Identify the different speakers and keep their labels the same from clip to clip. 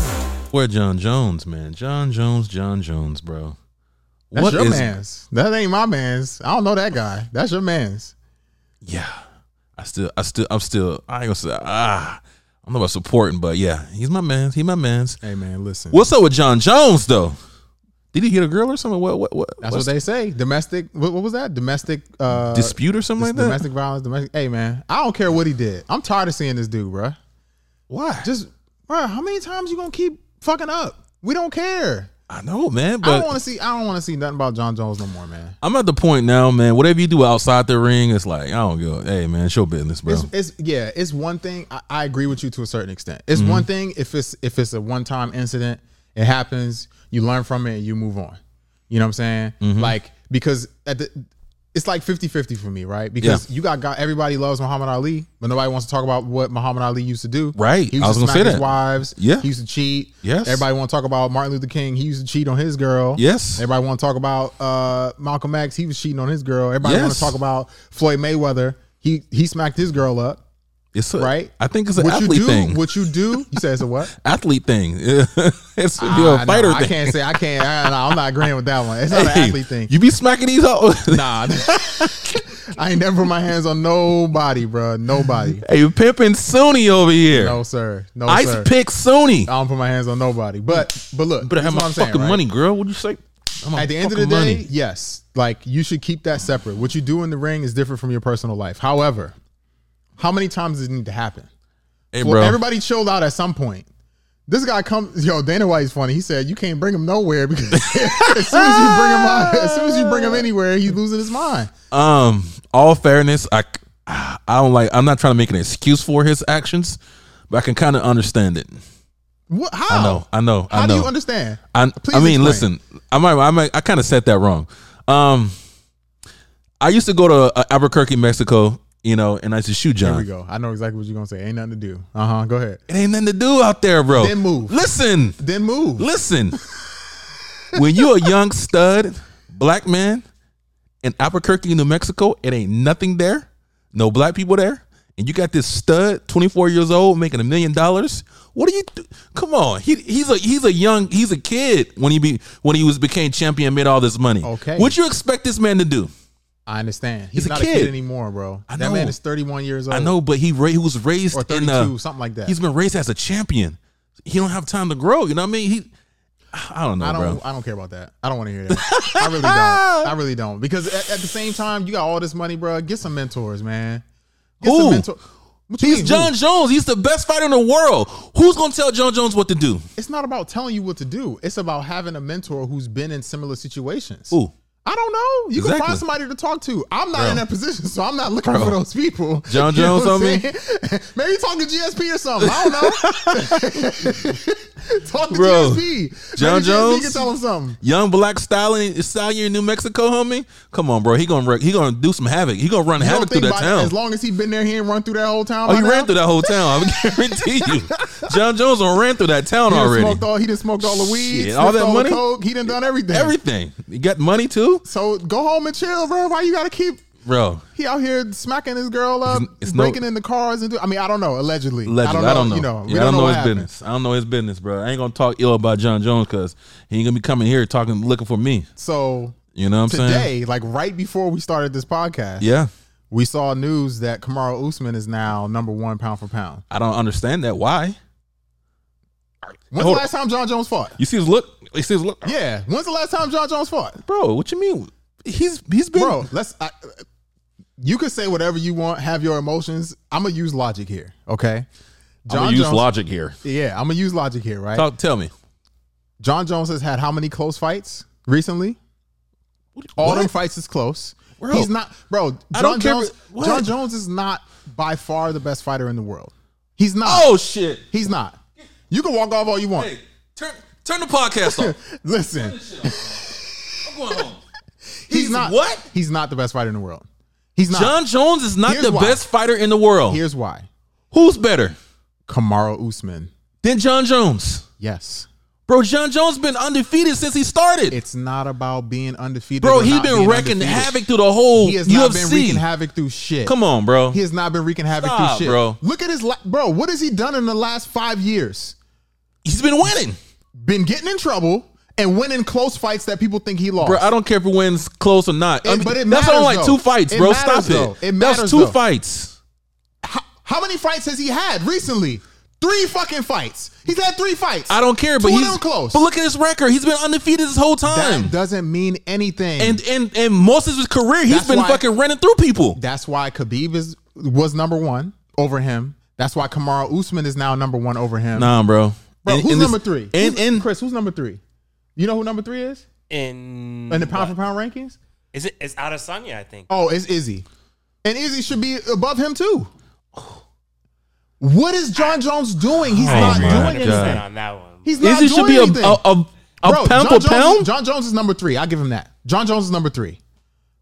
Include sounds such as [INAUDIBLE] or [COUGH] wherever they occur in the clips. Speaker 1: bruh, John Jones, man. John Jones, John Jones, bro.
Speaker 2: That's
Speaker 1: What
Speaker 2: your
Speaker 1: is-
Speaker 2: man's. That ain't my man's. I don't know that guy. That's your man's.
Speaker 1: Yeah. I still, I still, I'm still, I ain't gonna say, ah, I don't know about supporting, but yeah, he's my man's. He my man's.
Speaker 2: Hey man, listen.
Speaker 1: What's up with John Jones, though? Did he hit a girl or something? What, what, what?
Speaker 2: That's
Speaker 1: what's-
Speaker 2: what they say. Domestic. What, what was that? Domestic. Uh,
Speaker 1: dispute or something like that?
Speaker 2: domestic violence. Domestic. Hey man, I don't care what he did. I'm tired of seeing this dude, bruh.
Speaker 1: Why?
Speaker 2: Just, bruh, how many times you gonna keep fucking up? We don't care.
Speaker 1: I know, man,
Speaker 2: I
Speaker 1: but
Speaker 2: don't want to see. I don't want to see nothing about John Jones no more, man.
Speaker 1: I'm at the point now, man. Whatever you do outside the ring, it's like I don't go. Hey, man, it's your business, bro.
Speaker 2: It's, it's yeah, it's one thing. I, I agree with you to a certain extent. It's
Speaker 1: Mm-hmm.
Speaker 2: one thing if it's if it's a one time incident, it happens. You learn from it and you move on. You know what I'm saying?
Speaker 1: Mm-hmm.
Speaker 2: Like because at the it's like 50-50 for me, right? Because you got got everybody loves Muhammad Ali, but nobody wants to talk about what Muhammad Ali used to do.
Speaker 1: Right.
Speaker 2: He used
Speaker 1: I was
Speaker 2: to
Speaker 1: gonna
Speaker 2: smack
Speaker 1: say
Speaker 2: his
Speaker 1: that.
Speaker 2: wives.
Speaker 1: Yeah.
Speaker 2: He used to cheat.
Speaker 1: Yes.
Speaker 2: Everybody want to talk about Martin Luther King. He used to cheat on his girl.
Speaker 1: Yes.
Speaker 2: Everybody want to talk about uh, Malcolm X. He was cheating on his girl. Everybody want
Speaker 1: Yes.
Speaker 2: to talk about Floyd Mayweather. He he smacked his girl up.
Speaker 1: It's a,
Speaker 2: right?
Speaker 1: I think it's an
Speaker 2: What you
Speaker 1: athlete
Speaker 2: do?
Speaker 1: thing.
Speaker 2: What you do? You say it's a what?
Speaker 1: athlete thing. it's [LAUGHS] be a
Speaker 2: Ah, no,
Speaker 1: fighter
Speaker 2: I
Speaker 1: thing.
Speaker 2: can't say. I can't. I, no, I'm not agreeing with that one. It's not an
Speaker 1: Hey,
Speaker 2: athlete thing.
Speaker 1: You be smacking these hoes.
Speaker 2: [LAUGHS] nah. [LAUGHS] I ain't never put my hands on nobody, bruh. Nobody.
Speaker 1: [LAUGHS] hey, you pimping Sony over here.
Speaker 2: No sir. No
Speaker 1: Ice
Speaker 2: sir.
Speaker 1: pick Sony.
Speaker 2: I don't put my hands on nobody. But but look,
Speaker 1: But I have
Speaker 2: this is what
Speaker 1: my
Speaker 2: I'm saying,
Speaker 1: fucking
Speaker 2: right?
Speaker 1: money, girl. What'd you say? I'm
Speaker 2: At the end of the day, yes, like you should keep that separate. What you do in the ring is different from your personal life. However, how many times does it need to happen?
Speaker 1: hey,
Speaker 2: Well,
Speaker 1: bro.
Speaker 2: everybody chilled out at some point. This guy comes, yo, Dana White's funny. He said you can't bring him nowhere because [LAUGHS] as soon as you bring him out, as soon as you bring him anywhere, he's losing his mind.
Speaker 1: Um, all fairness, I I don't like. I'm not trying to make an excuse for his actions, but I can kind of understand it.
Speaker 2: What? How?
Speaker 1: I know. I know.
Speaker 2: Oh. How
Speaker 1: I know.
Speaker 2: do you understand?
Speaker 1: I, I mean,
Speaker 2: Please explain.
Speaker 1: listen, I might, I might, I kind of said that wrong. Um, I used to go to uh, Albuquerque, Mexico, you know, and I used to shoot
Speaker 2: Here we
Speaker 1: John.
Speaker 2: go. I know exactly what you're gonna say. Ain't nothing to do. Uh huh. Go ahead.
Speaker 1: It ain't nothing to do out there, bro.
Speaker 2: Then move.
Speaker 1: Listen,
Speaker 2: Then move.
Speaker 1: listen. when you a young stud black man in Albuquerque, New Mexico, it ain't nothing there. No black people there. And you got this stud, 24 years old, making a million dollars. What do you do? Come on. He, he's a he's a young he's a kid when he be when he was became champion, made all this money.
Speaker 2: Okay.
Speaker 1: What you expect this man to do?
Speaker 2: I understand. He's,
Speaker 1: He's a
Speaker 2: not a
Speaker 1: kid.
Speaker 2: kid anymore, bro.
Speaker 1: I
Speaker 2: That man
Speaker 1: know.
Speaker 2: is 31 years old.
Speaker 1: I know, but he ra- he was raised
Speaker 2: Or
Speaker 1: in
Speaker 2: 32,
Speaker 1: a,
Speaker 2: something like that.
Speaker 1: He's been raised as a champion. He don't have time to grow. You know what I mean? He I don't know,
Speaker 2: I
Speaker 1: bro.
Speaker 2: don't. I don't care about that. I don't want to hear that. I
Speaker 1: [LAUGHS]
Speaker 2: really don't. I really don't. Because at, at the same time, you got all this money, bro. Get some mentors, man. Get
Speaker 1: Who?
Speaker 2: some mentor. What you
Speaker 1: He's
Speaker 2: mean,
Speaker 1: John
Speaker 2: who?
Speaker 1: Jones. He's the best fighter in the world. Who's gonna tell John Jones what to do?
Speaker 2: It's not about telling you what to do. It's about having a mentor who's been in similar situations.
Speaker 1: Who?
Speaker 2: I don't know. You can
Speaker 1: Exactly.
Speaker 2: find somebody to talk to. I'm not
Speaker 1: Bro.
Speaker 2: in that position, so I'm not looking
Speaker 1: Bro.
Speaker 2: for those people.
Speaker 1: [LAUGHS] John
Speaker 2: You know
Speaker 1: Jones
Speaker 2: what
Speaker 1: on me?
Speaker 2: I'm saying? [LAUGHS] Maybe talk to GSP or something. I
Speaker 1: [LAUGHS]
Speaker 2: don't know. [LAUGHS] talk to
Speaker 1: Bro.
Speaker 2: GSP.
Speaker 1: John
Speaker 2: Maybe GSP can
Speaker 1: Jones?
Speaker 2: tell him something.
Speaker 1: Young black stallion, stallion in New Mexico, homie. Come on, bro. He gonna wreck, he gonna do some havoc. He gonna run
Speaker 2: You
Speaker 1: havoc
Speaker 2: don't
Speaker 1: through
Speaker 2: think
Speaker 1: that
Speaker 2: by-
Speaker 1: town.
Speaker 2: As long as he been there, he ain't run through that whole town.
Speaker 1: oh,
Speaker 2: by
Speaker 1: he
Speaker 2: now?
Speaker 1: ran through that whole town. I [LAUGHS] guarantee
Speaker 2: [LAUGHS]
Speaker 1: you. John Jones done ran through that town
Speaker 2: He done
Speaker 1: already.
Speaker 2: smoked all. He done smoked all the weed.
Speaker 1: Shit,
Speaker 2: sniffed
Speaker 1: all that
Speaker 2: the
Speaker 1: money?
Speaker 2: coke. He done done everything.
Speaker 1: Everything. He got money too,
Speaker 2: So go home and chill, bro. Why you gotta keep?
Speaker 1: bro.
Speaker 2: He out here smacking his girl up,
Speaker 1: it's no-
Speaker 2: breaking in the cars and do. I mean, I don't know. Allegedly,
Speaker 1: Legend.
Speaker 2: I don't know. You know, we
Speaker 1: Yeah, I don't know
Speaker 2: what
Speaker 1: his
Speaker 2: happened.
Speaker 1: business. I don't know his business, bro. I ain't gonna talk ill about John Jones because he ain't gonna be coming here talking, looking for me.
Speaker 2: So
Speaker 1: You know what I'm saying?
Speaker 2: today, like right before we started this podcast,
Speaker 1: Yeah.
Speaker 2: we saw news that Kamara Usman is now number one pound for pound.
Speaker 1: I don't understand that. Why?
Speaker 2: When's
Speaker 1: Hold on.
Speaker 2: the last time John Jones fought?
Speaker 1: You see his look. You see his look.
Speaker 2: Yeah, when's the last time John Jones fought?
Speaker 1: bro. What you mean? He's he's been
Speaker 2: bro. Let's. I, you can say whatever you want. Have your emotions. I'm gonna use logic here. Okay.
Speaker 1: I'm gonna use logic here.
Speaker 2: Yeah, I'm gonna use logic here, right?
Speaker 1: Talk, tell me.
Speaker 2: John Jones has had how many close fights recently? All them fights is close.
Speaker 1: Bro.
Speaker 2: He's not, bro. John
Speaker 1: I don't care
Speaker 2: Jones.
Speaker 1: if- what?
Speaker 2: John Jones is not by far the best fighter in the world. He's not.
Speaker 1: Oh shit!
Speaker 2: He's not. You can walk off all you want.
Speaker 1: Hey, turn turn the podcast off. [LAUGHS]
Speaker 2: Listen,
Speaker 1: I'm going home.
Speaker 2: he's, not.
Speaker 1: what?
Speaker 2: He's not the best fighter in the world. He's not.
Speaker 1: John Jones is not
Speaker 2: Here's
Speaker 1: the
Speaker 2: why.
Speaker 1: best fighter in the world.
Speaker 2: Here's why.
Speaker 1: Who's better
Speaker 2: Kamara Usman.
Speaker 1: than John Jones?
Speaker 2: Yes.
Speaker 1: Bro, John Jones been undefeated since he started.
Speaker 2: It's not about being undefeated.
Speaker 1: bro,
Speaker 2: or
Speaker 1: he
Speaker 2: not
Speaker 1: been
Speaker 2: being
Speaker 1: wrecking
Speaker 2: undefeated.
Speaker 1: havoc through the whole
Speaker 2: He has not been
Speaker 1: UFC.
Speaker 2: wreaking havoc through shit.
Speaker 1: Come on, bro.
Speaker 2: He has not been wreaking havoc
Speaker 1: Stop,
Speaker 2: through shit,
Speaker 1: bro.
Speaker 2: Look at his la- bro. What has he done in the last five years?
Speaker 1: He's been winning.
Speaker 2: been getting in trouble and winning close fights that people think he lost.
Speaker 1: Bro, I don't care if he wins close or not. I
Speaker 2: It-
Speaker 1: mean,
Speaker 2: but it
Speaker 1: that's
Speaker 2: matters,
Speaker 1: only like
Speaker 2: though.
Speaker 1: two fights,
Speaker 2: It
Speaker 1: bro.
Speaker 2: matters, though.
Speaker 1: Stop it.
Speaker 2: It matters,
Speaker 1: that's two
Speaker 2: though.
Speaker 1: fights.
Speaker 2: how, how many fights has he had recently? Three fucking fights. He's had three fights.
Speaker 1: I don't care, but
Speaker 2: Two of
Speaker 1: he's
Speaker 2: them close.
Speaker 1: But look at his record. He's been undefeated this whole time.
Speaker 2: that doesn't mean anything.
Speaker 1: and and and most of his career, he's
Speaker 2: That's
Speaker 1: been
Speaker 2: why-
Speaker 1: fucking running through people.
Speaker 2: That's why Khabib is was number one over him. That's why Kamara Usman is now number one over him.
Speaker 1: Nah, bro.
Speaker 2: Bro,
Speaker 1: And-
Speaker 2: who's
Speaker 1: and this-
Speaker 2: number three?
Speaker 1: And
Speaker 2: Who's-
Speaker 1: and
Speaker 2: Chris, who's number three? You know who number three is
Speaker 3: In,
Speaker 2: in the pound
Speaker 3: what?
Speaker 2: for pound rankings?
Speaker 3: Is it? It's Adesanya, I think.
Speaker 2: Oh, it's Izzy, and Izzy should be above him too. What is John Jones doing? He's not
Speaker 1: Oh my
Speaker 2: doing
Speaker 1: God.
Speaker 2: anything.
Speaker 3: on that one.
Speaker 2: He's not
Speaker 1: Izzy
Speaker 2: doing
Speaker 1: should be a
Speaker 2: anything.
Speaker 1: a, a, a
Speaker 2: Bro,
Speaker 1: pound
Speaker 2: John
Speaker 1: for
Speaker 2: Jones-
Speaker 1: pound.
Speaker 2: John Jones is number three. I give him that. John Jones is number three.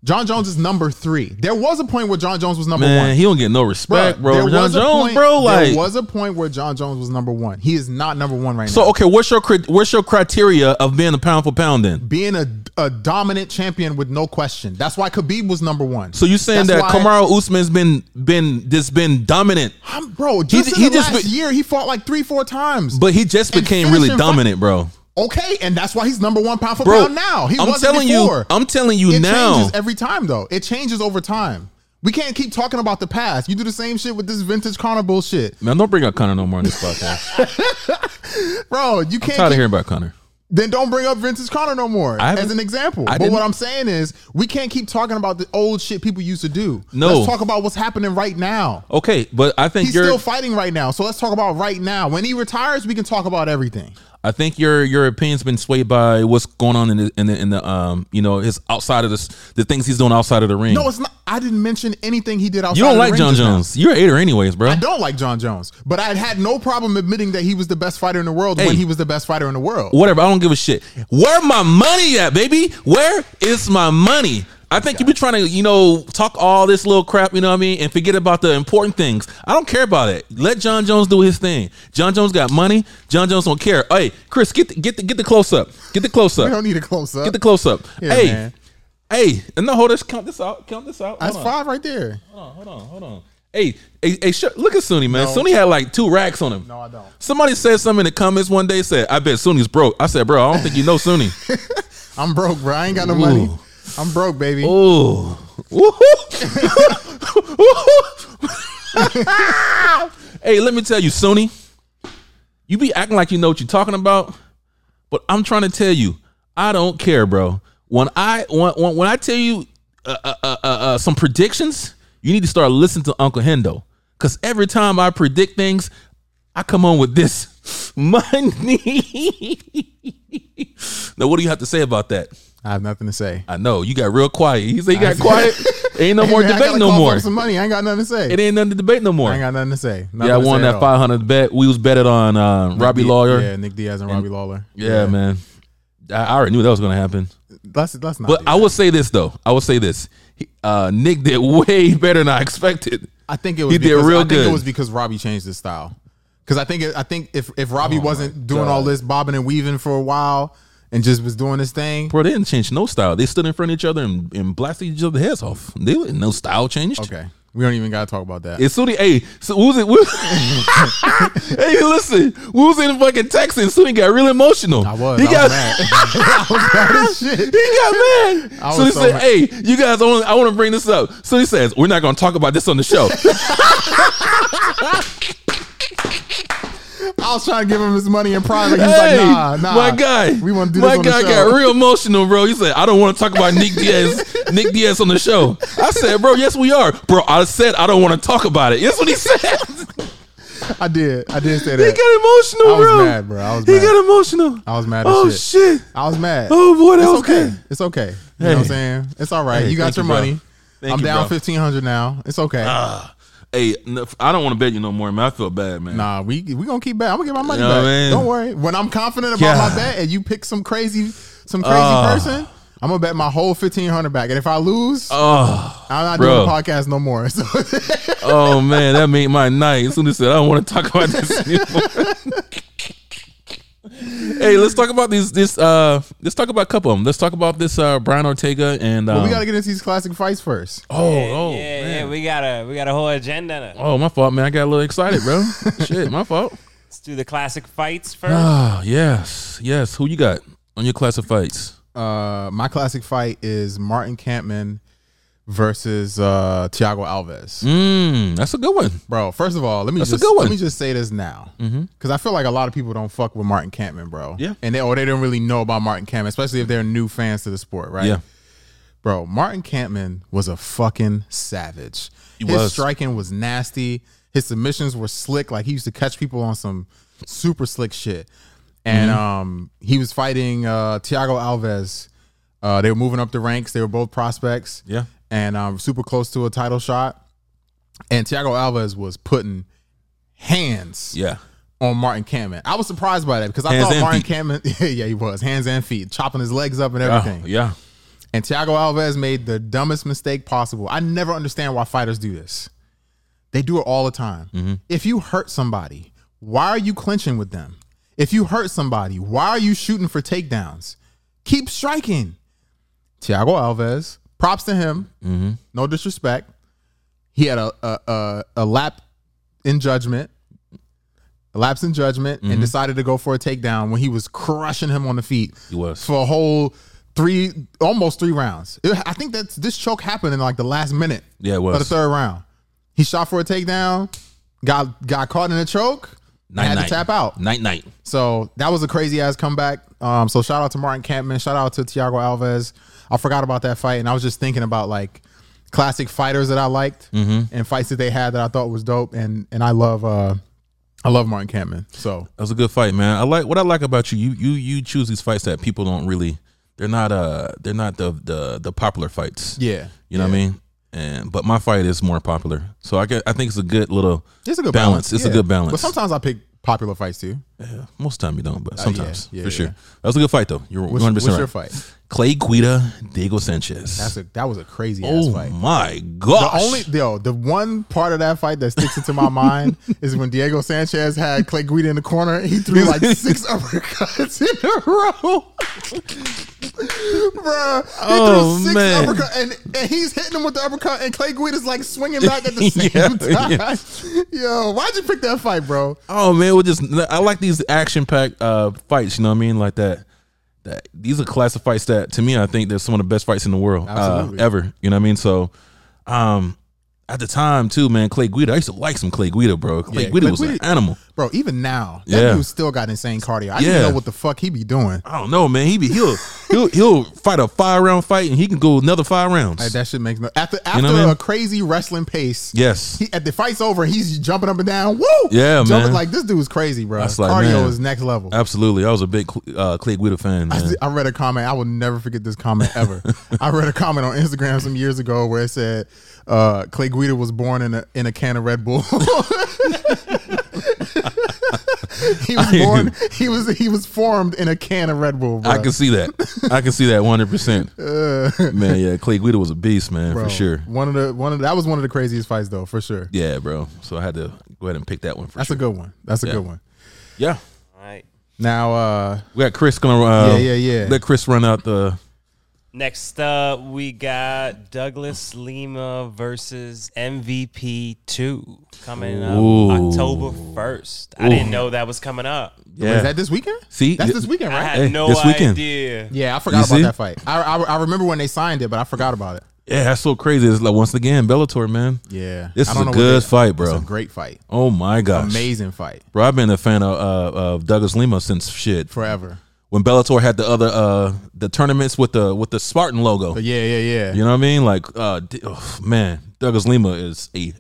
Speaker 2: John Jones is number three. There was a point where John Jones was number one.
Speaker 1: Man, he don't get no respect, bro.
Speaker 2: there
Speaker 1: John
Speaker 2: was a
Speaker 1: Jones,
Speaker 2: point-
Speaker 1: bro.
Speaker 2: there
Speaker 1: Like,
Speaker 2: was a point where John Jones was number one. He is not number one right
Speaker 1: so
Speaker 2: now.
Speaker 1: okay, what's your cri- what's your criteria of being a pound for pound then?
Speaker 2: Being a, a dominant champion with no question. That's why Khabib was number one.
Speaker 1: So you saying
Speaker 2: That's
Speaker 1: that
Speaker 2: why-
Speaker 1: Kamaru Usman's been been just been dominant,
Speaker 2: I'm, bro? Just
Speaker 1: He-
Speaker 2: in
Speaker 1: he
Speaker 2: the
Speaker 1: just
Speaker 2: last
Speaker 1: be-
Speaker 2: year, he fought like three, four times.
Speaker 1: but he just
Speaker 2: And
Speaker 1: became really
Speaker 2: finishing fight-
Speaker 1: dominant, bro.
Speaker 2: okay, and that's why he's number one pound for
Speaker 1: Bro,
Speaker 2: pound now. He
Speaker 1: I'm
Speaker 2: wasn't
Speaker 1: telling
Speaker 2: before.
Speaker 1: you, I'm telling you
Speaker 2: it
Speaker 1: now.
Speaker 2: changes every time though. It changes over time. We can't keep talking about the past. You do the same shit with this vintage Connor bullshit,
Speaker 1: Man, don't bring up Connor no more on this
Speaker 2: [LAUGHS]
Speaker 1: podcast.
Speaker 2: bro. You
Speaker 1: Tired
Speaker 2: can't. keep-
Speaker 1: of hearing about Connor.
Speaker 2: then don't bring up Vince's Connor no more
Speaker 1: I haven't-
Speaker 2: as an example.
Speaker 1: I
Speaker 2: but what
Speaker 1: didn't-
Speaker 2: I'm saying is we can't keep talking about the old shit people used to do.
Speaker 1: No.
Speaker 2: Let's talk about what's happening right now.
Speaker 1: Okay, but I think
Speaker 2: He's
Speaker 1: you're
Speaker 2: still fighting right now. So let's talk about right now. When he retires, we can talk about everything.
Speaker 1: I think your your opinion's been swayed by what's going on in the in the, in the um you know his outside of the s- the things he's doing outside of the ring.
Speaker 2: No, it's not I didn't mention anything he did outside.
Speaker 1: you don't
Speaker 2: the
Speaker 1: like
Speaker 2: ring
Speaker 1: John
Speaker 2: just now.
Speaker 1: Jones. You're a hater anyways, bro.
Speaker 2: I don't like John Jones, but I had no problem admitting that he was the best fighter in the world
Speaker 1: Hey.
Speaker 2: when he was the best fighter in the world.
Speaker 1: Whatever. I don't give a shit. Where my money at, baby? Where is my money? I think you be trying to you know talk all this little crap, you know what I mean, and forget about the important things. I don't care about it. Let John Jones do his thing. John Jones got money. John Jones don't care. Hey, Chris, get the, get the, get the close up. Get the close
Speaker 2: We
Speaker 1: up.
Speaker 2: don't need a close up.
Speaker 1: Get the close up.
Speaker 2: Yeah,
Speaker 1: hey,
Speaker 2: man.
Speaker 1: hey, and no, hold this. Count this out. Count this out.
Speaker 2: That's
Speaker 1: Hold on.
Speaker 2: five right there.
Speaker 1: Hold on, hold on, hold on. Hey, hey, hey sh- look at Suni, man. Sunni had like two racks on him.
Speaker 2: No, I don't.
Speaker 1: Somebody said something in the comments one day. Said, "I bet Suni's broke." I said, "Bro, I don't think you know Suni."
Speaker 2: I'm broke, bro. I ain't got no money. I'm broke, baby.
Speaker 1: Oh. Ooh, Woo-hoo. Woo-hoo. [LAUGHS] hey, let me tell you, Suni, you be acting like you know what you're talking about, but I'm trying to tell you, I don't care, bro. When I when when, when I tell you uh, uh, uh, uh, uh, some predictions, you need to start listening to Uncle Hendo, because every time I predict things, I come on with this [LAUGHS] money. [LAUGHS] now, what do you have to say about that?
Speaker 2: I have nothing to say.
Speaker 1: I know you got real quiet. He said you
Speaker 2: [LAUGHS]
Speaker 1: got quiet. Ain't no
Speaker 2: Hey,
Speaker 1: more
Speaker 2: man, [LAUGHS] I
Speaker 1: debate
Speaker 2: gotta
Speaker 1: no
Speaker 2: cough
Speaker 1: more.
Speaker 2: up Some money. I ain't got nothing to say.
Speaker 1: It ain't nothing to debate no
Speaker 2: I ain't
Speaker 1: more.
Speaker 2: got nothing to say. Nothing
Speaker 1: Yeah, I
Speaker 2: to
Speaker 1: won
Speaker 2: say at
Speaker 1: that
Speaker 2: all.
Speaker 1: 500 bet. We was betted on um, Robbie
Speaker 2: Nick-
Speaker 1: Lawyer.
Speaker 2: Yeah, Nick Diaz and, Robbie Lawler.
Speaker 1: Yeah, man. I, I already knew that was going to happen.
Speaker 2: Let's let's not.
Speaker 1: But
Speaker 2: do
Speaker 1: I
Speaker 2: that.
Speaker 1: will say this though. I will say this. He- uh, Nick did [LAUGHS] way better than I expected.
Speaker 2: I think it was
Speaker 1: He did
Speaker 2: because,
Speaker 1: real
Speaker 2: I think
Speaker 1: good.
Speaker 2: it was because Robbie changed his style. Because I think it, I think if if
Speaker 1: Oh
Speaker 2: Robbie wasn't doing all this bobbing and weaving for a while and just was doing his thing.
Speaker 1: Bro, they didn't change no style. They stood in front of each other and, and blasted each other's heads off. They wasn't- no style changed.
Speaker 2: Okay, we don't even gotta talk about that.
Speaker 1: It's Sudi. Hey, so who's it? Who's, [LAUGHS] hey, listen, we was in fucking Texas. Sudi got real emotional.
Speaker 2: I was.
Speaker 1: He
Speaker 2: I
Speaker 1: got
Speaker 2: was mad.
Speaker 1: [LAUGHS]
Speaker 2: I was mad as
Speaker 1: he
Speaker 2: shit.
Speaker 1: got mad.
Speaker 2: I
Speaker 1: So he
Speaker 2: was so
Speaker 1: said,
Speaker 2: mad.
Speaker 1: "Hey, you guys, only, I want to bring this up." So he says, "We're not going to talk about this on the
Speaker 2: [LAUGHS]
Speaker 1: show."
Speaker 2: I was trying to give him his money in private. He was
Speaker 1: hey,
Speaker 2: like, Nah, nah.
Speaker 1: my guy,
Speaker 2: we want to do
Speaker 1: my
Speaker 2: this on
Speaker 1: guy
Speaker 2: the show.
Speaker 1: got real emotional, bro. He said, "I don't want to talk about Nick Diaz,
Speaker 2: [LAUGHS]
Speaker 1: Nick Diaz on the show." I said, "Bro, yes, we are, bro." I said, "I don't want to talk about it." That's what he said.
Speaker 2: I did. I did say
Speaker 1: he
Speaker 2: that.
Speaker 1: got emotional,
Speaker 2: I was
Speaker 1: bro.
Speaker 2: mad, bro. I was
Speaker 1: he
Speaker 2: mad.
Speaker 1: got emotional.
Speaker 2: I was mad as
Speaker 1: Oh
Speaker 2: shit.
Speaker 1: shit.
Speaker 2: I was mad.
Speaker 1: Oh boy, that
Speaker 2: it's
Speaker 1: was
Speaker 2: okay.
Speaker 1: good.
Speaker 2: It's okay. You know what I'm
Speaker 1: Hey.
Speaker 2: saying? It's all right.
Speaker 1: Hey,
Speaker 2: you got
Speaker 1: thank
Speaker 2: your
Speaker 1: you, bro.
Speaker 2: money.
Speaker 1: Thank
Speaker 2: I'm
Speaker 1: you,
Speaker 2: down
Speaker 1: bro.
Speaker 2: 1500 now. It's okay.
Speaker 1: Hey, no, I don't want to bet you no more, man. I feel bad, man.
Speaker 2: Nah, we we gonna keep back. I'm gonna get my money
Speaker 1: You know
Speaker 2: back.
Speaker 1: what I mean?
Speaker 2: Don't worry. When I'm confident about my
Speaker 1: God.
Speaker 2: bet, and you pick some crazy, some crazy
Speaker 1: Ah.
Speaker 2: person, I'm gonna bet my whole fifteen hundred back. And if I lose,
Speaker 1: Oh.
Speaker 2: I'm not
Speaker 1: bro.
Speaker 2: doing the podcast no more. [LAUGHS] So
Speaker 1: Oh man, that made my night. As soon as I said, I don't want to talk about this anymore. [LAUGHS] hey, let's talk about these. This uh, let's talk about a couple of them. Let's talk about this uh, Brian Ortega and um,
Speaker 2: we gotta get into these classic fights first.
Speaker 1: oh
Speaker 3: Yeah,
Speaker 1: oh
Speaker 3: yeah,
Speaker 1: man.
Speaker 3: yeah, we got a we got a whole agenda.
Speaker 2: [LAUGHS]
Speaker 1: oh my fault, man. I got a little excited, bro. Shit, my fault.
Speaker 3: Let's do the classic fights first.
Speaker 1: Ah, yes, yes. Who you got on your classic fights?
Speaker 2: Uh, my classic fight is Martin Campman versus uh, Tiago Alves.
Speaker 1: Mm, that's a good one.
Speaker 2: Bro, first of all, let me
Speaker 1: That's a
Speaker 2: just
Speaker 1: good one. Mm-hmm.
Speaker 2: let me just say this now, because I feel like a lot of people don't fuck with Martin Campman, bro.
Speaker 1: Yeah.
Speaker 2: and they or they don't really know about Martin Campman, especially if they're new fans to the sport, right?
Speaker 1: Yeah.
Speaker 2: bro. Martin Campman was a fucking savage.
Speaker 1: He
Speaker 2: His
Speaker 1: was.
Speaker 2: striking was nasty. His submissions were slick. Like he used to catch people on some super slick shit. And
Speaker 1: Mm-hmm.
Speaker 2: um, he was fighting uh, Tiago Alves. Uh, they were moving up the ranks. They were both prospects
Speaker 1: Yeah.
Speaker 2: and um, super close to a title shot. And Thiago Alves was putting hands
Speaker 1: Yeah.
Speaker 2: on Martin Kamen. I was surprised by that because I
Speaker 1: Hands
Speaker 2: thought
Speaker 1: and
Speaker 2: Martin
Speaker 1: feet.
Speaker 2: Kamen, [LAUGHS] yeah, yeah, he was hands and feet, chopping his legs up and
Speaker 1: Oh,
Speaker 2: everything.
Speaker 1: yeah.
Speaker 2: And Thiago Alves made the dumbest mistake possible. I never understand why fighters do this. They do it all the time.
Speaker 1: Mm-hmm.
Speaker 2: If you hurt somebody, why are you clinching with them? If you hurt somebody, why are you shooting for takedowns? Keep striking. Thiago Alves, props to him.
Speaker 1: Mm-hmm.
Speaker 2: No disrespect. He had a a, a, a lap in judgment, a lapse in judgment,
Speaker 1: Mm-hmm.
Speaker 2: and decided to go for a takedown when he was crushing him on the feet
Speaker 1: He was.
Speaker 2: for a whole three, almost three rounds. It- I think that's this choke happened in like the last minute
Speaker 1: Yeah, it
Speaker 2: of the
Speaker 1: was.
Speaker 2: third round. He shot for a takedown, got got caught in a choke, and
Speaker 1: Night
Speaker 2: had
Speaker 1: night.
Speaker 2: to tap out.
Speaker 1: Night night.
Speaker 2: So that was a crazy ass comeback. Um, so shout out to Martin Campman. Shout out to Thiago Alves. I forgot about that fight, and I was just thinking about like classic fighters that I liked
Speaker 1: Mm-hmm.
Speaker 2: and fights that they had that I thought was dope. And and I love uh, I love Martin Campman. So
Speaker 1: That was a good fight, man. I like what I like about you. You you you choose these fights that people don't really. They're not uh they're not the the the popular fights.
Speaker 2: yeah,
Speaker 1: You know what I mean? And but my fight is more popular, so I get, I think it's a good little.
Speaker 2: It's a good
Speaker 1: Balance.
Speaker 2: balance.
Speaker 1: It's a
Speaker 2: Yeah.
Speaker 1: good balance.
Speaker 2: But sometimes I pick popular fights too.
Speaker 1: Most time you don't, but sometimes
Speaker 2: Uh, yeah,
Speaker 1: for
Speaker 2: yeah.
Speaker 1: sure. That was a good fight though. You're
Speaker 2: What's,
Speaker 1: 100
Speaker 2: what's
Speaker 1: percent
Speaker 2: your
Speaker 1: right.
Speaker 2: fight?
Speaker 1: Clay Guida, Diego Sanchez.
Speaker 2: That's a that was a crazy ass
Speaker 1: oh
Speaker 2: fight.
Speaker 1: my
Speaker 2: The
Speaker 1: gosh!
Speaker 2: only yo, the one part of that fight that sticks into my
Speaker 1: [LAUGHS]
Speaker 2: mind is when Diego Sanchez had Clay Guida in the corner. and He threw like
Speaker 1: [LAUGHS]
Speaker 2: six uppercuts in a row. [LAUGHS] Bruh, he
Speaker 1: Oh,
Speaker 2: threw six
Speaker 1: man.
Speaker 2: uppercuts and, and he's hitting him with the uppercut, and Clay Guida's like swinging back
Speaker 1: [LAUGHS]
Speaker 2: at the same
Speaker 1: Yeah,
Speaker 2: time.
Speaker 1: yeah.
Speaker 2: [LAUGHS] Yo, why'd you pick that fight, bro?
Speaker 1: Oh man, we just I like these action packed uh fights. You know what I mean? Like that. That these are classic fights that to me I think they're some of the best fights in the world uh,
Speaker 2: Absolutely.
Speaker 1: ever. You know what I mean? So, um, at the time too, man, Clay Guida. I used to like some Clay Guida, bro. Clay
Speaker 2: Yeah,
Speaker 1: Guida
Speaker 2: Clay
Speaker 1: was an
Speaker 2: Guida-
Speaker 1: animal.
Speaker 2: Bro, even now, that
Speaker 1: Yeah.
Speaker 2: dude still got insane cardio.
Speaker 1: Yeah.
Speaker 2: I didn't know what the fuck he be doing.
Speaker 1: I don't know, man. He be he'll he'll he'll fight a five round fight and he can go another five rounds.
Speaker 2: Like, that shit makes no after after
Speaker 1: know what I mean?
Speaker 2: a crazy wrestling pace.
Speaker 1: yes,
Speaker 2: He, at the fight's over, he's jumping up and down. Woo!
Speaker 1: Yeah,
Speaker 2: jumping,
Speaker 1: man.
Speaker 2: Like this dude's crazy, bro.
Speaker 1: That's like,
Speaker 2: Cardio
Speaker 1: man.
Speaker 2: is next level.
Speaker 1: absolutely. I was a big uh, Clay Guida fan. Man.
Speaker 2: I read a comment. I will never forget this comment
Speaker 1: [LAUGHS]
Speaker 2: ever. I read a comment on Instagram some years ago where it said, uh, "Clay Guida was born in a in a can of Red Bull." [LAUGHS]
Speaker 1: [LAUGHS]
Speaker 2: he was born. He was he was formed in a can of Red Bull. Bro.
Speaker 1: I can see that. I can see that 100.
Speaker 2: [LAUGHS]
Speaker 1: percent Man, yeah, Clay Guida was a beast, man,
Speaker 2: Uh, Bro,
Speaker 1: for sure.
Speaker 2: One of the one of the, that was one of the craziest fights though, for sure.
Speaker 1: Yeah, bro. So I had to go ahead and pick that one for
Speaker 2: That's
Speaker 1: sure.
Speaker 2: a good one. That's a good one.
Speaker 1: yeah.
Speaker 3: All right.
Speaker 2: Now, uh,
Speaker 1: We got Chris gonna. Uh,
Speaker 2: Yeah, yeah, yeah.
Speaker 1: Let Chris run out the.
Speaker 3: Next up, we got Douglas Lima versus MVP two coming up
Speaker 1: Ooh.
Speaker 3: October first. I didn't know that was coming up.
Speaker 1: Yeah.
Speaker 2: is that this weekend?
Speaker 1: See,
Speaker 2: that's
Speaker 1: th-
Speaker 2: this weekend,
Speaker 3: I
Speaker 2: right?
Speaker 3: had
Speaker 1: Hey,
Speaker 3: no
Speaker 1: this weekend.
Speaker 3: idea.
Speaker 2: Yeah, I
Speaker 1: You
Speaker 2: forgot about
Speaker 1: see?
Speaker 2: that fight. I, I I remember when they signed it, but I forgot about it.
Speaker 1: yeah, that's so crazy. It's like once again Bellator, man.
Speaker 2: Yeah,
Speaker 1: This
Speaker 2: I
Speaker 1: is
Speaker 2: don't
Speaker 1: a
Speaker 2: know what
Speaker 1: good
Speaker 2: they-
Speaker 1: fight, bro.
Speaker 2: It's a great fight,
Speaker 1: oh my gosh,
Speaker 2: amazing fight,
Speaker 1: bro! I've been a fan of uh, of Douglas Lima since shit
Speaker 2: forever.
Speaker 1: when Bellator had the other uh the tournaments with the with the Spartan logo.
Speaker 2: But Oh, yeah, yeah, yeah.
Speaker 1: You know what I mean? Like, uh, d- oh, man, Douglas Lima is a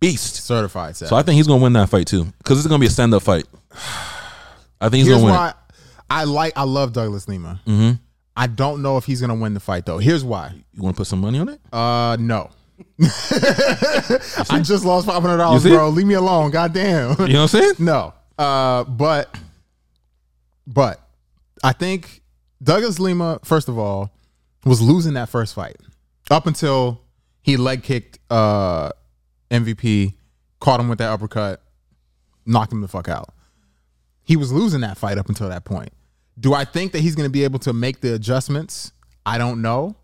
Speaker 1: beast.
Speaker 2: Certified. Savage.
Speaker 1: So I think he's gonna win that fight too, because it's gonna be a stand up fight. I think he's
Speaker 2: here's
Speaker 1: gonna win. Mm-hmm.
Speaker 2: why I like I love Douglas Lima. I don't know if he's gonna win the fight though. Here's why.
Speaker 1: You want to put some money on it?
Speaker 2: Uh, no. [LAUGHS] I just lost five hundred dollars,
Speaker 1: You see?
Speaker 2: bro. Leave me alone. Goddamn.
Speaker 1: You know what I'm saying?
Speaker 2: [LAUGHS] No. Uh, but but I think Douglas Lima, first of all, was losing that first fight up until he leg kicked uh, MVP, caught him with that uppercut, knocked him the fuck out. He was losing that fight up until that point. Do I think that he's going to be able to make the adjustments? I don't know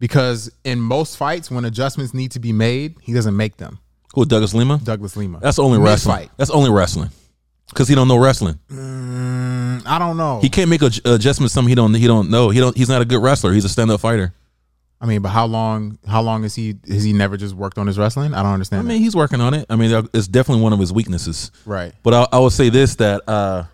Speaker 2: because in most fights, when adjustments need to be made, he doesn't make them.
Speaker 1: Cool, Douglas Lima.
Speaker 2: Douglas Lima.
Speaker 1: That's only wrestling.
Speaker 2: Mid-fight.
Speaker 1: That's only wrestling. because he don't know wrestling.
Speaker 2: I don't know.
Speaker 1: He can't make a, adjustments. Something he don't he don't know. He don't. He's not a good wrestler. He's a stand up fighter.
Speaker 2: I mean, but how long? How long has he? Has he never just worked on his wrestling? I don't understand.
Speaker 1: I mean, he's working on it. I mean, it's definitely one of his weaknesses.
Speaker 2: that. right?
Speaker 1: But I, I would say this that uh,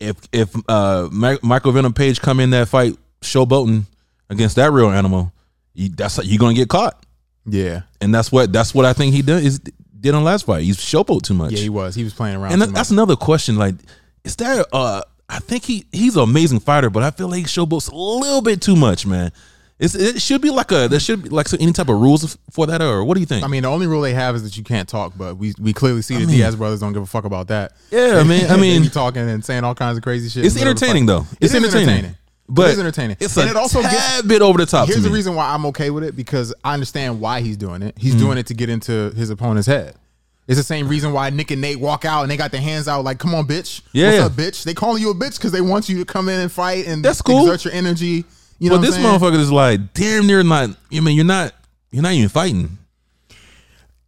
Speaker 1: if if uh, Ma- Michael Venom Page come in that fight showboating against that real animal, you, that's you're gonna get caught,
Speaker 2: Yeah,
Speaker 1: and that's what that's what I think he did is did on last fight. He's showboat too much,
Speaker 2: yeah. He was. He was playing around.
Speaker 1: and
Speaker 2: too
Speaker 1: that, that's another question. Like, is there? Uh, I think he he's an amazing fighter, but I feel like he showboats a little bit too much, man. It's, it should be like a there should be like so any type of rules for that, or what do you think?
Speaker 2: much. I mean, the only rule they have is that you can't talk. But we we clearly see the
Speaker 1: mean-
Speaker 2: Diaz brothers don't give a fuck about that.
Speaker 1: Yeah, I mean- I
Speaker 2: They
Speaker 1: mean-
Speaker 2: be talking [LAUGHS] and saying all kinds of crazy shit. in
Speaker 1: It's
Speaker 2: the middle of the
Speaker 1: entertaining
Speaker 2: fight.
Speaker 1: though.
Speaker 2: It
Speaker 1: It's
Speaker 2: is
Speaker 1: entertaining. But
Speaker 2: it is entertaining.
Speaker 1: It's
Speaker 2: and
Speaker 1: a
Speaker 2: it also
Speaker 1: tad
Speaker 2: gets
Speaker 1: bit over the top.
Speaker 2: Here's
Speaker 1: to
Speaker 2: the
Speaker 1: me.
Speaker 2: reason why I'm okay with it because I understand why he's doing it.
Speaker 1: Mm.
Speaker 2: He's doing it to get into his opponent's head. It's the same reason why Nick and Nate walk out and they got their hands out like, "Come on, bitch!
Speaker 1: Yeah,
Speaker 2: What's
Speaker 1: yeah.
Speaker 2: up, bitch?" They calling you a bitch because they want you to come in and fight and
Speaker 1: That's cool.
Speaker 2: Exert your energy. You know,
Speaker 1: But
Speaker 2: what
Speaker 1: this
Speaker 2: I'm saying?
Speaker 1: motherfucker is like damn near not. I mean, you're not. You're not even fighting.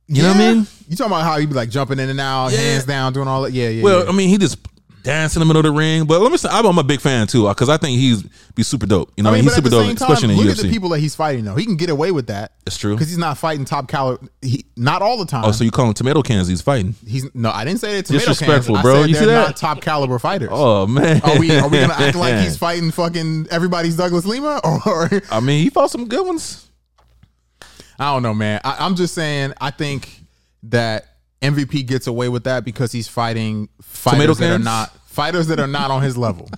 Speaker 1: You know what I
Speaker 2: Yeah.
Speaker 1: mean?
Speaker 2: You talking about how he be like jumping in and out,
Speaker 1: Yeah.
Speaker 2: hands down, doing all that? Yeah, yeah.
Speaker 1: Well,
Speaker 2: yeah.
Speaker 1: I mean, he just danced in the middle of the ring. But let me say, I'm I'm a big fan too because I think he's be super dope. You know, he's
Speaker 2: but at
Speaker 1: super
Speaker 2: the
Speaker 1: dope,
Speaker 2: same time,
Speaker 1: especially in
Speaker 2: look
Speaker 1: the
Speaker 2: at the
Speaker 1: UFC.
Speaker 2: people that he's fighting though. He can get away with that.
Speaker 1: That's true.
Speaker 2: because he's not fighting top caliber. He not all the time.
Speaker 1: oh, so you call him tomato cans? He's fighting.
Speaker 2: he's no. I didn't say that. Tomato cans.
Speaker 1: Disrespectful,
Speaker 2: I
Speaker 1: bro.
Speaker 2: said
Speaker 1: You
Speaker 2: they're
Speaker 1: see that?
Speaker 2: Not top caliber fighters.
Speaker 1: Oh man,
Speaker 2: Are we are we gonna act like he's fighting fucking everybody's Douglas Lima [LAUGHS] or
Speaker 1: [LAUGHS] I mean, he fought some good ones.
Speaker 2: I don't know, man. I, I'm just saying. I think that MVP gets away with that because he's fighting
Speaker 1: Tomato
Speaker 2: fighters that are
Speaker 1: cans?
Speaker 2: not fighters that are not on
Speaker 1: [LAUGHS]
Speaker 2: his level,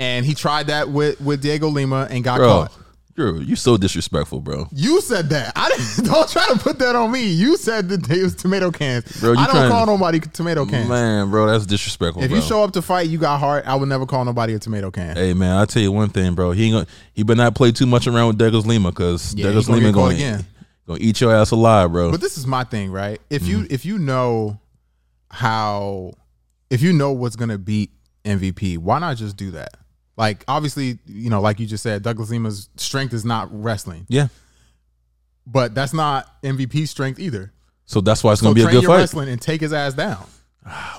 Speaker 2: and he tried that with with Diego Lima and got
Speaker 1: Bro,
Speaker 2: caught.
Speaker 1: you're you're so disrespectful, bro.
Speaker 2: You said that. I didn't, [LAUGHS] don't try to put that on me. You said that they was tomato cans.
Speaker 1: Bro, you
Speaker 2: I don't
Speaker 1: trying-
Speaker 2: call nobody tomato cans.
Speaker 1: Man, bro, that's disrespectful.
Speaker 2: if
Speaker 1: bro.
Speaker 2: you show up to fight, you got heart. I would never call nobody a tomato can.
Speaker 1: Hey man, I tell you one thing, bro. He ain't gonna, he better not play too much around with Douglas Lima because
Speaker 2: Yeah,
Speaker 1: Douglas
Speaker 2: he gonna
Speaker 1: Lima
Speaker 2: get caught
Speaker 1: going
Speaker 2: again.
Speaker 1: gonna eat your ass alive, bro.
Speaker 2: But this is my thing, right? If you
Speaker 1: Mm-hmm.
Speaker 2: if you know how if you know what's gonna beat MVP, why not just do that? Like obviously, you know, like you just said, Douglas Lima's strength is not wrestling,
Speaker 1: yeah,
Speaker 2: but that's not MVP's strength either.
Speaker 1: so that's why it's
Speaker 2: So
Speaker 1: gonna be a
Speaker 2: train
Speaker 1: good
Speaker 2: your
Speaker 1: fight.
Speaker 2: wrestling and take his ass down.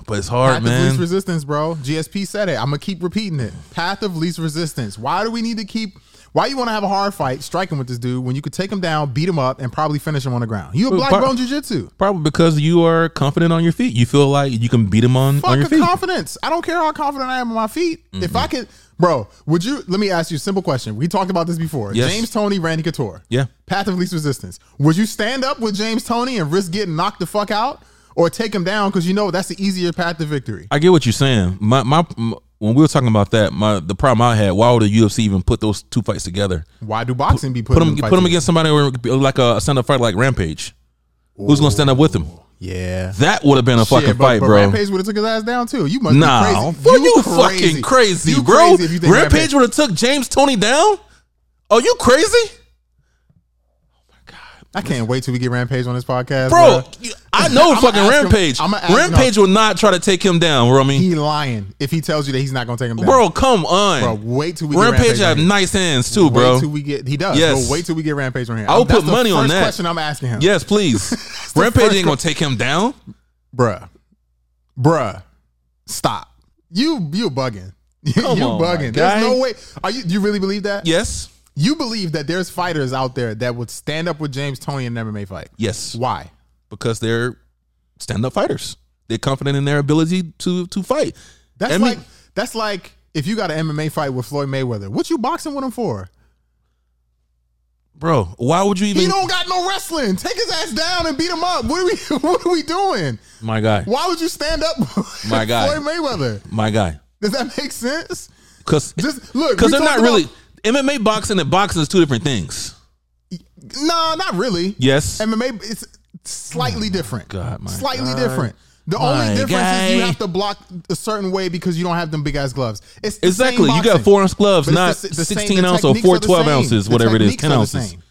Speaker 1: But it's hard,
Speaker 2: Path of least
Speaker 1: man.
Speaker 2: resistance, bro. GSP said it. I'm gonna keep repeating it. Path of least resistance. Why do we need to keep? Why you want to have a hard fight striking with this dude when you could take him down, beat him up, and probably finish him on the ground? You a
Speaker 1: Well,
Speaker 2: black
Speaker 1: par-
Speaker 2: bone jujitsu.
Speaker 1: Probably because you are confident on your feet. You feel like you can beat him on on
Speaker 2: Fuck
Speaker 1: your
Speaker 2: the
Speaker 1: feet. Mm-hmm.
Speaker 2: confidence. I don't care how confident I am on my feet. If I could, bro, would you? Let me ask you a simple question. We talked about this before.
Speaker 1: Yes.
Speaker 2: James Tony, Randy Couture.
Speaker 1: Yeah.
Speaker 2: Path of least resistance. Would you stand up with James Tony and risk getting knocked the fuck out, or take him down because you know that's the easier path to victory?
Speaker 1: I get what you're saying. My, my m when we were talking about that, my the problem I had. Why would the UFC even put those two fights together?
Speaker 2: Why do boxing be put
Speaker 1: Put them
Speaker 2: in
Speaker 1: put
Speaker 2: fights
Speaker 1: them against somebody where it could be like a stand up fighter like Rampage. Who's gonna stand up with him?
Speaker 2: Yeah.
Speaker 1: That would have been a fucking
Speaker 2: Shit, but,
Speaker 1: fight,
Speaker 2: but
Speaker 1: bro.
Speaker 2: Rampage would have took his ass down too. You must
Speaker 1: Nah,
Speaker 2: be crazy.
Speaker 1: Well, you, fucking crazy,
Speaker 2: You
Speaker 1: bro.
Speaker 2: crazy if you think
Speaker 1: Rampage, would have took James Tony down. Oh, you crazy,
Speaker 2: I can't wait till we get Rampage on this podcast,
Speaker 1: bro? you- I know
Speaker 2: I'ma
Speaker 1: fucking
Speaker 2: ask him-
Speaker 1: Rampage.
Speaker 2: I'ma ask-
Speaker 1: Rampage will not try to take him down, Romy.
Speaker 2: He lying if he tells you that he's not gonna take him down,
Speaker 1: Bro, come on.
Speaker 2: Bro, wait till we
Speaker 1: Rampage,
Speaker 2: get Rampage
Speaker 1: have
Speaker 2: on here.
Speaker 1: nice hands too, bro.
Speaker 2: Wait till we get he does.
Speaker 1: Yes.
Speaker 2: Yes. wait till we get Rampage on here.
Speaker 1: I will
Speaker 2: That's
Speaker 1: put
Speaker 2: the
Speaker 1: money on
Speaker 2: first
Speaker 1: that.
Speaker 2: Question I'm asking him. [LAUGHS]
Speaker 1: yes, please.
Speaker 2: the
Speaker 1: Rampage
Speaker 2: first
Speaker 1: ain't gonna take him down.
Speaker 2: bruh, bruh, stop. You you bugging. [LAUGHS] you
Speaker 1: Come on, my
Speaker 2: bugging.
Speaker 1: guy.
Speaker 2: There's no way. Are you? You really believe that?
Speaker 1: Yes,
Speaker 2: You believe that there's fighters out there that would stand up with James Tony in an MMA fight?
Speaker 1: yes,
Speaker 2: Why?
Speaker 1: because they're stand up fighters. They're confident in their ability to to fight.
Speaker 2: That's
Speaker 1: I mean-
Speaker 2: like that's like if you got an MMA fight with Floyd Mayweather, what you boxing with him for?
Speaker 1: Bro, why would you
Speaker 2: He
Speaker 1: even?
Speaker 2: don't got no wrestling. Take his ass down and beat him up. What are we? [LAUGHS] What are we doing?
Speaker 1: My guy,
Speaker 2: Why would you stand up? [LAUGHS] with
Speaker 1: My guy.
Speaker 2: Floyd Mayweather.
Speaker 1: my guy,
Speaker 2: Does that make sense?
Speaker 1: because
Speaker 2: Just look,
Speaker 1: because
Speaker 2: we
Speaker 1: they're not
Speaker 2: talked
Speaker 1: really
Speaker 2: about-
Speaker 1: MMA boxing and boxing is two different things.
Speaker 2: Nah, not really.
Speaker 1: Yes.
Speaker 2: MMA it's slightly different.
Speaker 1: God, my
Speaker 2: slightly
Speaker 1: God.
Speaker 2: different. The
Speaker 1: My
Speaker 2: only difference is you
Speaker 1: guy.
Speaker 2: have to block a certain way because you don't have them big ass gloves. It's the same
Speaker 1: Exactly. You got
Speaker 2: boxing.
Speaker 1: four ounce gloves,
Speaker 2: But
Speaker 1: not
Speaker 2: it's the s- the same-
Speaker 1: 16
Speaker 2: the
Speaker 1: ounce or
Speaker 2: techniques are
Speaker 1: four
Speaker 2: the
Speaker 1: 12
Speaker 2: same.
Speaker 1: ounces,
Speaker 2: The
Speaker 1: whatever it is,
Speaker 2: techniques
Speaker 1: 10
Speaker 2: are the
Speaker 1: ounces.
Speaker 2: same.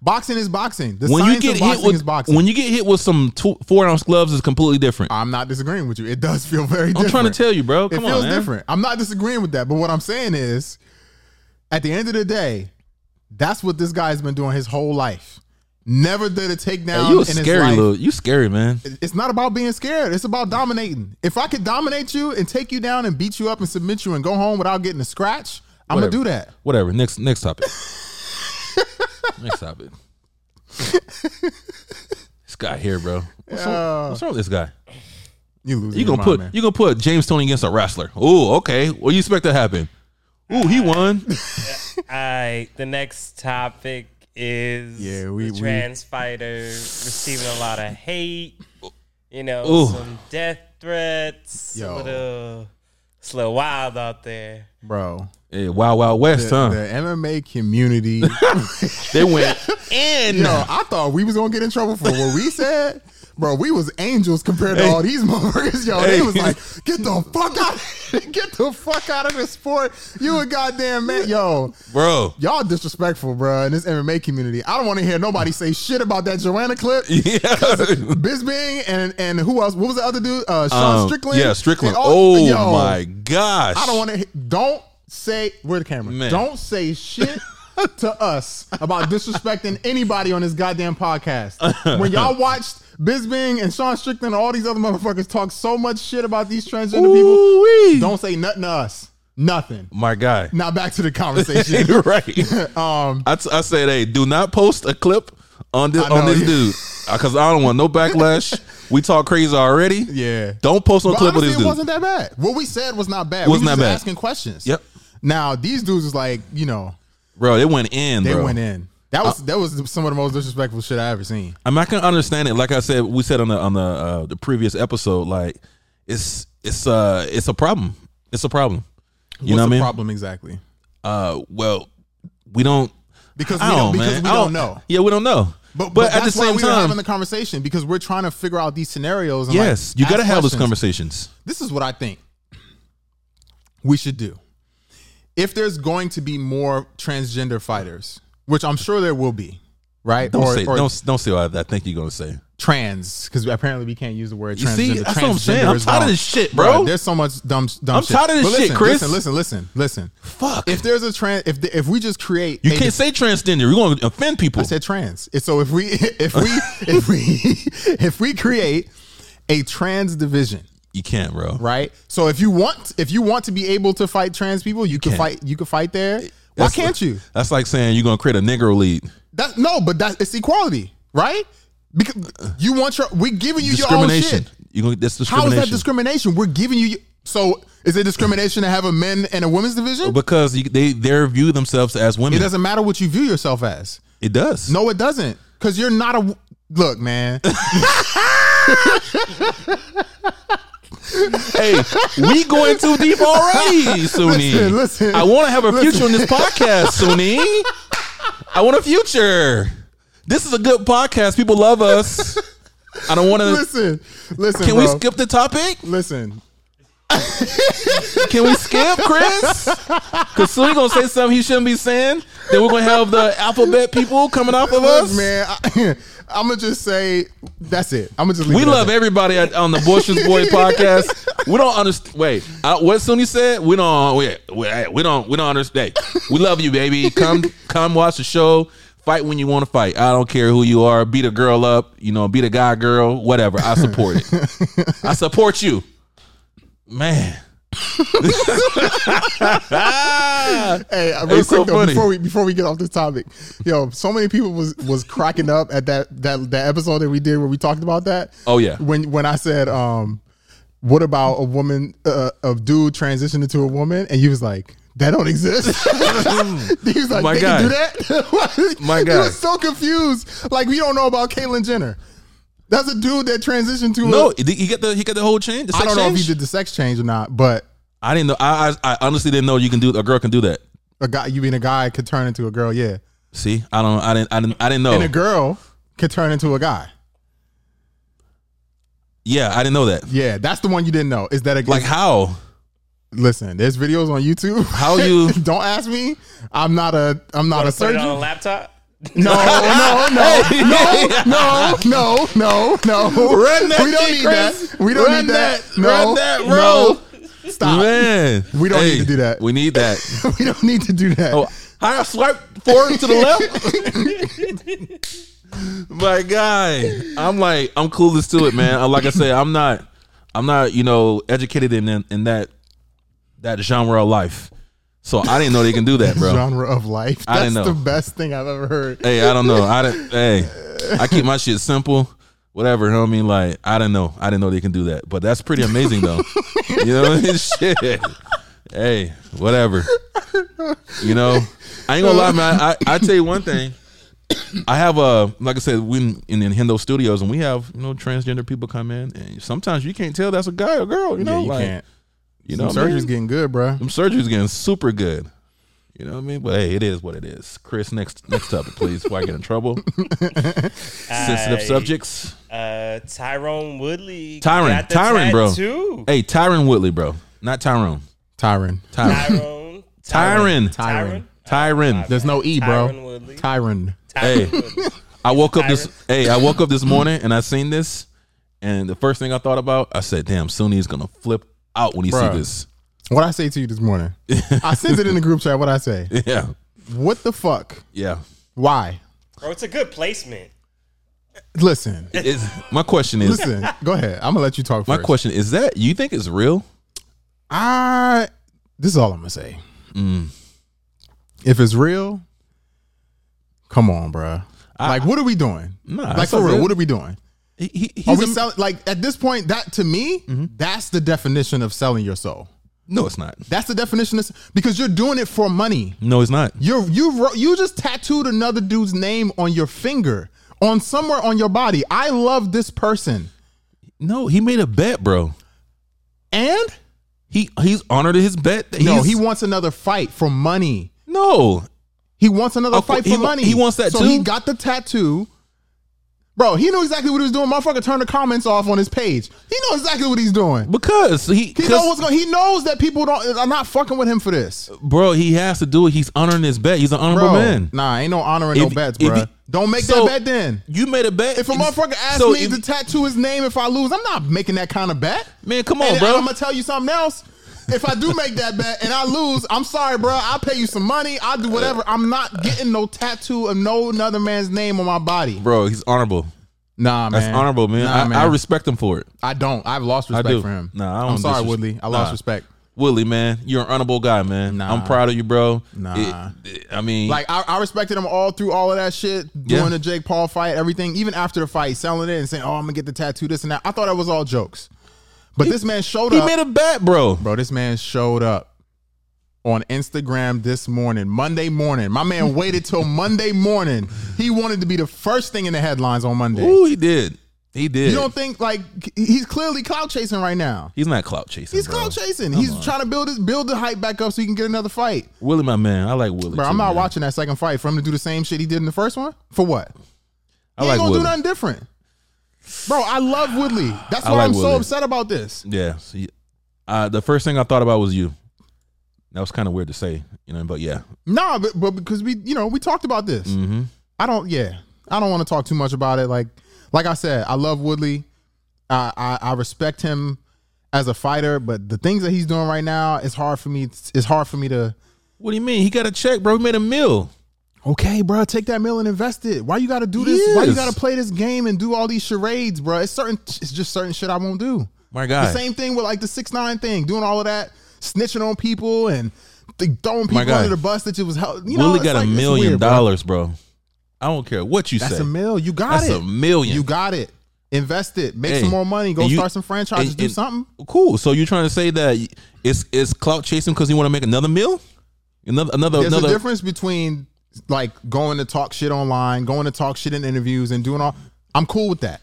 Speaker 2: Boxing is boxing. The
Speaker 1: When you
Speaker 2: science
Speaker 1: get
Speaker 2: of
Speaker 1: hit
Speaker 2: boxing
Speaker 1: with
Speaker 2: is boxing.
Speaker 1: when you get hit with some two, four ounce gloves is completely different.
Speaker 2: I'm not disagreeing with you. It does feel very
Speaker 1: I'm
Speaker 2: different.
Speaker 1: trying to tell you, bro. Oh, Come
Speaker 2: it feels
Speaker 1: on, man.
Speaker 2: different. I'm not disagreeing with that. But what I'm saying is, at the end of the day, that's what this guy's been doing his whole life. Never did a takedown.
Speaker 1: you a
Speaker 2: in his
Speaker 1: scary
Speaker 2: life.
Speaker 1: little. You scary man.
Speaker 2: It's not about being scared. It's about dominating. If I could dominate you and take you down and beat you up and submit you and go home without getting a scratch, I'm
Speaker 1: Whatever.
Speaker 2: gonna do that.
Speaker 1: Whatever. Next next
Speaker 2: [LAUGHS]
Speaker 1: topic. next topic. this guy here, bro. What's, wrong, what's wrong with this guy?
Speaker 2: You lose.
Speaker 1: You gonna put
Speaker 2: man.
Speaker 1: you gonna put James Tony against a wrestler? Ooh, okay. What do you expect to happen? Ooh, he
Speaker 2: [LAUGHS]
Speaker 1: won.
Speaker 3: All right, the next topic is
Speaker 2: Yeah, we-
Speaker 3: the
Speaker 2: we-
Speaker 3: trans fighter receiving a lot of hate. You know,
Speaker 1: Ooh.
Speaker 3: some death threats.
Speaker 2: Yo.
Speaker 3: A little, it's a little wild
Speaker 1: [LAUGHS]
Speaker 3: out there.
Speaker 2: bro.
Speaker 1: Hey, Wild Wild West,
Speaker 2: The,
Speaker 1: huh?
Speaker 2: the MMA
Speaker 1: [LAUGHS]
Speaker 2: community.
Speaker 1: They went in.
Speaker 2: Yo, I thought we was gonna get in trouble for what we said. Bro, we was angels compared to all these motherfuckers. Yo,
Speaker 1: Hey.
Speaker 2: they was like, get the fuck out, [LAUGHS] get the fuck out of this sport. You a goddamn man, yo. [LAUGHS]
Speaker 1: bro.
Speaker 2: Y'all disrespectful, bro. In this MMA community, I don't want to hear nobody say shit about that
Speaker 1: [LAUGHS]
Speaker 2: Joanna clip.
Speaker 1: Yeah.
Speaker 2: Bisbing and and who else? What was the other dude? Uh, Sean
Speaker 1: Um,
Speaker 2: Strickland.
Speaker 1: Yeah, Strickland.
Speaker 2: And all-
Speaker 1: oh
Speaker 2: yo,
Speaker 1: my gosh.
Speaker 2: I don't want to. Don't say where the camera.
Speaker 1: Man.
Speaker 2: Don't say shit
Speaker 1: [LAUGHS]
Speaker 2: to us about disrespecting anybody on this goddamn podcast.
Speaker 1: [LAUGHS]
Speaker 2: When y'all watched Bisbing and Sean Strickland and all these other motherfuckers talk so much shit about these transgender
Speaker 1: Ooh-wee.
Speaker 2: people, don't say nothing to us. Nothing.
Speaker 1: my guy.
Speaker 2: Now back to
Speaker 1: [LAUGHS]
Speaker 2: the conversation.
Speaker 1: You're right.
Speaker 2: [LAUGHS] um,
Speaker 1: I, t- I said, hey, do not post a clip on this
Speaker 2: I know.
Speaker 1: on this
Speaker 2: [LAUGHS]
Speaker 1: dude because I don't want no backlash. we talk crazy already.
Speaker 2: Yeah.
Speaker 1: Don't post no
Speaker 2: But
Speaker 1: clip of
Speaker 2: honestly,
Speaker 1: this
Speaker 2: it
Speaker 1: dude.
Speaker 2: wasn't that bad. What we said was not bad.
Speaker 1: Was
Speaker 2: we were
Speaker 1: not
Speaker 2: just
Speaker 1: bad.
Speaker 2: asking questions.
Speaker 1: Yep.
Speaker 2: Now these dudes is like, you know,
Speaker 1: bro, they went in.
Speaker 2: they
Speaker 1: bro. Uh,
Speaker 2: went in. That was that was some of the most disrespectful shit I ever seen.
Speaker 1: I'm not gonna understand it. Like I said, we said on the on the uh, the previous episode, like it's it's uh it's a problem. It's a problem. You know
Speaker 2: What's
Speaker 1: what I
Speaker 2: the
Speaker 1: mean?
Speaker 2: problem exactly?
Speaker 1: Uh, well, we don't.
Speaker 2: Because we
Speaker 1: I
Speaker 2: don't,
Speaker 1: don't,
Speaker 2: because
Speaker 1: man.
Speaker 2: we
Speaker 1: I
Speaker 2: don't, know.
Speaker 1: Yeah, we don't know.
Speaker 2: But, but,
Speaker 1: at
Speaker 2: that's
Speaker 1: the same
Speaker 2: why we were having
Speaker 1: time,
Speaker 2: the conversation because we're trying to figure out these scenarios. And
Speaker 1: yes,
Speaker 2: like,
Speaker 1: you
Speaker 2: ask
Speaker 1: got to have those
Speaker 2: questions.
Speaker 1: conversations.
Speaker 2: This is what I think we should do. If there's going to be more transgender fighters, which I'm sure there will be, right?
Speaker 1: Don't
Speaker 2: or,
Speaker 1: say
Speaker 2: or
Speaker 1: don't don't say what I, I think you're gonna say.
Speaker 2: trans, because apparently we can't use the word
Speaker 1: You
Speaker 2: transgender.
Speaker 1: see, that's what I'm saying.
Speaker 2: Transgender
Speaker 1: I'm
Speaker 2: is
Speaker 1: tired of
Speaker 2: wrong.
Speaker 1: this shit, bro.
Speaker 2: There's so much dumb, dumb
Speaker 1: I'm
Speaker 2: shit.
Speaker 1: tired of this
Speaker 2: But
Speaker 1: shit,
Speaker 2: listen,
Speaker 1: Chris.
Speaker 2: Listen, listen, listen, listen.
Speaker 1: Fuck.
Speaker 2: If there's a trans, if the, if we just create,
Speaker 1: you
Speaker 2: a
Speaker 1: can't say transgender, you're gonna offend people.
Speaker 2: I said trans. And So if we [LAUGHS] if we if we [LAUGHS] if we create a trans division,
Speaker 1: you can't, bro.
Speaker 2: right? So if you want if you want to be able to fight trans people, you can
Speaker 1: can't.
Speaker 2: fight you can fight there. Why
Speaker 1: That's-
Speaker 2: can't you?
Speaker 1: That's like saying you're gonna create a Negro league.
Speaker 2: That no, but that it's equality, right? Because you want your we giving you your own
Speaker 1: discrimination.
Speaker 2: shit.
Speaker 1: You're gonna that's
Speaker 2: How
Speaker 1: discrimination.
Speaker 2: is that discrimination? We're giving you so is it discrimination to have a men and a women's division?
Speaker 1: because you, they they view themselves as women.
Speaker 2: It doesn't matter what you view yourself as.
Speaker 1: It does.
Speaker 2: No, it doesn't. Cause you're not a look, man. [LAUGHS]
Speaker 1: hey, we going too
Speaker 2: [LAUGHS]
Speaker 1: deep already, Suni.
Speaker 2: Listen, listen.
Speaker 1: I want to have a future in this podcast, Suni. I want a future. This is a good podcast. People love us. I don't want to.
Speaker 2: listen, listen.
Speaker 1: Can we
Speaker 2: bro.
Speaker 1: skip the topic?
Speaker 2: Listen,
Speaker 1: Can we skip, Chris? Because Suni gonna say something he shouldn't be saying. Then we're gonna have the alphabet people coming off of
Speaker 2: Look,
Speaker 1: us.
Speaker 2: man, I, [LAUGHS] I'm gonna just say that's it. I'm gonna just. Leave
Speaker 1: We
Speaker 2: it at
Speaker 1: love
Speaker 2: that.
Speaker 1: everybody at, on the Bush's Boy podcast. We don't understand. Wait, uh, what Suni said? We don't. We, we, hey, we don't. We don't understand. We love you, baby. Come, come watch the show. Fight when you want to fight. I don't care who you are. Beat a girl up. You know, beat a guy, girl, whatever. I support it. I support you, man. [LAUGHS]
Speaker 2: Hey, uh, real
Speaker 1: It's
Speaker 2: quick
Speaker 1: so
Speaker 2: though,
Speaker 1: funny.
Speaker 2: before we before we get off this topic, yo, so many people was was cracking up at that that that episode that we did where we talked about that.
Speaker 1: Oh, yeah.
Speaker 2: When when I said, um, what about a woman, uh, a dude transitioning to a woman, and you was like. That don't exist. [LAUGHS] he was like,
Speaker 1: My
Speaker 2: they
Speaker 1: guy.
Speaker 2: can do that. [LAUGHS]
Speaker 1: My
Speaker 2: he
Speaker 1: guy.
Speaker 2: was so confused. Like we don't know about Caitlyn Jenner. That's a dude that transitioned to.
Speaker 1: No,
Speaker 2: a,
Speaker 1: he he got the he got the whole change. the
Speaker 2: I
Speaker 1: sex
Speaker 2: don't know if
Speaker 1: change?
Speaker 2: he did the sex change or not, but
Speaker 1: I didn't know. I, I I honestly didn't know you can do a girl can do that.
Speaker 2: a guy, you being a guy, could turn into a girl. Yeah,
Speaker 1: See, I don't. I didn't. I didn't. I didn't know.
Speaker 2: and a girl could turn into a guy.
Speaker 1: yeah, I didn't know that.
Speaker 2: Yeah, that's the one you didn't know. Is that a
Speaker 1: Like how?
Speaker 2: Listen, there's videos on YouTube. [LAUGHS]
Speaker 1: How you-
Speaker 2: don't ask me. I'm not a. I'm not a
Speaker 3: Put it on a
Speaker 2: surgeon.
Speaker 3: laptop.
Speaker 1: [LAUGHS]
Speaker 2: No, no, no, no, no, no, no, no.
Speaker 1: Run that
Speaker 2: We don't
Speaker 1: shit,
Speaker 2: need
Speaker 1: Chris.
Speaker 2: that. We don't
Speaker 1: Run
Speaker 2: need that.
Speaker 1: that-
Speaker 2: No,
Speaker 1: run that,
Speaker 2: no.
Speaker 1: Man,
Speaker 2: We don't need to do that.
Speaker 1: We need that.
Speaker 2: [LAUGHS] We don't need to do that.
Speaker 1: Oh, How I swipe forward to the left? [LAUGHS] My guy, I'm like I'm clueless to it, man. Uh, Like I said, I'm not, I'm not, you know, educated in in, in that that genre of life. So I didn't know they can do that, bro.
Speaker 2: Genre of life. That's
Speaker 1: I didn't know.
Speaker 2: the best thing I've ever heard.
Speaker 1: Hey, I don't know. I didn't. Hey, I keep my shit simple. Whatever, you know what I mean? Like, I didn't know. I didn't know they can do that. But that's pretty amazing, though. you know what I mean? [LAUGHS] Shit. Hey, whatever. You know, I ain't gonna lie, man. I, I tell you one thing. I have a like I said, we in, in Hendo Studios, and we have you know transgender people come in, and sometimes you can't tell that's a guy or girl. You know,
Speaker 2: yeah, you
Speaker 1: like,
Speaker 2: can't.
Speaker 1: You know,
Speaker 2: Some
Speaker 1: what I mean?
Speaker 2: surgery's getting good, bro.
Speaker 1: Them surgeries getting super good. You know what I mean? But hey, it is what it is. Chris, next next topic, please, before I get in trouble. Sensitive
Speaker 3: I-
Speaker 1: subjects.
Speaker 3: Uh, Tyrone Woodley.
Speaker 1: Tyron.
Speaker 3: got the
Speaker 1: Tyron, bro.
Speaker 3: tattoo.
Speaker 1: Hey, Tyron Woodley, bro. Not Tyrone.
Speaker 2: Tyron.
Speaker 1: Tyron.
Speaker 3: Tyrone.
Speaker 1: Tyron. Tyron.
Speaker 2: Tyron.
Speaker 3: Tyron.
Speaker 2: There's no E,
Speaker 3: Tyron
Speaker 2: bro.
Speaker 3: Woodley.
Speaker 2: Tyron.
Speaker 1: Hey.
Speaker 3: Tyron Woodley.
Speaker 1: I woke up this hey, I woke up this morning and I seen this. And the first thing I thought about, I said, damn, Sunni is gonna flip out when he
Speaker 2: Bruh.
Speaker 1: see this. [LAUGHS]
Speaker 2: What I say to you this morning. I sent it in the group chat. What I say.
Speaker 1: Yeah.
Speaker 2: What the fuck?
Speaker 1: Yeah.
Speaker 2: Why?
Speaker 3: Bro, it's a good placement.
Speaker 2: Listen.
Speaker 1: It's, my question is
Speaker 2: Listen. Go ahead. I'm gonna let you talk
Speaker 1: my
Speaker 2: first.
Speaker 1: question is that you think it's real?
Speaker 2: I this is all I'm gonna say.
Speaker 1: Mm.
Speaker 2: If it's real, come on, bruh. like, what are we doing?
Speaker 1: Nah,
Speaker 2: like
Speaker 1: that's
Speaker 2: for
Speaker 1: not
Speaker 2: real,
Speaker 1: real.
Speaker 2: what are we doing?
Speaker 1: He, he,
Speaker 2: Are
Speaker 1: he's
Speaker 2: we
Speaker 1: a- Mm-hmm.
Speaker 2: selling? Like at this point, that to me, that's the definition of selling your soul.
Speaker 1: no, it's not.
Speaker 2: That's the definition of because you're doing it for money.
Speaker 1: No, it's not.
Speaker 2: You're you wrote- you just tattooed another dude's name on your finger on somewhere on your body. I love this person,
Speaker 1: No, he made a bet, bro.
Speaker 2: and
Speaker 1: He he's honored his bet. That
Speaker 2: no,
Speaker 1: he's-
Speaker 2: he wants another fight for money.
Speaker 1: no.
Speaker 2: He wants another
Speaker 1: Of cour-
Speaker 2: fight for
Speaker 1: he wa-
Speaker 2: money.
Speaker 1: he wants that
Speaker 2: so
Speaker 1: too?
Speaker 2: he got the tattoo. Bro, he knew exactly what he was doing. Motherfucker turned the comments off on his page. He knows exactly what he's doing.
Speaker 1: Because he,
Speaker 2: He
Speaker 1: 'cause-
Speaker 2: knows what's going. He knows that people don't are not fucking with him for this.
Speaker 1: bro, he has to do it. He's honoring his bet. He's an honorable
Speaker 2: Bro,
Speaker 1: man.
Speaker 2: nah, ain't no honoring no
Speaker 1: If-
Speaker 2: bets,
Speaker 1: if
Speaker 2: bro.
Speaker 1: he-
Speaker 2: don't make
Speaker 1: so-
Speaker 2: that bet then.
Speaker 1: You made a bet.
Speaker 2: If a motherfucker asks
Speaker 1: So
Speaker 2: me
Speaker 1: if-
Speaker 2: to tattoo his name if I lose, I'm not making that kind of bet.
Speaker 1: man, come on,
Speaker 2: and,
Speaker 1: bro.
Speaker 2: I'm gonna tell you something else. If I do make that bet and I lose, I'm sorry, bro. I'll pay you some money. I'll do whatever. I'm not getting no tattoo of no another man's name on my body.
Speaker 1: bro, he's honorable.
Speaker 2: Nah, man.
Speaker 1: That's honorable, man.
Speaker 2: Nah,
Speaker 1: I,
Speaker 2: man.
Speaker 1: I respect him for it.
Speaker 2: I don't. I've lost respect
Speaker 1: do.
Speaker 2: for him.
Speaker 1: Nah, I
Speaker 2: I'm
Speaker 1: don't
Speaker 2: sorry,
Speaker 1: disres-
Speaker 2: Woodley. I lost
Speaker 1: Nah.
Speaker 2: respect.
Speaker 1: Willie, man, you're an honorable guy, man.
Speaker 2: Nah.
Speaker 1: I'm proud of you, bro.
Speaker 2: Nah.
Speaker 1: It- it- I mean,
Speaker 2: Like I, I respected him all through all of that shit, doing
Speaker 1: Yeah.
Speaker 2: the Jake Paul fight, everything, even after the fight, selling it and saying, "Oh, I'm gonna get the tattoo, this and that." I thought that was all jokes, but this man showed
Speaker 1: he
Speaker 2: up,
Speaker 1: made a bet, bro.
Speaker 2: bro. This man showed up on Instagram this morning, Monday morning.
Speaker 1: [LAUGHS]
Speaker 2: My man waited till Monday morning. He wanted to be the first thing in the headlines on Monday.
Speaker 1: Ooh, he did. He did.
Speaker 2: You don't think like he's clearly cloud chasing right now?
Speaker 1: he's not clout chasing.
Speaker 2: He's
Speaker 1: bro.
Speaker 2: cloud chasing. he's trying to build his build the hype back up so he can get another fight.
Speaker 1: Willie, my man. I like Willie.
Speaker 2: Bro,
Speaker 1: too,
Speaker 2: I'm not
Speaker 1: man.
Speaker 2: watching that second fight for him to do the same shit he did in the first one. For what?
Speaker 1: I
Speaker 2: He
Speaker 1: like
Speaker 2: ain't gonna
Speaker 1: Willie.
Speaker 2: do nothing different. Bro, I love Woodley. That's
Speaker 1: I
Speaker 2: why
Speaker 1: like
Speaker 2: I'm
Speaker 1: Woodley.
Speaker 2: so upset about this.
Speaker 1: Yeah. So you- uh, the first thing I thought about was you. That was kind of weird to say, you know, but yeah.
Speaker 2: Nah, but, but because we, you know, we talked about this.
Speaker 1: Mm-hmm.
Speaker 2: I don't, yeah, I don't want to talk too much about it. Like, like I said, I love Woodley. I, I, I respect him as a fighter, but the things that he's doing right now, it's hard for me. It's hard for me to.
Speaker 1: What do you mean? He got a check, bro. He made a meal.
Speaker 2: Okay, bro, take that mill and invest it. Why you got to do this? Why you
Speaker 1: Yes.
Speaker 2: got to play this game and do all these charades, bro? It's certain. It's just certain shit I won't do.
Speaker 1: My
Speaker 2: The
Speaker 1: God.
Speaker 2: same thing with like the six nine thing, doing all of that, snitching on people and th-
Speaker 1: My
Speaker 2: throwing people
Speaker 1: God.
Speaker 2: under the bus that you was held. You know,
Speaker 1: Willie
Speaker 2: it's
Speaker 1: got
Speaker 2: like-
Speaker 1: a
Speaker 2: it's
Speaker 1: million
Speaker 2: weird, bro.
Speaker 1: dollars, bro. I don't care what you
Speaker 2: That's
Speaker 1: say.
Speaker 2: a mill. You got
Speaker 1: That's
Speaker 2: it.
Speaker 1: a million.
Speaker 2: You got it. Invest it. Make
Speaker 1: Hey,
Speaker 2: some more money. Go
Speaker 1: and you-
Speaker 2: start some franchises.
Speaker 1: and-
Speaker 2: do
Speaker 1: and-
Speaker 2: something.
Speaker 1: cool. So you're trying to say that y- it's it's clout chasing because you want to make another meal? Another another
Speaker 2: There's
Speaker 1: another
Speaker 2: a difference between like going to talk shit online, going to talk shit in interviews, and doing all. I'm cool with that.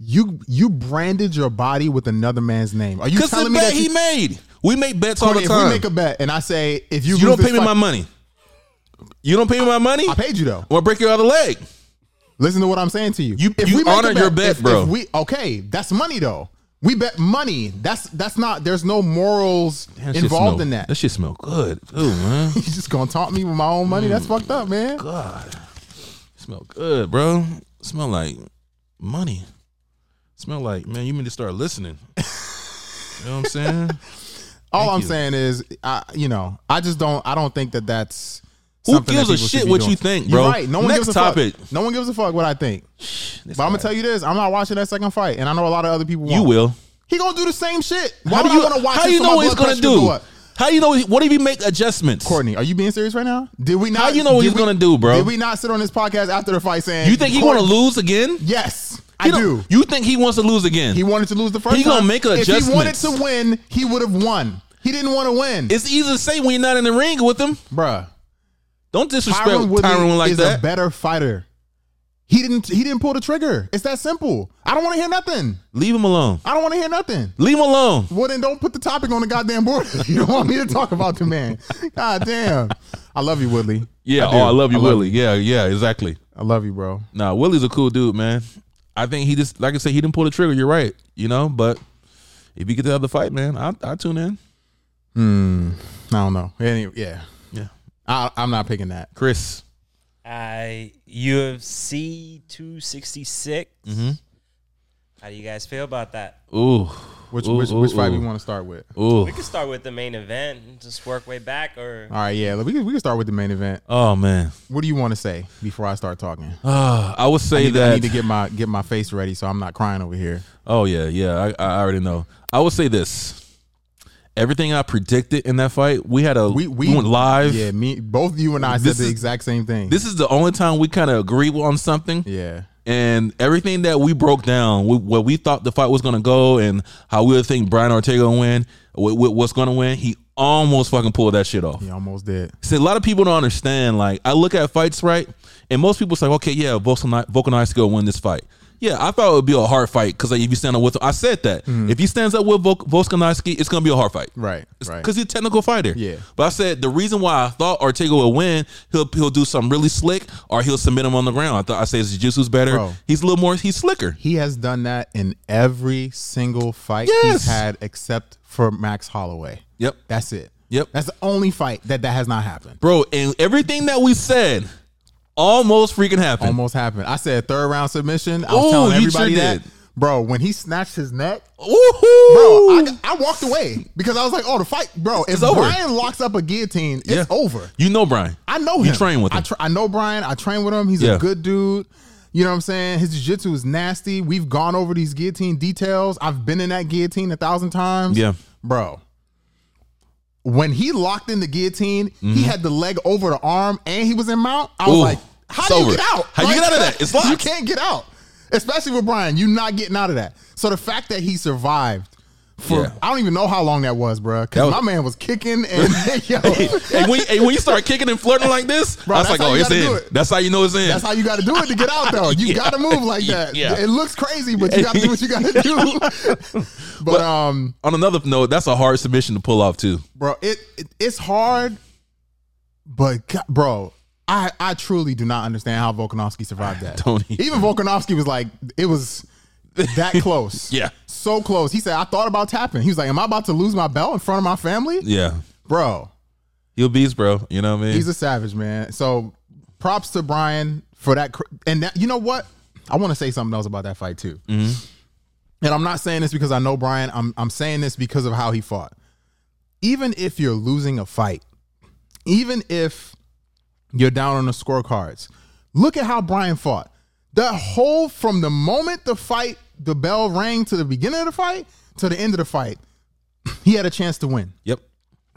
Speaker 2: You you branded your body with another man's name. Are you
Speaker 1: because the
Speaker 2: telling me
Speaker 1: bet
Speaker 2: that
Speaker 1: he
Speaker 2: [LAUGHS] you,
Speaker 1: made. We make bets all the
Speaker 2: if we
Speaker 1: time.
Speaker 2: make a bet and I say if you
Speaker 1: you
Speaker 2: lose
Speaker 1: don't pay
Speaker 2: this
Speaker 1: me my
Speaker 2: fight-
Speaker 1: money. You don't pay me my money.
Speaker 2: I
Speaker 1: I'm
Speaker 2: paid you though.
Speaker 1: gonna break your other leg.
Speaker 2: Listen to what I'm saying to you.
Speaker 1: You-
Speaker 2: If
Speaker 1: you
Speaker 2: we make a
Speaker 1: honored your bet,
Speaker 2: if- if
Speaker 1: bro.
Speaker 2: we okay, that's money though. We bet money. That's that's not. There's no morals
Speaker 1: That shit
Speaker 2: involved
Speaker 1: smell-
Speaker 2: in that.
Speaker 1: That shit smell good. Ooh, man.
Speaker 2: [LAUGHS] You just gonna taunt me with my own money?
Speaker 1: Mm.
Speaker 2: That's fucked up, man.
Speaker 1: God. Smell good, bro. Smell like money. Smell like, man, you need to start listening. you know what I'm saying?
Speaker 2: All I'm
Speaker 1: you.
Speaker 2: saying is, I you know, I just don't. I don't think that that's
Speaker 1: Who
Speaker 2: something that
Speaker 1: gives a
Speaker 2: people should
Speaker 1: shit
Speaker 2: be
Speaker 1: what
Speaker 2: doing.
Speaker 1: you think,
Speaker 2: You're
Speaker 1: bro?
Speaker 2: right. No one
Speaker 1: Next
Speaker 2: gives a
Speaker 1: topic.
Speaker 2: fuck. No one gives a fuck what I think. [LAUGHS] But I'm gonna tell you this: I'm not watching that second fight, and I know a lot of other people. Won't.
Speaker 1: You will.
Speaker 2: He gonna do the same shit. Why
Speaker 1: do
Speaker 2: do you want to watch?
Speaker 1: How
Speaker 2: it
Speaker 1: do you
Speaker 2: so
Speaker 1: know
Speaker 2: my
Speaker 1: what he's
Speaker 2: blood
Speaker 1: gonna
Speaker 2: pressure go
Speaker 1: do?
Speaker 2: up?
Speaker 1: How do you know? he- What if he make adjustments?
Speaker 2: Courtney, are you being serious right now? Did we not?
Speaker 1: How you know what he's gonna do, bro?
Speaker 2: Did we not sit on this podcast after the fight saying
Speaker 1: you think he
Speaker 2: Courtney-
Speaker 1: want to lose again?
Speaker 2: Yes,
Speaker 1: He
Speaker 2: I
Speaker 1: don't-
Speaker 2: do.
Speaker 1: You think he wants to lose again?
Speaker 2: He wanted to lose the first.
Speaker 1: He gonna
Speaker 2: time.
Speaker 1: make an
Speaker 2: If he wanted
Speaker 1: adjustments.
Speaker 2: to win, he would have won. He didn't want to win,
Speaker 1: it's easy to say when you're not in the ring with him.
Speaker 2: bruh.
Speaker 1: Don't disrespect
Speaker 2: Tyron
Speaker 1: Tyron,
Speaker 2: Woodley
Speaker 1: like
Speaker 2: is
Speaker 1: that.
Speaker 2: a better fighter. He didn't. He didn't pull the trigger. It's that simple. I don't want to hear nothing.
Speaker 1: Leave him alone.
Speaker 2: I don't want to hear nothing.
Speaker 1: Leave him alone.
Speaker 2: Well, then don't put the topic on the goddamn board. [LAUGHS] you don't want me to talk about the man. God damn. I love you, Woodley.
Speaker 1: Yeah.
Speaker 2: do.
Speaker 1: oh, I love you,
Speaker 2: I love
Speaker 1: Willie. Yeah. Yeah. Exactly.
Speaker 2: I love you, bro.
Speaker 1: Nah, Willie's a cool dude, man. I think he just, like I said, he didn't pull the trigger. You're right. You know, but if you get to have the fight, man, I I tune in.
Speaker 2: I don't know. Anyway, yeah.
Speaker 1: Yeah.
Speaker 2: I, I'm not picking that.
Speaker 1: Chris.
Speaker 3: I UFC 266.
Speaker 1: Mm-hmm.
Speaker 3: How do you guys feel about that?
Speaker 1: Ooh.
Speaker 2: Which
Speaker 1: Ooh,
Speaker 2: which,
Speaker 1: ooh,
Speaker 2: which fight
Speaker 1: ooh.
Speaker 2: we want to start with?
Speaker 1: Ooh.
Speaker 3: We can start with the main event and just work way back, or
Speaker 1: Uh,
Speaker 2: All right, yeah. We can, we can start with the main event.
Speaker 1: Oh man.
Speaker 2: What do you want to say before I start talking?
Speaker 1: Ah, I would say
Speaker 2: I need,
Speaker 1: that.
Speaker 2: I need to get my get my face ready so I'm not crying over here.
Speaker 1: Oh yeah, yeah. I, I already know. I would say this. Everything I predicted in that fight, we had a
Speaker 2: We we,
Speaker 1: went live.
Speaker 2: Yeah, me both you and I
Speaker 1: This
Speaker 2: said
Speaker 1: is-
Speaker 2: the exact same thing.
Speaker 1: This is the only time we kind of agree on something,
Speaker 2: yeah.
Speaker 1: and everything that we broke down, we, what we thought the fight was gonna go, and how we would think Brian Ortega would win, what, what- what's gonna win. He almost fucking pulled that shit off.
Speaker 2: He almost did.
Speaker 1: See, a lot of people don't understand. Like, I look at fights, right? And most people say, okay, yeah, Volkan Volkanovski will win this fight. Yeah, I thought it would be a hard fight because like, if you stand up with him, I said that. If he stands up with Volk- Volkanovski, it's going to be a hard fight.
Speaker 2: Right. Right.
Speaker 1: Because he's a technical fighter.
Speaker 2: Yeah.
Speaker 1: But I said the reason why I thought Ortega would win, he'll he'll do something really slick or he'll submit him on the ground. I thought I say his jiu-jitsu's better.
Speaker 2: Bro.
Speaker 1: He's a little more, he's slicker.
Speaker 2: He has done that in every single fight
Speaker 1: Yes.
Speaker 2: he's had except for Max Holloway.
Speaker 1: Yep.
Speaker 2: That's it.
Speaker 1: Yep.
Speaker 2: That's the only fight that that has not happened.
Speaker 1: Bro, and everything that we said almost freaking happened.
Speaker 2: Almost happened. I said third round submission. I was
Speaker 1: Ooh,
Speaker 2: telling
Speaker 1: you
Speaker 2: everybody
Speaker 1: sure
Speaker 2: that.
Speaker 1: did.
Speaker 2: Bro, when he snatched his neck,
Speaker 1: Woohoo!
Speaker 2: bro, I, I walked away because I was like, oh, the fight, bro. If
Speaker 1: It's over.
Speaker 2: Brian locks up a guillotine, it's
Speaker 1: Yeah.
Speaker 2: over.
Speaker 1: You know Brian.
Speaker 2: I know him.
Speaker 1: You train with
Speaker 2: I,
Speaker 1: him.
Speaker 2: tr- I know Brian. I train with him. He's
Speaker 1: Yeah.
Speaker 2: a good dude. You know what I'm saying? His jiu-jitsu is nasty. We've gone over these guillotine details. I've been in that guillotine a thousand times.
Speaker 1: Yeah.
Speaker 2: Bro. When he locked in the guillotine, he had the leg over the arm and he was in mount. I was
Speaker 1: Mm-hmm. Ooh,
Speaker 2: like, how
Speaker 1: it's
Speaker 2: do
Speaker 1: over.
Speaker 2: you get out?
Speaker 1: How you
Speaker 2: Like,
Speaker 1: get out of that? It's locked.
Speaker 2: [LAUGHS] You can't get out. Especially with Brian. You're not getting out of that. So the fact that he survived for
Speaker 1: Yeah.
Speaker 2: I don't even know how long that was, bro.
Speaker 1: That
Speaker 2: Because
Speaker 1: was-
Speaker 2: my man was kicking and
Speaker 1: [LAUGHS]
Speaker 2: [LAUGHS] yo,
Speaker 1: [LAUGHS] and, when, and when you start kicking and flirting like this, I was
Speaker 2: that's
Speaker 1: like,
Speaker 2: how
Speaker 1: oh,
Speaker 2: you
Speaker 1: it's
Speaker 2: gotta
Speaker 1: in.
Speaker 2: do it.
Speaker 1: That's how you know it's in.
Speaker 2: That's how you got to do it to get out, though. You
Speaker 1: [LAUGHS] Yeah.
Speaker 2: got to move like that.
Speaker 1: Yeah.
Speaker 2: It looks crazy, but you got to do what you got to do.
Speaker 1: [LAUGHS]
Speaker 2: [LAUGHS] but, um,
Speaker 1: On another note, that's a hard submission to pull off too.
Speaker 2: bro, it, it it's hard. But God, bro, I I truly do not understand how Volkanovski survived that.
Speaker 1: [LAUGHS] Don't either.
Speaker 2: Even Volkanovski was like, it was
Speaker 1: [LAUGHS]
Speaker 2: that close.
Speaker 1: Yeah.
Speaker 2: so close. He said, I thought about tapping. He was like, Am I about to lose my belt in front of my family,
Speaker 1: Yeah,
Speaker 2: bro?
Speaker 1: he'll beast, bro. You know what I mean?
Speaker 2: He's a savage, man. So props to Brian for that. cr- And that, you know what? I want to say something else about that fight too. And I'm not saying this because I know Brian. I'm I'm saying this because of how he fought. Even if you're losing a fight, even if you're down on the scorecards, look at how Brian fought. The whole from the moment the fight, the bell rang to the beginning of the fight to the end of the fight, he had a chance to win.
Speaker 1: yep.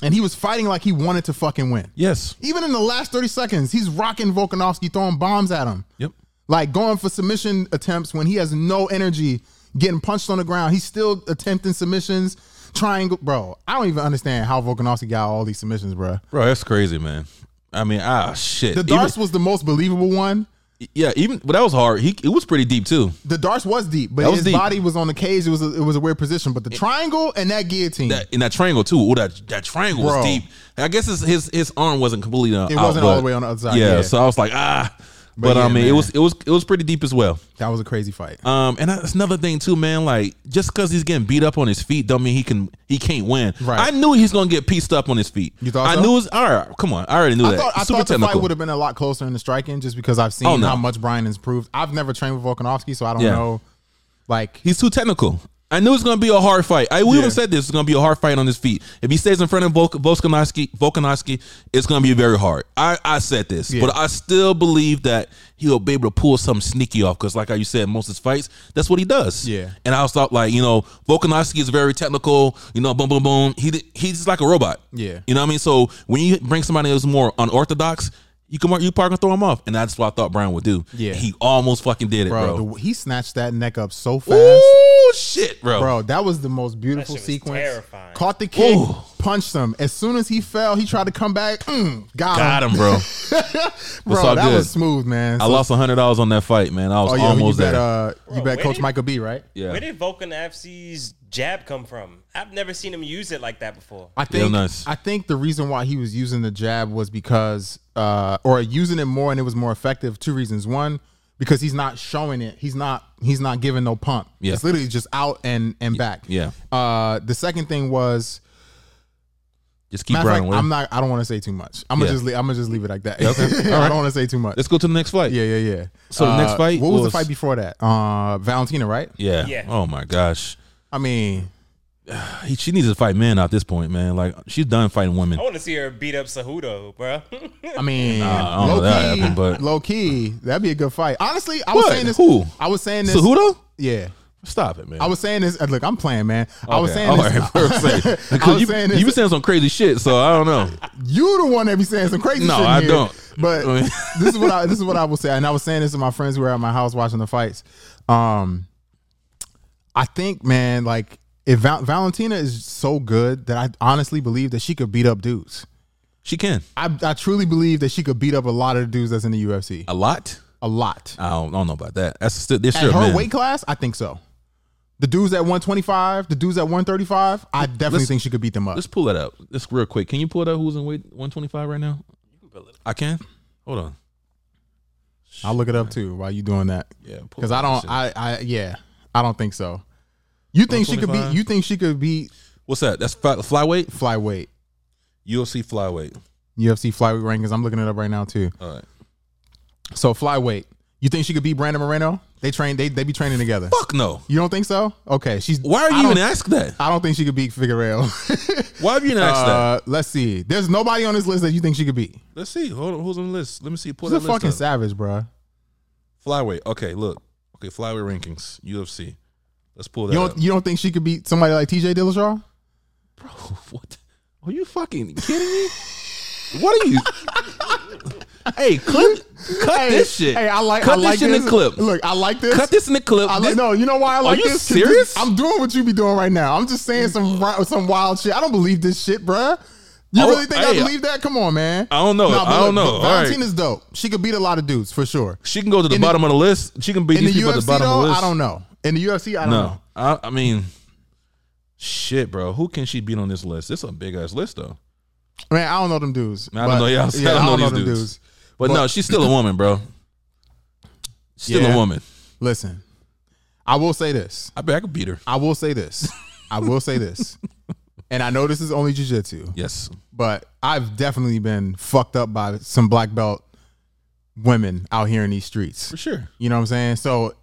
Speaker 2: And he was fighting like he wanted to fucking win.
Speaker 1: Yes.
Speaker 2: Even in the last 30 seconds, he's rocking Volkanovski, throwing bombs at him.
Speaker 1: Yep.
Speaker 2: Like going for submission attempts when he has no energy, getting punched on the ground. He's still attempting submissions, triangle. Bro, I don't even understand how Volkanovski got all these submissions, bro.
Speaker 1: Bro, that's crazy, man. I mean, ah, shit.
Speaker 2: The
Speaker 1: Even-
Speaker 2: Darce was the most believable one.
Speaker 1: yeah, even but that was hard. He it was pretty deep too.
Speaker 2: The Darce was deep, but
Speaker 1: That was
Speaker 2: his
Speaker 1: deep.
Speaker 2: body was on the cage. It was a, it was a weird position, but the triangle and that guillotine.
Speaker 1: That in that triangle too. Oh, that that triangle
Speaker 2: Bro.
Speaker 1: was deep. I guess his his, his arm wasn't completely. Uh,
Speaker 2: It
Speaker 1: out,
Speaker 2: wasn't all
Speaker 1: but-
Speaker 2: the way on the other side,
Speaker 1: Yeah.
Speaker 2: yeah.
Speaker 1: So I was like, ah. But,
Speaker 2: yeah,
Speaker 1: I mean, it
Speaker 2: man.
Speaker 1: was it was it was pretty deep as well.
Speaker 2: that was a crazy fight.
Speaker 1: Um, and that's another thing too, man. Like just because he's getting beat up on his feet, don't mean he can he can't win.
Speaker 2: Right.
Speaker 1: I knew he's gonna get pieced up on his feet.
Speaker 2: You thought
Speaker 1: I
Speaker 2: so?
Speaker 1: knew. It's, all right, come on. I already knew
Speaker 2: I
Speaker 1: that.
Speaker 2: thought, I
Speaker 1: Super
Speaker 2: thought the
Speaker 1: technical.
Speaker 2: fight would have been a lot closer in the striking just because I've seen
Speaker 1: Oh, no.
Speaker 2: how much Brian has improved. I've never trained with Volkanovski, so I don't
Speaker 1: Yeah.
Speaker 2: know. Like
Speaker 1: he's too technical. I knew it's going to be a hard fight. I we
Speaker 2: Yeah.
Speaker 1: even said this is going to be a hard fight on his feet. If he stays in front of Volk, Volkanovski, Volkanovski, it's going to be very hard. I, I said this,
Speaker 2: Yeah.
Speaker 1: but I still believe that he'll be able to pull something sneaky off because, like how you said, most of his fights, that's what he does.
Speaker 2: Yeah.
Speaker 1: And I was thought like you know Volkanovski is very technical. You know, boom, boom, boom. He he's like a robot.
Speaker 2: Yeah.
Speaker 1: You know what I mean? So when you bring somebody that's more unorthodox. You can you probably gonna throw him off, and that's what I thought Brown would do.
Speaker 2: Yeah.
Speaker 1: he almost fucking did it,
Speaker 2: bro.
Speaker 1: bro.
Speaker 2: the- he snatched that neck up so fast.
Speaker 1: Ooh, shit, bro.
Speaker 2: Bro, that was the most beautiful
Speaker 3: shit was
Speaker 2: sequence.
Speaker 3: terrifying.
Speaker 2: Caught the kick,
Speaker 1: Ooh.
Speaker 2: punched him. As soon as he fell, he tried to come back. Mm, got,
Speaker 1: Got
Speaker 2: him.
Speaker 1: him, bro. It's
Speaker 2: Bro,
Speaker 1: all
Speaker 2: that
Speaker 1: good.
Speaker 2: was smooth, man.
Speaker 1: I lost hundred dollars on that fight, man. I was
Speaker 2: oh, yeah,
Speaker 1: almost
Speaker 2: you bet,
Speaker 1: there.
Speaker 2: uh, you
Speaker 3: Bro,
Speaker 2: bet
Speaker 3: wait.
Speaker 2: Coach Michael B, right?
Speaker 1: yeah,
Speaker 3: Where did Volkanovski's jab come from? I've never seen him use it like that before.
Speaker 2: I
Speaker 1: Real
Speaker 2: think
Speaker 1: nice.
Speaker 2: I think the reason why he was using the jab was because uh or using it more and it was more effective. Two reasons. One, because he's not showing it. He's not he's not giving no pump.
Speaker 1: Yeah.
Speaker 2: It's literally just out and and back.
Speaker 1: yeah.
Speaker 2: Uh the second thing was
Speaker 1: just keep
Speaker 2: matter of
Speaker 1: running.
Speaker 2: fact,
Speaker 1: with
Speaker 2: I'm
Speaker 1: him.
Speaker 2: not I don't want to say too much. I'm gonna
Speaker 1: Yeah.
Speaker 2: just leave, I'm gonna just leave it like [LAUGHS] that.
Speaker 1: okay. All
Speaker 2: I
Speaker 1: right.
Speaker 2: don't want to say too much.
Speaker 1: Let's go to the next fight.
Speaker 2: yeah, yeah, yeah.
Speaker 1: So the next
Speaker 2: Uh,
Speaker 1: fight
Speaker 2: What was,
Speaker 1: was-
Speaker 2: the fight before that? Uh Valentina, right?
Speaker 1: yeah.
Speaker 3: Yeah.
Speaker 1: Oh my gosh,
Speaker 2: I mean,
Speaker 1: he, she needs to fight men at this point, man. Like she's done fighting women.
Speaker 2: Oh,
Speaker 3: I want to see her beat up Cejudo, bro.
Speaker 2: I mean,
Speaker 1: I don't know
Speaker 2: low
Speaker 1: that
Speaker 2: key,
Speaker 1: happened, but-
Speaker 2: low key, that'd be a good fight. Honestly, I was
Speaker 1: What?
Speaker 2: saying this.
Speaker 1: Who?
Speaker 2: I was saying this.
Speaker 1: Cejudo,
Speaker 2: Yeah,
Speaker 1: stop it, man.
Speaker 2: I was saying this. uh, Look, I'm playing, man. I was saying
Speaker 1: All
Speaker 2: this.
Speaker 1: right, [LAUGHS] for a second.
Speaker 2: [LAUGHS] I was
Speaker 1: you,
Speaker 2: saying this.
Speaker 1: you
Speaker 2: You,
Speaker 1: been saying some crazy shit, so I don't know.
Speaker 2: the one that be saying some crazy.
Speaker 1: No,
Speaker 2: shit in
Speaker 1: I
Speaker 2: here.
Speaker 1: don't. [LAUGHS] I
Speaker 2: But
Speaker 1: mean-
Speaker 2: [LAUGHS] this is what I this is what I will say, and I was saying this to my friends who were at my house watching the fights. Um, I think, man, like if Val- Valentina is so good that I honestly believe that she could beat up dudes.
Speaker 1: She can
Speaker 2: I, I truly believe that she could beat up a lot of the dudes that's in the UFC.
Speaker 1: a lot.
Speaker 2: A lot.
Speaker 1: I don't, I don't know about that. That's still this
Speaker 2: At
Speaker 1: sure,
Speaker 2: her
Speaker 1: man.
Speaker 2: weight class, I think so. The dudes at 125, the dudes at 135, I definitely
Speaker 1: Let's-
Speaker 2: think she could beat them up.
Speaker 1: Let's pull that up. Just real quick. Can you pull it up? Who's in weight one twenty five right now? I can. Hold on.
Speaker 2: I'll look it up too while you doing that.
Speaker 1: Yeah, pull
Speaker 2: Because
Speaker 1: up
Speaker 2: I
Speaker 1: that
Speaker 2: don't.
Speaker 1: shit.
Speaker 2: I. I. Yeah. I don't think so. You think she could beat?
Speaker 1: 125?
Speaker 2: You think she could beat
Speaker 1: What's that? That's fly, flyweight.
Speaker 2: flyweight
Speaker 1: UFC flyweight.
Speaker 2: UFC flyweight rankings? I'm looking it up right now too.
Speaker 1: All right.
Speaker 2: So flyweight. You think she could beat Brandon Moreno? They train. They they be training together.
Speaker 1: Fuck no.
Speaker 2: You don't think so? Okay. She's.
Speaker 1: Why are
Speaker 2: I
Speaker 1: you
Speaker 2: don't-
Speaker 1: even ask that?
Speaker 2: I don't think she could beat
Speaker 1: [LAUGHS]
Speaker 2: Figueroa. [LAUGHS]
Speaker 1: Why have you even asked that?
Speaker 2: uh, let's see. There's nobody on this list that you think she could beat.
Speaker 1: Let's see. Hold on. Who's on the list? Let me see. Pull
Speaker 2: She's a
Speaker 1: that list
Speaker 2: fucking
Speaker 1: up.
Speaker 2: savage, bruh.
Speaker 1: Flyweight. Okay, look. Okay, flyweight rankings. UFC. Let's pull that
Speaker 2: You
Speaker 1: up.
Speaker 2: don't. You don't think she could beat somebody like T.J. Dillashaw?
Speaker 1: Bro, [LAUGHS] what? Are you fucking kidding me? [LAUGHS] what are you? hey, clip. Cut
Speaker 2: Hey,
Speaker 1: this shit.
Speaker 2: Hey, I like.
Speaker 1: Cut
Speaker 2: I
Speaker 1: this
Speaker 2: like
Speaker 1: shit in the clip.
Speaker 2: Look, I like this.
Speaker 1: Cut this in the clip.
Speaker 2: I like,
Speaker 1: This-
Speaker 2: no, you know why I like
Speaker 1: you
Speaker 2: this? 'Cause this-
Speaker 1: serious? Mm.
Speaker 2: I'm doing what you be doing right now. I'm just saying some ri- some wild shit. I don't believe this shit, bruh. You
Speaker 1: Oh,
Speaker 2: really think I
Speaker 1: hey,
Speaker 2: believe that? Come on, man.
Speaker 1: I don't know.
Speaker 2: Nah, but
Speaker 1: I don't
Speaker 2: look,
Speaker 1: know.
Speaker 2: but
Speaker 1: All right.
Speaker 2: Valentina's dope. She could beat a lot of dudes for sure.
Speaker 1: She can go to the
Speaker 2: In the-
Speaker 1: bottom of the list. She can beat
Speaker 2: In the
Speaker 1: these people at the
Speaker 2: UFC,
Speaker 1: bottom of the
Speaker 2: though,
Speaker 1: list.
Speaker 2: I don't know. In the UFC, I don't
Speaker 1: No,
Speaker 2: know.
Speaker 1: I, I mean, shit, bro. Who can she beat on this list? It's a big ass list, though.
Speaker 2: Man, I don't know them dudes.
Speaker 1: I don't
Speaker 2: But-
Speaker 1: know. Yeah, [LAUGHS] I don't know these
Speaker 2: them
Speaker 1: dudes. But, no, she's still a woman, bro. Still
Speaker 2: Yeah.
Speaker 1: a woman.
Speaker 2: Listen, I will say this.
Speaker 1: I bet I could beat her.
Speaker 2: I will say this. I will
Speaker 1: [LAUGHS]
Speaker 2: say this. And I know this is only jujitsu,
Speaker 1: Yes.
Speaker 2: but I've definitely been fucked up by some black belt women out here in these streets.
Speaker 1: For sure.
Speaker 2: You know what I'm saying? So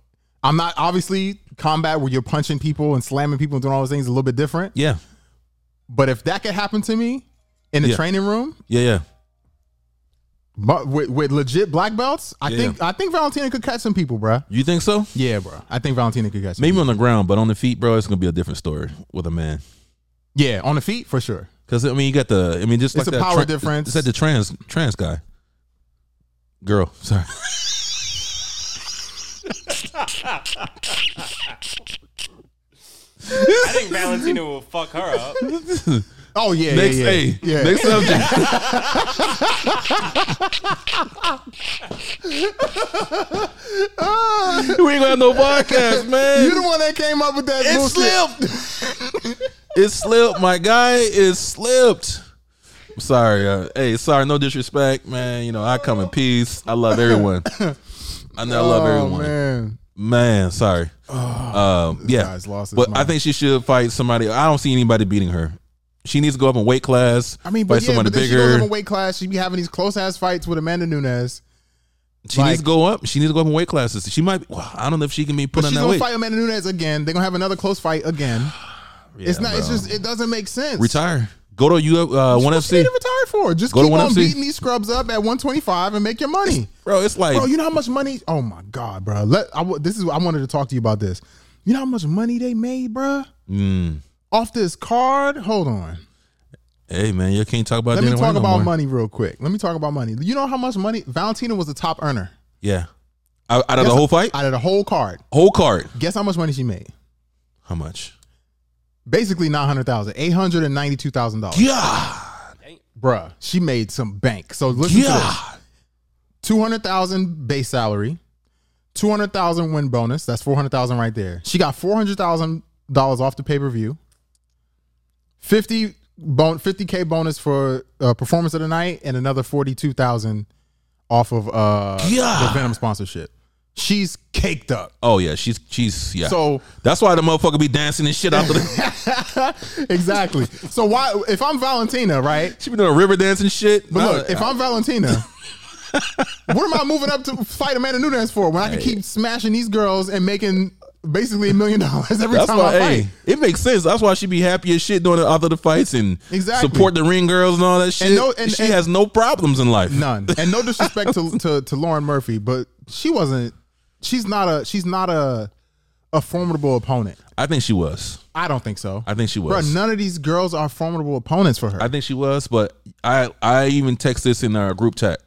Speaker 2: I'm not obviously combat where you're punching people and slamming people and doing all those things is a little bit different.
Speaker 1: Yeah.
Speaker 2: But if that could happen to me in the
Speaker 1: Yeah.
Speaker 2: training room,
Speaker 1: Yeah, yeah.
Speaker 2: but with, with legit black belts, I
Speaker 1: Yeah.
Speaker 2: think I think Valentina could catch some people, bruh.
Speaker 1: You think so?
Speaker 2: Yeah, bruh. I think Valentina could catch. Some
Speaker 1: Maybe on the ground, but on the feet, bro, it's gonna be a different story with a man.
Speaker 2: people. Yeah, on the feet for sure.
Speaker 1: Cause I mean, you got the. I mean, just
Speaker 2: It's
Speaker 1: like
Speaker 2: a
Speaker 1: that
Speaker 2: power difference.
Speaker 1: It's like the trans trans guy, girl. Sorry.
Speaker 3: [LAUGHS] I think Valentina will fuck
Speaker 1: [LAUGHS]
Speaker 3: her up.
Speaker 2: Oh yeah,
Speaker 1: Next,
Speaker 2: yeah, yeah.
Speaker 1: hey,
Speaker 2: yeah.
Speaker 1: next [LAUGHS] subject. we ain't gonna have no podcast, man.
Speaker 2: You're the one that came up with that.
Speaker 1: It
Speaker 2: bullshit.
Speaker 1: slipped. it [LAUGHS] slipped. My guy is slipped. I'm Sorry. Uh, hey, sorry. No disrespect, man. You know, I come in peace. I love everyone. I know I love everyone. Man.
Speaker 2: Oh, man. Oh,
Speaker 1: sorry. um, yeah.
Speaker 2: guy's lost his
Speaker 1: but I
Speaker 2: mind.
Speaker 1: think she should fight somebody. I don't see anybody beating her. She needs to go up in weight class.
Speaker 2: I mean,
Speaker 1: fight
Speaker 2: but yeah,
Speaker 1: somebody
Speaker 2: but then she
Speaker 1: bigger.
Speaker 2: goes up in weight class. She be having these close ass fights with Amanda Nunes.
Speaker 1: She needs to go up. She needs to go up in weight classes. She might. Well, I don't know if she can be put
Speaker 2: But
Speaker 1: on
Speaker 2: she's
Speaker 1: that
Speaker 2: gonna
Speaker 1: weight.
Speaker 2: fight Amanda Nunes again. They're gonna have another close fight again.
Speaker 1: Yeah,
Speaker 2: it's not. It's
Speaker 1: bro.
Speaker 2: just. It doesn't make sense.
Speaker 1: retire. Go to U uh, one
Speaker 2: What's she
Speaker 1: FC,
Speaker 2: to retire for? Just
Speaker 1: Go to
Speaker 2: keep on
Speaker 1: 1FC.
Speaker 2: beating these scrubs up at 125 and make your money.
Speaker 1: bro. It's like
Speaker 2: bro. You know how much money? Oh my god, bro. Let I, wa- this is I wanted to talk to you about this. You know how much money they made, bro,
Speaker 1: mm.
Speaker 2: off this card. Hold on.
Speaker 1: Hey man, you can't talk about
Speaker 2: Let me
Speaker 1: Dana White
Speaker 2: talk
Speaker 1: no
Speaker 2: about
Speaker 1: more.
Speaker 2: money real quick. Let me talk about money. You know how much money Valentina was the top earner
Speaker 1: Yeah, out, out of the
Speaker 2: Guess-
Speaker 1: whole fight,
Speaker 2: out of the whole card.
Speaker 1: whole card.
Speaker 2: Guess how much money she made?
Speaker 1: How much?
Speaker 2: Basically nine hundred thousand, eight hundred and ninety-two thousand dollars.
Speaker 1: Yeah,
Speaker 2: Bruh, she made some bank. So listen to
Speaker 1: yeah.
Speaker 2: this: two hundred thousand base salary, two hundred thousand win bonus. That's four hundred thousand right there. She got four hundred thousand dollars off the pay per view. Fifty bon fifty k bonus for uh, performance of the night, and another forty two thousand off of uh,
Speaker 1: Yeah.
Speaker 2: the Venom sponsorship. She's caked up.
Speaker 1: Oh yeah, she's she's yeah.
Speaker 2: So [LAUGHS]
Speaker 1: that's why the motherfucker be dancing and shit after the. [LAUGHS]
Speaker 2: exactly. So why if I'm Valentina, right?
Speaker 1: she be doing river dance and shit.
Speaker 2: But
Speaker 1: Nah,
Speaker 2: look, if
Speaker 1: [LAUGHS]
Speaker 2: I'm Valentina, what am I moving up to fight Amanda Nunes for when I can keep smashing these girls and making basically a million [LAUGHS] dollars every
Speaker 1: that's
Speaker 2: time
Speaker 1: why.
Speaker 2: I fight?
Speaker 1: Hey, it makes sense. That's why she be happy as shit doing it after the fights and
Speaker 2: Exactly.
Speaker 1: support the ring girls and all that shit.
Speaker 2: no- and-
Speaker 1: she
Speaker 2: and-
Speaker 1: has no problems in life.
Speaker 2: None. And no disrespect to, to to Lauren Murphy, but she wasn't. She's not a. She's not a a formidable opponent.
Speaker 1: I think she was.
Speaker 2: I don't think so.
Speaker 1: I think she was.
Speaker 2: Bro, none of these girls are formidable opponents for her.
Speaker 1: I think she was, but I I even text this in our group chat.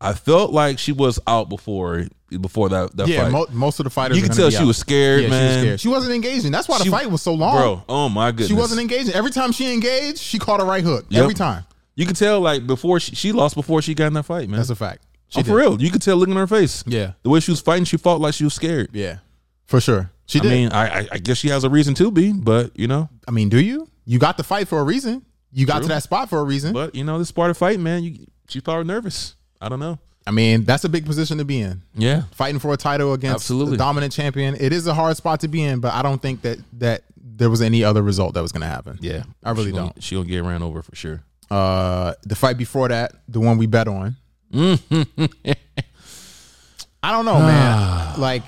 Speaker 1: I felt like she was out before before that that
Speaker 2: yeah,
Speaker 1: fight.
Speaker 2: mo- most of the fighters.
Speaker 1: you
Speaker 2: are
Speaker 1: can
Speaker 2: gonna
Speaker 1: tell
Speaker 2: be
Speaker 1: she
Speaker 2: out.
Speaker 1: was
Speaker 2: Yeah,
Speaker 1: scared,
Speaker 2: she was
Speaker 1: man.
Speaker 2: scared. She wasn't engaging. That's why the
Speaker 1: She-
Speaker 2: fight was so long.
Speaker 1: Bro, oh my goodness,
Speaker 2: she wasn't e- engaging. Every time she engaged, she caught a right hook.
Speaker 1: Yep.
Speaker 2: Every time.
Speaker 1: You can tell like before she, she lost before she got in that fight, man.
Speaker 2: That's a fact. She
Speaker 1: oh,
Speaker 2: did.
Speaker 1: for real, you could tell looking in her face.
Speaker 2: Yeah.
Speaker 1: the way she was fighting, she fought like she was scared.
Speaker 2: Yeah, for sure. She
Speaker 1: I
Speaker 2: did.
Speaker 1: mean, I, I I guess she has a reason to be, but you know,
Speaker 2: I mean, do you? You got the fight for a reason. You got
Speaker 1: True.
Speaker 2: to that spot for a reason.
Speaker 1: but you know, this part of fight, man. You, she's probably nervous. I don't know.
Speaker 2: I mean, that's a big position to be in.
Speaker 1: Yeah,
Speaker 2: Fighting for a title against
Speaker 1: Absolutely.
Speaker 2: the dominant champion. It is a hard spot to be in, but I don't think that that there was any other result that was going to happen.
Speaker 1: yeah.
Speaker 2: I really
Speaker 1: she Gonna,
Speaker 2: don't.
Speaker 1: she gonna get ran over for sure.
Speaker 2: Uh, the fight before that, the one we bet on.
Speaker 1: Mm-hmm.
Speaker 2: [LAUGHS] I don't
Speaker 1: [SIGHS]
Speaker 2: know, man. Like,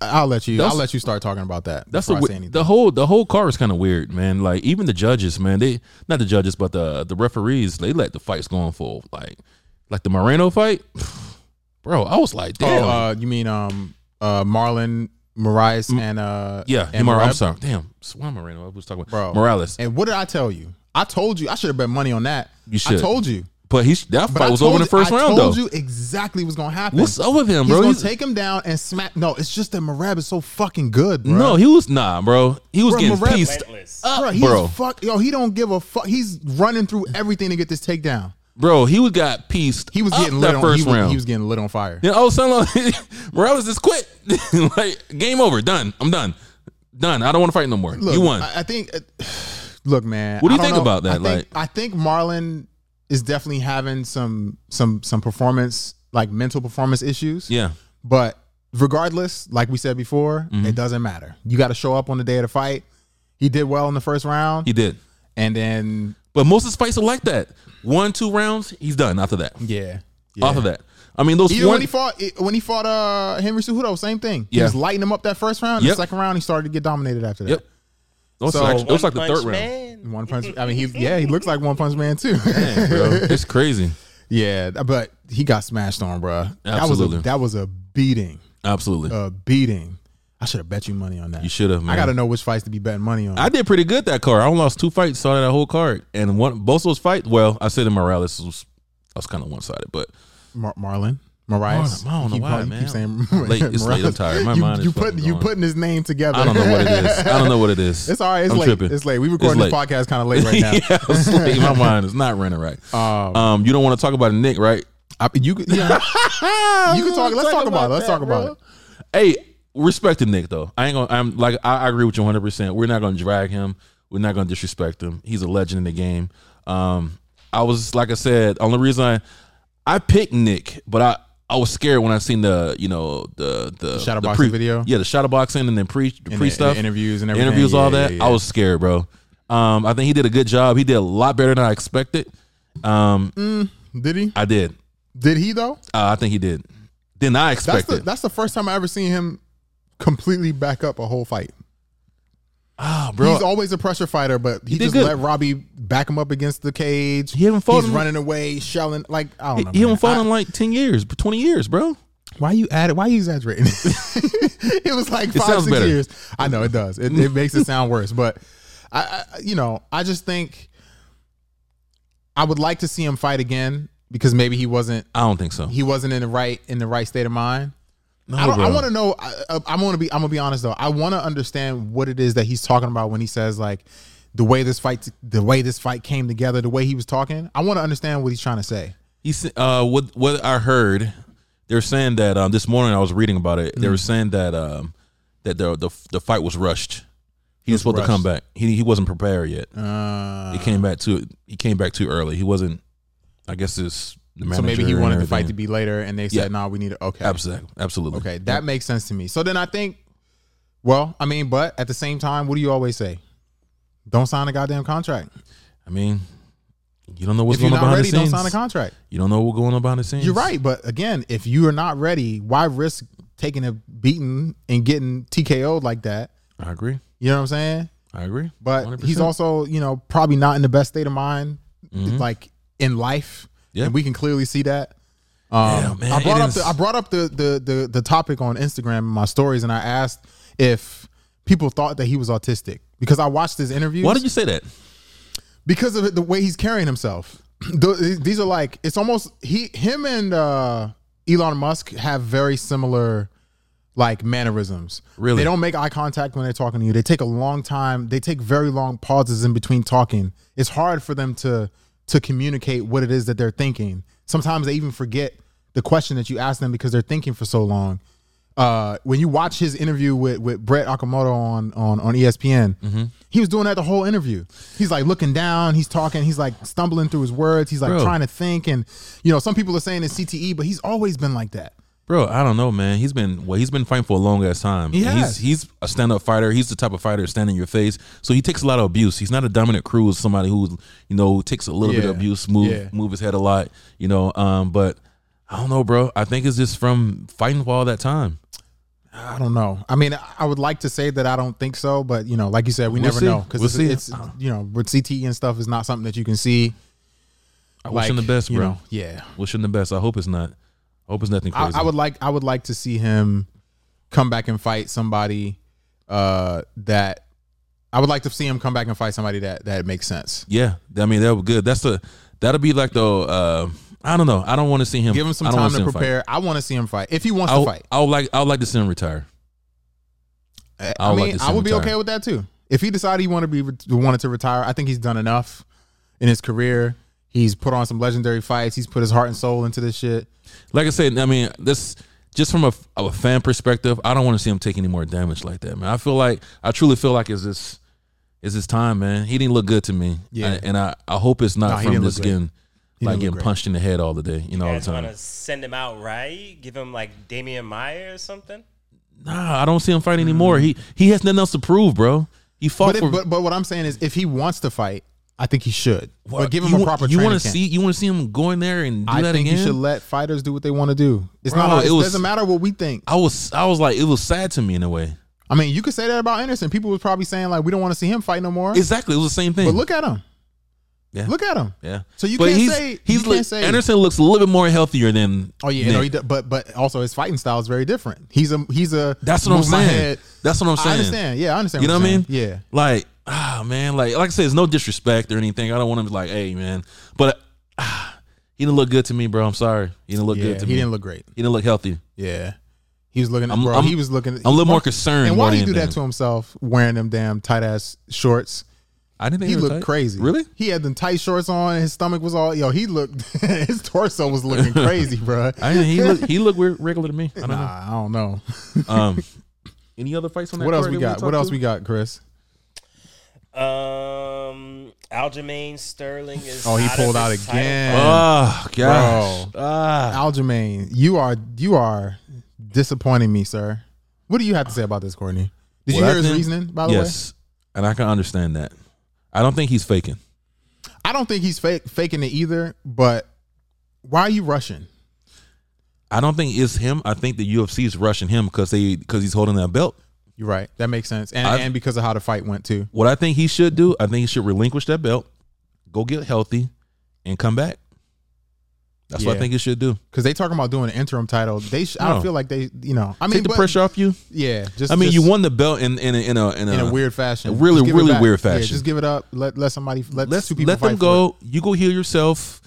Speaker 2: I'll let you.
Speaker 1: That's-
Speaker 2: I'll let you start talking about that.
Speaker 1: That's
Speaker 2: That's
Speaker 1: the,
Speaker 2: before I
Speaker 1: wi-
Speaker 2: say anything.
Speaker 1: the whole the whole car is kind of weird, man. Like even the judges, man, they not the judges, but the the referees, they let the fights go on full. Like like the Moreno fight, [SIGHS] bro. I was like, damn,
Speaker 2: Oh, uh, you mean um, uh, Marlon Moraes and uh,
Speaker 1: yeah.
Speaker 2: and
Speaker 1: Moreno, I'm
Speaker 2: Moreb?
Speaker 1: sorry, damn, Swan Moreno. I was talking about
Speaker 2: Bro.
Speaker 1: Morales,
Speaker 2: And what did I tell you? I told you I should have bet money on that.
Speaker 1: You should.
Speaker 2: I told you.
Speaker 1: but he that
Speaker 2: But
Speaker 1: fight
Speaker 2: I
Speaker 1: was
Speaker 2: told
Speaker 1: over in the
Speaker 2: you-
Speaker 1: first
Speaker 2: I
Speaker 1: round though.
Speaker 2: told you exactly what's gonna happen.
Speaker 1: What's up with him,
Speaker 2: He's
Speaker 1: bro?
Speaker 2: gonna
Speaker 1: He's-
Speaker 2: take him down and smack. No, it's just that Marab is so fucking good, bro.
Speaker 1: no, he was nah, bro. He was
Speaker 2: Bro,
Speaker 1: getting
Speaker 2: Moreno-
Speaker 1: pieced
Speaker 3: Relentless.
Speaker 1: up,
Speaker 2: bro, he's
Speaker 1: bro.
Speaker 2: fuck. Yo, he don't give a fuck. He's running through everything to get this takedown.
Speaker 1: Bro, he was got pieced.
Speaker 2: He was
Speaker 1: up
Speaker 2: getting lit
Speaker 1: that
Speaker 2: on.
Speaker 1: first
Speaker 2: he, was,
Speaker 1: round.
Speaker 2: he was getting lit on fire.
Speaker 1: Then all of a sudden, like, [LAUGHS] Morales just quit. [LAUGHS] like game over, done. I'm done, done. I don't want to fight no more.
Speaker 2: Look,
Speaker 1: you won.
Speaker 2: I, I think. uh, [SIGHS] look, man.
Speaker 1: What do you
Speaker 2: I don't
Speaker 1: think
Speaker 2: know.
Speaker 1: about that,
Speaker 2: I think,
Speaker 1: like-
Speaker 2: I think Marlon is definitely having some some some performance like mental performance issues.
Speaker 1: yeah,
Speaker 2: But regardless, like we said before,
Speaker 1: Mm-hmm.
Speaker 2: it doesn't matter. You got to show up on the day of the fight. He did well in the first round,
Speaker 1: he did.
Speaker 2: and then
Speaker 1: But most of his fights are like that. One, two rounds, he's done. After that,
Speaker 2: yeah,
Speaker 1: after that. I mean, those
Speaker 2: Even
Speaker 1: one.
Speaker 2: when he fought it- when he fought uh Henry Cejudo, same thing. He
Speaker 1: Yeah.
Speaker 2: was lighting him up that first round.
Speaker 1: Yep.
Speaker 2: The second round, he started to get dominated after that.
Speaker 1: Yep. those
Speaker 2: so-
Speaker 1: are actually- those are like the
Speaker 3: One
Speaker 1: third
Speaker 3: Punch
Speaker 1: round. Mm,
Speaker 3: Man.
Speaker 2: One punch. I mean, he's yeah, he looks like One Punch Man too.
Speaker 1: Bro, it's crazy.
Speaker 2: yeah, but he got smashed on, bro.
Speaker 1: Absolutely.
Speaker 2: That was a, that was a beating,
Speaker 1: Absolutely,
Speaker 2: a beating. I should have bet you money on that.
Speaker 1: you should have.
Speaker 2: I got to know which fights to be betting money on.
Speaker 1: I did pretty good that card. I only lost two fights, saw that whole card, and one both those fights. Well, I said in Morales was I was kind of one sided, but
Speaker 2: Mar- Marlon. Marias.
Speaker 1: Marlon, I don't know
Speaker 2: You keep
Speaker 1: why,
Speaker 2: calling- you
Speaker 1: man.
Speaker 2: keep saying [LAUGHS]
Speaker 1: Late- it's late, I'm
Speaker 2: Marias.
Speaker 1: tired. My
Speaker 2: you,
Speaker 1: mind is
Speaker 2: you put
Speaker 1: fucking
Speaker 2: you
Speaker 1: going.
Speaker 2: putting his name together.
Speaker 1: I don't know what
Speaker 2: [LAUGHS]
Speaker 1: it is. I don't know what it is.
Speaker 2: it's all right. It's
Speaker 1: I'm
Speaker 2: late.
Speaker 1: tripping.
Speaker 2: It's late. We recording
Speaker 1: It's
Speaker 2: this
Speaker 1: late.
Speaker 2: podcast kind of late
Speaker 1: [LAUGHS]
Speaker 2: right now.
Speaker 1: yeah, I was late. my mind is not running right.
Speaker 2: Um,
Speaker 1: Um, you don't want to talk about Nick, right?
Speaker 2: I, you
Speaker 1: [LAUGHS]
Speaker 2: could- yeah. you can talk. Let's talk about it. Let's talk about it.
Speaker 1: Hey, respect to Nick though. I ain't gonna. I'm like I, I agree with you 100. percent We're not gonna drag him. We're not gonna disrespect him. He's a legend in the game. Um, I was like I said. Only reason I I picked Nick, but I I was scared when I seen the you know the the
Speaker 2: shadow
Speaker 1: the
Speaker 2: boxing video?
Speaker 1: Yeah, the shadow boxing and then pre the
Speaker 2: And
Speaker 1: pre
Speaker 2: the-
Speaker 1: stuff
Speaker 2: the interviews and everything.
Speaker 1: interviews,
Speaker 2: Yeah,
Speaker 1: all
Speaker 2: yeah,
Speaker 1: that.
Speaker 2: yeah.
Speaker 1: I was scared, bro. Um, I think he did a good job. He did a lot better than I expected. Um,
Speaker 2: Did he?
Speaker 1: I did.
Speaker 2: Did he though?
Speaker 1: Uh, I think he did. Than I
Speaker 2: That's
Speaker 1: expected.
Speaker 2: the that's the first time I ever seen him completely back up a whole fight.
Speaker 1: Ah, bro.
Speaker 2: He's always a pressure fighter, but he,
Speaker 1: did
Speaker 2: just
Speaker 1: good.
Speaker 2: let Robbie back him up against the cage.
Speaker 1: He haven't fought
Speaker 2: He's
Speaker 1: him.
Speaker 2: running away, shelling like I don't
Speaker 1: he
Speaker 2: know.
Speaker 1: he
Speaker 2: man.
Speaker 1: haven't fought
Speaker 2: I-
Speaker 1: in like ten years, twenty years, bro.
Speaker 2: Why you add it? Why you exaggerating? [LAUGHS] it was like five,
Speaker 1: sounds
Speaker 2: six
Speaker 1: better.
Speaker 2: years. I know it does. It, it makes it sound worse, but I, I, you know, I just think I would like to see him fight again because maybe he wasn't
Speaker 1: I don't think so.
Speaker 2: he wasn't in the right in the right state of mind.
Speaker 1: No,
Speaker 2: I, don't- I
Speaker 1: bro.
Speaker 2: want to know. I, I- I'm gonna be. I'm gonna be honest though. I want to understand what it is that he's talking about when he says like the way this fight, the way this fight came together, the way he was talking. I want to understand what he's trying to say.
Speaker 1: He's uh, what what I heard. They're saying that um, this morning I was reading about it. They were saying that um, that the, the the fight was rushed. He was supposed to come back. He he wasn't prepared yet.
Speaker 2: Uh,
Speaker 1: he came back too. He came back too early. He wasn't. I guess it's the manager.
Speaker 2: so maybe he wanted
Speaker 1: and
Speaker 2: the fight to
Speaker 1: everything.
Speaker 2: be later, and they said,
Speaker 1: Yeah.
Speaker 2: "Nah, we need it." Okay,
Speaker 1: Absolutely, absolutely.
Speaker 2: okay, that makes sense to me. So then I think, well, I mean, but at the same time, what do you always say? Don't sign a goddamn contract.
Speaker 1: I mean, you don't know what's
Speaker 2: if you're
Speaker 1: going on
Speaker 2: not
Speaker 1: behind
Speaker 2: ready,
Speaker 1: the
Speaker 2: don't
Speaker 1: scenes.
Speaker 2: sign a contract.
Speaker 1: you don't know what's going on behind the scenes.
Speaker 2: You're right, but again, if you are not ready, why risk taking a beating and getting TKO'd like that?
Speaker 1: I agree.
Speaker 2: You know what I'm saying?
Speaker 1: I agree.
Speaker 2: But
Speaker 1: 100%.
Speaker 2: he's also, you know, probably not in the best state of mind, like in life.
Speaker 1: Mm-hmm. Yeah.
Speaker 2: and we can clearly see that. Um,
Speaker 1: Yeah, man,
Speaker 2: I brought
Speaker 1: it
Speaker 2: up
Speaker 1: is-
Speaker 2: the, I brought up the, the the the topic on Instagram in my stories, and I asked if people thought that he was autistic because I watched his interviews
Speaker 1: Why did you say that?
Speaker 2: because of the way he's carrying himself. [CLEARS THROAT] Th- These are like it's almost he him and uh, Elon Musk have very similar like mannerisms.
Speaker 1: Really?
Speaker 2: they don't make eye contact when they're talking to you. They take a long time. They take very long pauses in between talking. It's hard for them to to communicate what it is that they're thinking. Sometimes they even forget the question that you asked them because they're thinking for so long. Uh, when you watch his interview with, with Brett Okamoto on on E on ESPN,
Speaker 1: Mm-hmm.
Speaker 2: he was doing that the whole interview. He's like looking down, he's talking, he's like stumbling through his words, he's like
Speaker 1: Bro.
Speaker 2: trying to think, and you know some people are saying it's CTE, but he's always been like that.
Speaker 1: Bro, I don't know, man. He's been well. He's been fighting for a long ass time.
Speaker 2: He
Speaker 1: And
Speaker 2: has.
Speaker 1: He's he's a stand up fighter. He's the type of fighter stand in your face. So he takes a lot of abuse. He's not a dominant cruise. Somebody who you know takes a little bit
Speaker 2: Yeah.
Speaker 1: of abuse, move
Speaker 2: Yeah.
Speaker 1: move his head a lot. You know, um, but I don't know, bro. I think it's just from fighting for all that time.
Speaker 2: I don't know. I mean, I would like to say that I don't think so, but you know, like you said, we
Speaker 1: We'll
Speaker 2: never
Speaker 1: see.
Speaker 2: know because
Speaker 1: We'll
Speaker 2: it's,
Speaker 1: see.
Speaker 2: it's you know with CTE and stuff is not something that you can see.
Speaker 1: I wish him the best,
Speaker 2: you
Speaker 1: bro.
Speaker 2: know, yeah,
Speaker 1: Wish him the best. I hope it's not. I hope it's nothing
Speaker 2: I,
Speaker 1: crazy.
Speaker 2: I would like I would like to see him come back and fight somebody uh, that I would like to see him come back and fight somebody that that makes sense.
Speaker 1: yeah, I mean that would good. That's the that'll be like the. Uh, I don't know. I don't want to see him.
Speaker 2: Give him some
Speaker 1: I don't
Speaker 2: time
Speaker 1: wanna see
Speaker 2: to
Speaker 1: him fight.
Speaker 2: prepare. I want to see him fight if he wants
Speaker 1: I
Speaker 2: to
Speaker 1: would,
Speaker 2: fight.
Speaker 1: I would like. I would like to see him retire.
Speaker 2: I,
Speaker 1: I would like to
Speaker 2: mean,
Speaker 1: see
Speaker 2: I
Speaker 1: him
Speaker 2: would be
Speaker 1: retire.
Speaker 2: okay with that too. If he decided he wanted to be wanted to retire, I think he's done enough in his career. He's put on some legendary fights. He's put his heart and soul into this shit.
Speaker 1: like I said, I mean, this just from a, a fan perspective, I don't want to see him take any more damage like that, man. I feel like I truly feel like it's this it's his time, man. He didn't look good to me,
Speaker 2: Yeah.
Speaker 1: I- and I, I hope it's not
Speaker 2: he
Speaker 1: from
Speaker 2: didn't look
Speaker 1: this
Speaker 2: great.
Speaker 1: getting
Speaker 2: didn't
Speaker 1: like
Speaker 2: look
Speaker 1: getting
Speaker 2: great.
Speaker 1: punched in the head all the day, you know,
Speaker 3: You
Speaker 1: all the
Speaker 3: guys want
Speaker 1: time.
Speaker 3: to send him out right? Give him like Damian Meyer or something?
Speaker 1: Nah, I don't see him fight anymore. He he has nothing else to prove, bro. He fought
Speaker 2: But,
Speaker 1: for.
Speaker 2: if, but but what I'm saying is, if he wants to fight, I think he should.
Speaker 1: Well,
Speaker 2: but give him
Speaker 1: you
Speaker 2: a
Speaker 1: wa-
Speaker 2: proper.
Speaker 1: You
Speaker 2: training
Speaker 1: want to
Speaker 2: camp.
Speaker 1: see? You want to see him go in there and do
Speaker 2: I
Speaker 1: that
Speaker 2: think
Speaker 1: again?
Speaker 2: you should let fighters do what they want to do. It's
Speaker 1: Bro,
Speaker 2: not.
Speaker 1: it
Speaker 2: It,
Speaker 1: was-
Speaker 2: doesn't matter what we think.
Speaker 1: I was I was like, it was sad to me in a way.
Speaker 2: I mean, you could say that about Anderson. People was probably saying like, we don't want to see him fight no more.
Speaker 1: Exactly, it was the same thing.
Speaker 2: but look at him.
Speaker 1: Yeah.
Speaker 2: Look at him.
Speaker 1: yeah.
Speaker 2: So you
Speaker 1: But
Speaker 2: can't
Speaker 1: he's,
Speaker 2: say
Speaker 1: he's
Speaker 2: you can't
Speaker 1: look-
Speaker 2: say
Speaker 1: Anderson looks a little bit more healthier than.
Speaker 2: Oh yeah,
Speaker 1: Nick.
Speaker 2: no, he d- but but also his fighting style is very different. He's a he's a
Speaker 1: That's what I'm
Speaker 2: move my
Speaker 1: saying.
Speaker 2: head.
Speaker 1: That's what I'm saying.
Speaker 2: I understand. Yeah, I understand.
Speaker 1: You know
Speaker 2: what
Speaker 1: what I
Speaker 2: you're
Speaker 1: mean?
Speaker 2: saying. Yeah.
Speaker 1: Like ah man, like like I said, it's no disrespect or anything. I don't want him to be like, hey man, but ah, he didn't look good to me, bro. I'm sorry, he didn't look
Speaker 2: Yeah,
Speaker 1: good to
Speaker 2: he
Speaker 1: me.
Speaker 2: didn't look great.
Speaker 1: he didn't look healthy.
Speaker 2: Yeah, he was looking. At,
Speaker 1: I'm-
Speaker 2: bro,
Speaker 1: I'm-
Speaker 2: he was looking.
Speaker 1: I'm a little more concerned.
Speaker 2: and why
Speaker 1: more
Speaker 2: did he
Speaker 1: than
Speaker 2: do that
Speaker 1: anything.
Speaker 2: to himself? Wearing them damn tight ass shorts.
Speaker 1: I didn't think
Speaker 2: He
Speaker 1: they were
Speaker 2: looked
Speaker 1: tight.
Speaker 2: crazy.
Speaker 1: Really?
Speaker 2: He had them tight shorts on. and His stomach was all yo. He looked. [LAUGHS] his torso
Speaker 1: [LAUGHS]
Speaker 2: was looking crazy, bro.
Speaker 1: I didn't, he looked
Speaker 2: [LAUGHS]
Speaker 1: he looked weird- regular to me. I don't
Speaker 2: Nah, I don't know.
Speaker 1: know. Um, [LAUGHS] any other fights on that?
Speaker 2: what else
Speaker 1: card
Speaker 2: we
Speaker 1: that
Speaker 2: got? What
Speaker 1: talked
Speaker 2: else
Speaker 1: to?
Speaker 2: we got, Chris?
Speaker 3: Um, Aljamain Sterling is.
Speaker 2: Oh, he
Speaker 3: out of
Speaker 2: pulled out
Speaker 3: his title
Speaker 2: again.
Speaker 3: fight.
Speaker 1: Oh gosh.
Speaker 2: Bro.
Speaker 1: Ah.
Speaker 2: Aljamain, you are you are disappointing me, sir. What do you have to say about this, Courtney? Did you
Speaker 1: What I
Speaker 2: hear his
Speaker 1: think-
Speaker 2: reasoning? By the way,
Speaker 1: Yes, and I can understand that. I don't think he's faking.
Speaker 2: I don't think he's fake, faking it either. But why are you rushing?
Speaker 1: I don't think it's him. I think the UFC is rushing him because they because he's holding that belt.
Speaker 2: You're right. That makes sense. And
Speaker 1: I've-
Speaker 2: and because of how the fight went too.
Speaker 1: What I think he should do, I think he should relinquish that belt, go get healthy, and come back. That's what I
Speaker 2: Yeah.
Speaker 1: think he should do.
Speaker 2: Because they talking about doing an interim title. They sh- I
Speaker 1: No.
Speaker 2: don't feel like they you know I mean
Speaker 1: Take the
Speaker 2: but-
Speaker 1: pressure off you.
Speaker 2: Yeah. Just
Speaker 1: I mean,
Speaker 2: just
Speaker 1: you won the belt in in a, in a, in a,
Speaker 2: in a weird fashion.
Speaker 1: a really,
Speaker 2: Just give it
Speaker 1: really
Speaker 2: back.
Speaker 1: weird
Speaker 2: Yeah,
Speaker 1: fashion.
Speaker 2: just give it up. Let let somebody let
Speaker 1: Let's
Speaker 2: two people
Speaker 1: let them
Speaker 2: fight for it.
Speaker 1: go. You go heal yourself.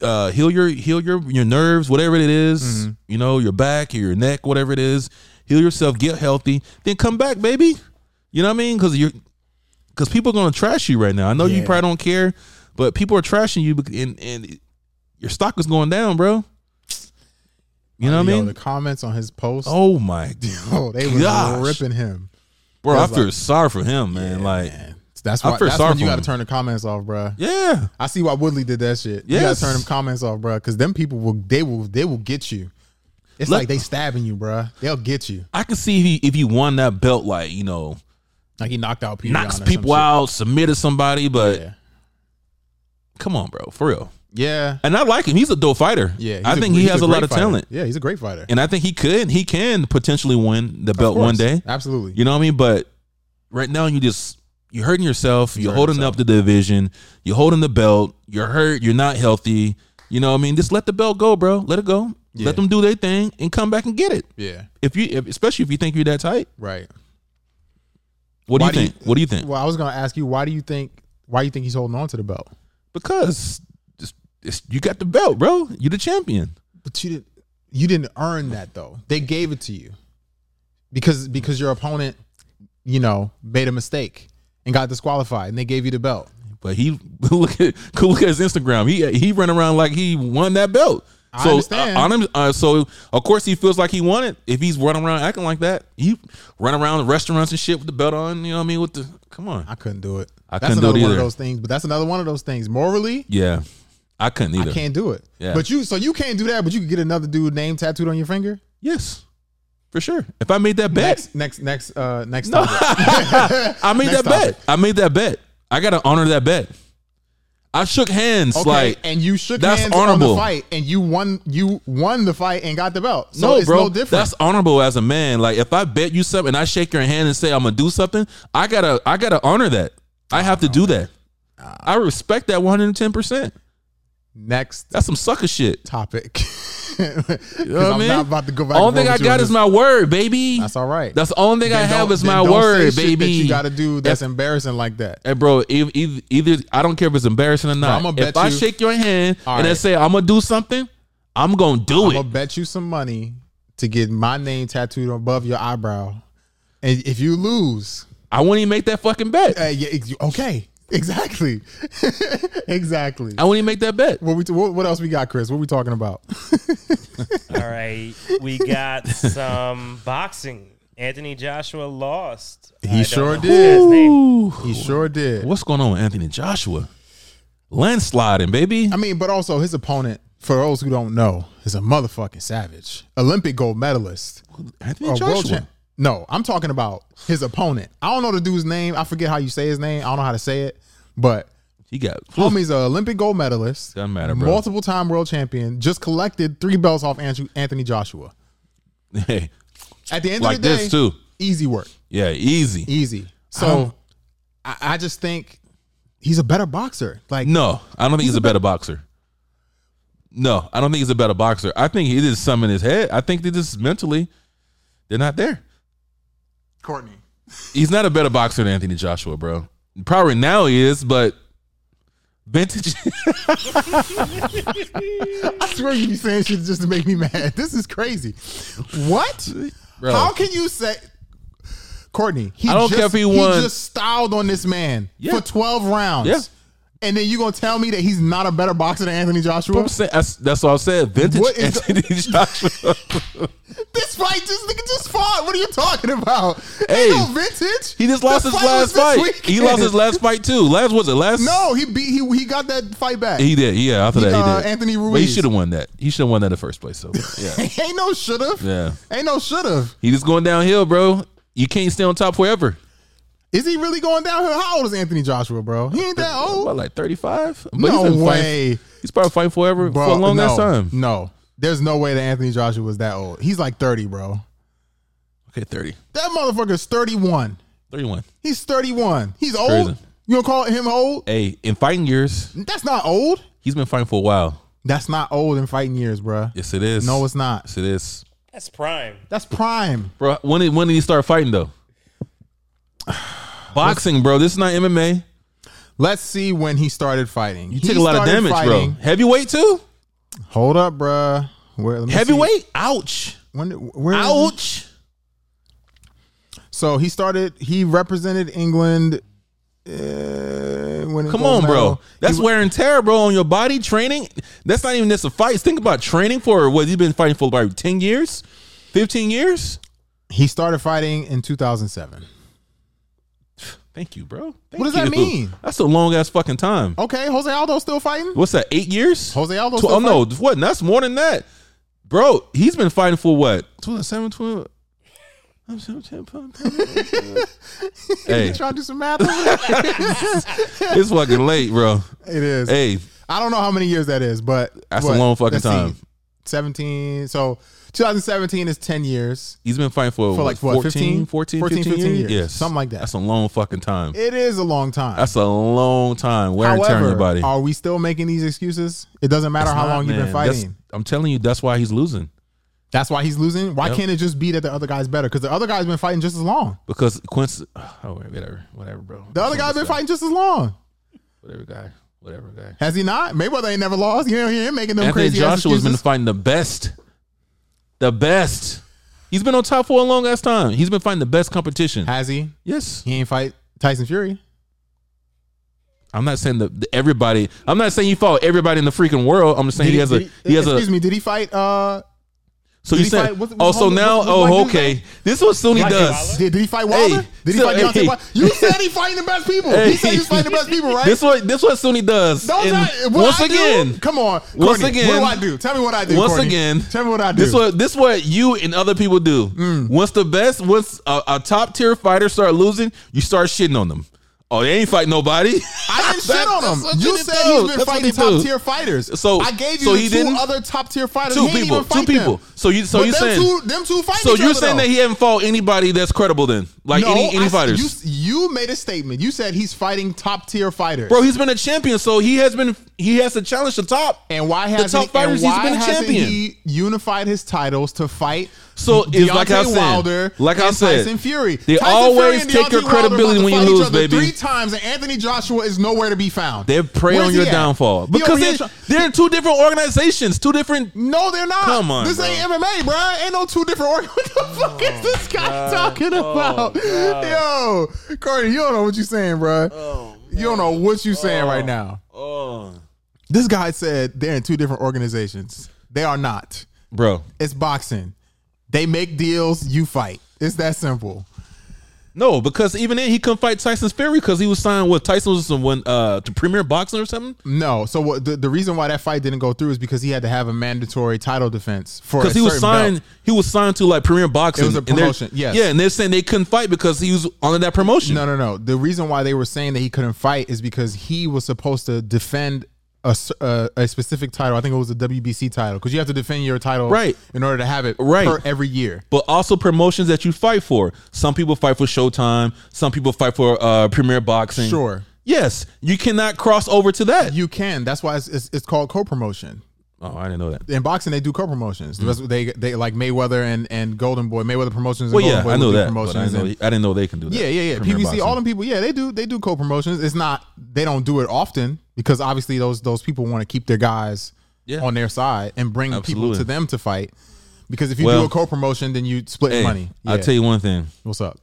Speaker 1: Uh, heal your heal your your nerves, whatever it is,
Speaker 2: Mm-hmm.
Speaker 1: You know your back, your neck, whatever it is. Heal yourself. Get healthy. Then come back, baby. You know what I mean? Because you're because people are gonna trash you right now. I know you
Speaker 2: Yeah.
Speaker 1: probably don't care, but people are trashing you, bec- and and your stock is going down, bro. You know what I
Speaker 2: Yo,
Speaker 1: mean?
Speaker 2: The comments on his post. [LAUGHS] Oh,
Speaker 1: Oh my,
Speaker 2: they were
Speaker 1: gosh.
Speaker 2: ripping him.
Speaker 1: bro! I
Speaker 2: That's
Speaker 1: feel sorry for him, man.
Speaker 2: Yeah,
Speaker 1: like,
Speaker 2: man. that's
Speaker 1: I
Speaker 2: why
Speaker 1: feel
Speaker 2: that's
Speaker 1: sorry
Speaker 2: when you
Speaker 1: for
Speaker 2: got to
Speaker 1: him.
Speaker 2: turn the comments off, bruh.
Speaker 1: yeah,
Speaker 2: I see why Woodley did that shit. You got
Speaker 1: Yes.
Speaker 2: to turn them comments off, bruh, because them people will they will they will get you. It's
Speaker 1: Let-
Speaker 2: like they stabbing you, bruh. They'll get you.
Speaker 1: I can see if he if he won that belt, like you know,
Speaker 2: Like he knocked out Peter.
Speaker 1: knocks people out, submitted somebody, but
Speaker 2: Yeah.
Speaker 1: come on, bro, for real.
Speaker 2: Yeah.
Speaker 1: And I like him. He's a dope fighter.
Speaker 2: Yeah. he's
Speaker 1: I think he
Speaker 2: he's
Speaker 1: has a,
Speaker 2: great
Speaker 1: lot of
Speaker 2: fighter.
Speaker 1: talent,
Speaker 2: Yeah, he's a great fighter.
Speaker 1: and I think he could he can potentially win the belt
Speaker 2: Of course.
Speaker 1: one day.
Speaker 2: Absolutely.
Speaker 1: You know what I mean? But right now, you just you're hurting yourself. You're
Speaker 2: hurting
Speaker 1: holding up the division. You're holding the belt. You're hurt. You're not healthy. You know what I mean? Just let the belt go, bro. Let it go.
Speaker 2: Yeah.
Speaker 1: Let them do their thing and come back and get it.
Speaker 2: Yeah.
Speaker 1: If you, if, especially if you think you're that tight,
Speaker 2: Right.
Speaker 1: what do
Speaker 2: Why
Speaker 1: you
Speaker 2: do you-
Speaker 1: think? what do you think?
Speaker 2: Well, I was gonna ask you, why do you think why you think he's holding on to the belt?
Speaker 1: Because just, it's, you got the belt, bro. You're the champion.
Speaker 2: But you didn't you didn't earn that though. They gave it to you. Because because your opponent, you know, made a mistake and got disqualified and they gave you the belt.
Speaker 1: But he [LAUGHS] look at go look at his Instagram. He he ran around like he won that belt.
Speaker 2: I
Speaker 1: so
Speaker 2: understand.
Speaker 1: uh, on him, uh, so of course he feels like he won it. If he's running around acting like that, he run around the restaurants and shit with the belt on. You know what I mean? With the come on,
Speaker 2: I couldn't do it.
Speaker 1: I
Speaker 2: that's
Speaker 1: couldn't do
Speaker 2: another
Speaker 1: it
Speaker 2: one of
Speaker 1: either.
Speaker 2: those things, but that's another one of those things. Morally,
Speaker 1: yeah, I couldn't either.
Speaker 2: I can't do it.
Speaker 1: Yeah.
Speaker 2: But you so you can't do that, but you could get another dude name tattooed on your finger?
Speaker 1: Yes, for sure. If I made that bet,
Speaker 2: Next next next uh next
Speaker 1: No. [LAUGHS]
Speaker 2: topic.
Speaker 1: I made
Speaker 2: Next
Speaker 1: that bet.
Speaker 2: topic.
Speaker 1: I made that bet. I gotta honor that bet. I shook hands
Speaker 2: Okay,
Speaker 1: like
Speaker 2: and you shook
Speaker 1: that's
Speaker 2: hands on
Speaker 1: honorable.
Speaker 2: the fight, and you won. You won the fight and got the belt. So
Speaker 1: no,
Speaker 2: it's
Speaker 1: bro,
Speaker 2: no different.
Speaker 1: that's honorable as a man. Like if I bet you something, and I shake your hand and say I'm gonna do something, I gotta, I gotta honor that. I have to do that. I respect that 110. percent
Speaker 2: next
Speaker 1: That's some sucker shit.
Speaker 2: topic. [LAUGHS] 'Cause
Speaker 1: You know what I
Speaker 2: I'm
Speaker 1: mean?
Speaker 2: not about to go back.
Speaker 1: Only thing I got is my word, baby.
Speaker 2: That's all right.
Speaker 1: That's the only thing I
Speaker 2: Then don't-
Speaker 1: have is
Speaker 2: then
Speaker 1: my
Speaker 2: don't say
Speaker 1: word,
Speaker 2: shit
Speaker 1: baby.
Speaker 2: That you got to do that's embarrassing like that.
Speaker 1: Hey, bro, either, either, either I don't care if it's embarrassing or not.
Speaker 2: I'ma
Speaker 1: if
Speaker 2: bet
Speaker 1: I
Speaker 2: you-
Speaker 1: shake your hand
Speaker 2: All
Speaker 1: and I
Speaker 2: right.
Speaker 1: say I'm gonna do something, I'm gonna do
Speaker 2: I'm
Speaker 1: it.
Speaker 2: gonna bet you some money to get my name tattooed above your eyebrow, and if you lose,
Speaker 1: I wouldn't even make that fucking bet.
Speaker 2: uh, yeah, ex- okay, [LAUGHS] exactly, exactly.
Speaker 1: I wouldn't even make that bet.
Speaker 2: What we what, what else we got, Chris? What we talking about?
Speaker 3: All right, we got some boxing. Anthony Joshua lost. I
Speaker 2: He
Speaker 3: don't
Speaker 2: sure
Speaker 3: know his name.
Speaker 1: Ooh.
Speaker 2: He sure did.
Speaker 1: What's going on with Anthony Joshua? Landsliding, baby.
Speaker 2: I mean, but also his opponent, for those who don't know, is a motherfucking savage. Olympic gold medalist.
Speaker 1: Anthony
Speaker 2: Or world
Speaker 1: Joshua.
Speaker 2: champ. No, I'm talking about his opponent. I don't know the dude's name. I forget how you say his name. I don't know how to say it. But
Speaker 1: He got
Speaker 2: homie's an Olympic gold medalist.
Speaker 1: Doesn't matter, bro.
Speaker 2: Multiple time world champion. Just collected three belts off Andrew, Anthony Joshua.
Speaker 1: [LAUGHS] hey,
Speaker 2: At the end
Speaker 1: like
Speaker 2: of the day,
Speaker 1: this too. Um,
Speaker 2: easy work.
Speaker 1: Yeah, easy.
Speaker 2: Easy. So I, I just think he's a better boxer. Like
Speaker 1: No, I don't think he's a better boxer. No, I don't think he's a better boxer. I think he just some in his head. I think they just mentally, they're not there.
Speaker 2: Courtney.
Speaker 1: He's not a better boxer than Anthony Joshua, bro. Probably now he is, but vintage. [LAUGHS]
Speaker 2: I swear you be saying shit just to make me mad. [LAUGHS] This is crazy. What?
Speaker 1: Bro.
Speaker 2: How can you say Courtney? He
Speaker 1: I don't
Speaker 2: just,
Speaker 1: care if he won.
Speaker 2: just styled on this man
Speaker 1: Yeah.
Speaker 2: for twelve rounds.
Speaker 1: Yeah.
Speaker 2: And then you gonna tell me that he's not a better boxer than Anthony Joshua?
Speaker 1: I'm saying- that's, that's what I said. Vintage
Speaker 2: What is-
Speaker 1: Anthony [LAUGHS]
Speaker 2: [LAUGHS]
Speaker 1: Joshua.
Speaker 2: This fight just nigga just fought. What are you talking about?
Speaker 1: Hey.
Speaker 2: Ain't no vintage.
Speaker 1: He just
Speaker 2: The
Speaker 1: lost his
Speaker 2: fight
Speaker 1: last
Speaker 2: was this
Speaker 1: fight.
Speaker 2: weekend.
Speaker 1: He lost his last fight too. Last was it last?
Speaker 2: [LAUGHS] No, he beat he he got that fight back.
Speaker 1: he did. Yeah, after
Speaker 2: He,
Speaker 1: that
Speaker 2: uh,
Speaker 1: he did.
Speaker 2: Anthony
Speaker 1: But he
Speaker 2: Ruiz.
Speaker 1: should have won that. He should have won that in the first place. So yeah,
Speaker 2: [LAUGHS] Ain't no should have.
Speaker 1: yeah.
Speaker 2: Ain't no should have.
Speaker 1: He just going downhill, bro. You can't stay on top forever.
Speaker 2: Is he really going downhill? How old is Anthony Joshua, bro? He ain't that old.
Speaker 1: What, like thirty five?
Speaker 2: No
Speaker 1: he's been
Speaker 2: way.
Speaker 1: Fighting, he's probably fighting forever for a long
Speaker 2: no,
Speaker 1: ass time.
Speaker 2: No, There's no way that Anthony Joshua was that old. He's like 30, bro.
Speaker 1: Okay, 30.
Speaker 2: That motherfucker's 31.
Speaker 1: 31.
Speaker 2: He's 31. He's old.
Speaker 1: crazy.
Speaker 2: You gonna call him old?
Speaker 1: Hey, in fighting years,
Speaker 2: That's not old.
Speaker 1: he's been fighting for a while.
Speaker 2: That's not old in fighting years, bruh.
Speaker 1: Yes, it is.
Speaker 2: No, it's not.
Speaker 1: Yes, it is.
Speaker 3: That's prime.
Speaker 2: That's prime.
Speaker 1: Bro, when did, when did he start fighting,
Speaker 2: [SIGHS]
Speaker 1: though? Boxing, bro. This is not MMA.
Speaker 2: Let's see when he started fighting.
Speaker 1: You take a lot of damage, bro. Heavyweight, too?
Speaker 2: bro. Hold up, bruh. Where, let me see.
Speaker 1: Heavyweight? Ouch.
Speaker 2: When did, where
Speaker 1: Ouch.
Speaker 2: So he started. He represented England. Uh, winning
Speaker 1: Come on,
Speaker 2: gold medal.
Speaker 1: bro. That's
Speaker 2: He-
Speaker 1: wear and tear, bro, on your body. Training. That's not even just a fight. Think about training for what you've been fighting for about ten years, fifteen years.
Speaker 2: he started fighting in 2007.
Speaker 1: Thank you, bro. Thank
Speaker 2: What does that
Speaker 1: you.
Speaker 2: mean?
Speaker 1: That's a long ass fucking time.
Speaker 2: Okay, Jose Aldo still fighting.
Speaker 1: What's that? Eight years?
Speaker 2: Jose Aldo
Speaker 1: Tw-
Speaker 2: still
Speaker 1: oh no, what? That's more than that, bro. He's been fighting for what? 27, 12. I'm so-
Speaker 2: [LAUGHS]
Speaker 1: Hey,
Speaker 2: You trying to do some math? over
Speaker 1: [LAUGHS]
Speaker 2: there?
Speaker 1: it's fucking late, bro.
Speaker 2: it is.
Speaker 1: Hey,
Speaker 2: I don't know how many years that is, but
Speaker 1: That's a
Speaker 2: what?
Speaker 1: long fucking
Speaker 2: Let's see.
Speaker 1: time.
Speaker 2: 17. So 2017 is 10 years.
Speaker 1: he's been fighting for,
Speaker 2: For like, what,
Speaker 1: 14,
Speaker 2: 15?
Speaker 1: 14,
Speaker 2: 14,
Speaker 1: 15 years?
Speaker 2: years.
Speaker 1: Yes.
Speaker 2: Something like that.
Speaker 1: That's a long fucking time.
Speaker 2: It is a long time.
Speaker 1: That's a long time wear and tear on your body.
Speaker 2: are we still making these excuses? It doesn't matter
Speaker 1: It's
Speaker 2: how
Speaker 1: not,
Speaker 2: long you've
Speaker 1: man.
Speaker 2: been
Speaker 1: That's-
Speaker 2: fighting.
Speaker 1: I'm telling you, that's why he's losing
Speaker 2: That's why he's losing. Why
Speaker 1: Yep.
Speaker 2: can't it just be that the other guy's better? Because the other guy's been fighting just as long.
Speaker 1: because Quincy. [SIGHS] Oh, whatever, whatever, bro.
Speaker 2: The other guy's been fighting just as long.
Speaker 1: Whatever guy, whatever guy.
Speaker 2: Has he not? Mayweather ain't never lost. You don't hear him making them
Speaker 1: Anthony
Speaker 2: crazy ass
Speaker 1: Joshua's been
Speaker 2: excuses.
Speaker 1: fighting the best, the best. He's been on top for a long ass time. He's been fighting the best competition.
Speaker 2: Has he?
Speaker 1: Yes,
Speaker 2: He ain't fight Tyson Fury.
Speaker 1: I'm not saying that everybody. I'm not saying he fought everybody in the freaking world. I'm just saying
Speaker 2: Did
Speaker 1: he has a
Speaker 2: did
Speaker 1: he has
Speaker 2: excuse
Speaker 1: a.
Speaker 2: me. Did he fight? Uh,
Speaker 1: So
Speaker 2: did
Speaker 1: you
Speaker 2: he
Speaker 1: said
Speaker 2: fight- what's- what's
Speaker 1: oh so
Speaker 2: Holmes-
Speaker 1: now
Speaker 2: what's- what's
Speaker 1: oh
Speaker 2: Holmes'
Speaker 1: okay this is what Sunni
Speaker 3: Deontay
Speaker 1: does.
Speaker 2: did, did he fight Wilder?
Speaker 1: Hey,
Speaker 2: did he
Speaker 1: so-
Speaker 2: fight Deontay
Speaker 1: hey.
Speaker 2: Wilder? You said he fighting the best people.
Speaker 1: Hey.
Speaker 2: He said he's fighting the best people, right?
Speaker 1: This what this what Sunni does.
Speaker 2: Don't
Speaker 1: And
Speaker 2: tell- what
Speaker 1: once
Speaker 2: I do?
Speaker 1: again,
Speaker 2: come on.
Speaker 1: Once
Speaker 2: Courtney,
Speaker 1: again-
Speaker 2: what do I do? Tell me what I do.
Speaker 1: Once
Speaker 2: Courtney.
Speaker 1: again,
Speaker 2: tell me what I do. Mm.
Speaker 1: This what this what you and other people do. Once the best, once a, a top tier fighter start losing, you start shitting on them. Oh, they ain't fight nobody.
Speaker 2: [LAUGHS] I didn't shit
Speaker 1: That-
Speaker 2: on
Speaker 1: that's what
Speaker 2: him. You
Speaker 1: they
Speaker 2: said
Speaker 1: do.
Speaker 2: he's been
Speaker 1: That's what
Speaker 2: fighting
Speaker 1: they do.
Speaker 2: top tier fighters.
Speaker 1: So-
Speaker 2: I gave you
Speaker 1: so
Speaker 2: the
Speaker 1: he
Speaker 2: 2
Speaker 1: didn't?
Speaker 2: other top tier
Speaker 1: [LAUGHS]
Speaker 2: fighters.
Speaker 1: Two
Speaker 2: He ain't
Speaker 1: people,
Speaker 2: even fight
Speaker 1: two people.
Speaker 2: Them.
Speaker 1: So you so
Speaker 2: But
Speaker 1: you
Speaker 2: them
Speaker 1: saying
Speaker 2: two, them two fight
Speaker 1: so
Speaker 2: each
Speaker 1: you're
Speaker 2: other,
Speaker 1: saying
Speaker 2: though.
Speaker 1: that he haven't fought anybody that's credible then, like any
Speaker 2: I
Speaker 1: any
Speaker 2: s-
Speaker 1: fighters.
Speaker 2: You, you made a statement. You said he's fighting top tier fighters,
Speaker 1: Bro, he's been a champion, so he has been he has to challenge the top.
Speaker 2: And why hasn't,
Speaker 1: top fighters,
Speaker 2: and
Speaker 1: he's
Speaker 2: why
Speaker 1: been a
Speaker 2: hasn't
Speaker 1: champion.
Speaker 2: he unified his titles to fight?
Speaker 1: So it's
Speaker 2: Deontay
Speaker 1: like I said,
Speaker 2: Wilder
Speaker 1: like I
Speaker 2: and
Speaker 1: said,
Speaker 2: Tyson Fury.
Speaker 1: they
Speaker 2: Tyson
Speaker 1: always
Speaker 2: and
Speaker 1: take
Speaker 2: Deontay
Speaker 1: your
Speaker 2: Wilder
Speaker 1: credibility
Speaker 2: about
Speaker 1: when
Speaker 2: to
Speaker 1: you
Speaker 2: fight each
Speaker 1: lose,
Speaker 2: other
Speaker 1: baby.
Speaker 2: Three times, and Anthony Joshua is nowhere to be found.
Speaker 1: They prey
Speaker 2: Where's
Speaker 1: on
Speaker 2: he
Speaker 1: your
Speaker 2: at?
Speaker 1: downfall
Speaker 2: He over
Speaker 1: because
Speaker 2: here
Speaker 1: they,
Speaker 2: try-
Speaker 1: they're two different organizations, two different.
Speaker 2: No, they're not.
Speaker 1: Come on,
Speaker 2: this
Speaker 1: bro.
Speaker 2: ain't MMA, bro. Ain't no two different org. [LAUGHS] What the fuck is this guy talking
Speaker 1: Oh,
Speaker 2: about? Yo, Cardi, you don't know what you saying, bro. you don't know what you saying right now.
Speaker 1: Oh,
Speaker 2: This guy said they're in two different organizations. They are not.
Speaker 1: bro,
Speaker 2: It's boxing. They make deals. You fight. It's that simple.
Speaker 1: No, because even then he couldn't fight Tyson's Fury because he was signed with Tyson was someone uh to Premier Boxing or something.
Speaker 2: No, so what, the the reason why that fight didn't go through is because he had to have a mandatory title defense for
Speaker 1: Because he was signed,
Speaker 2: Belt.
Speaker 1: he was signed to like Premier Boxing.
Speaker 2: It was a
Speaker 1: and they're-
Speaker 2: promotion, yes.
Speaker 1: yeah, and they're saying they couldn't fight because he was under that promotion.
Speaker 2: No, no, no. The reason why they were saying that he couldn't fight is because he was supposed to defend a, cer- uh, a specific title. I think it was a WBC title because you have to defend your title
Speaker 1: Right.
Speaker 2: in order to have it
Speaker 1: Right.
Speaker 2: per every year.
Speaker 1: But also promotions that you fight for. Some people fight for Showtime. Some people fight for uh Premier Boxing.
Speaker 2: Sure.
Speaker 1: Yes, you cannot cross over to that.
Speaker 2: You can. That's why it's, it's, it's called co-promotion.
Speaker 1: oh, I didn't know that.
Speaker 2: in boxing they do co-promotions.
Speaker 1: Mm-hmm.
Speaker 2: That's what They they like Mayweather and and Golden Boy. Mayweather promotions.
Speaker 1: Well,
Speaker 2: And Golden
Speaker 1: yeah,
Speaker 2: Boy
Speaker 1: I
Speaker 2: will
Speaker 1: know
Speaker 2: do
Speaker 1: that. But I,
Speaker 2: Promotions.
Speaker 1: didn't know,
Speaker 2: and-
Speaker 1: I didn't know they can do that.
Speaker 2: yeah, yeah, yeah.
Speaker 1: Premier
Speaker 2: PBC,
Speaker 1: Boxing.
Speaker 2: all them people. Yeah, they do they do co-promotions. It's not they don't do it often because obviously those those people want to keep their guys
Speaker 1: Yeah.
Speaker 2: on their side and bring people
Speaker 1: Absolutely.
Speaker 2: to them to fight. Because if you
Speaker 1: Well-
Speaker 2: do a co-promotion, then you split
Speaker 1: Hey,
Speaker 2: money.
Speaker 1: I'll
Speaker 2: Yeah.
Speaker 1: tell you one thing.
Speaker 2: what's up.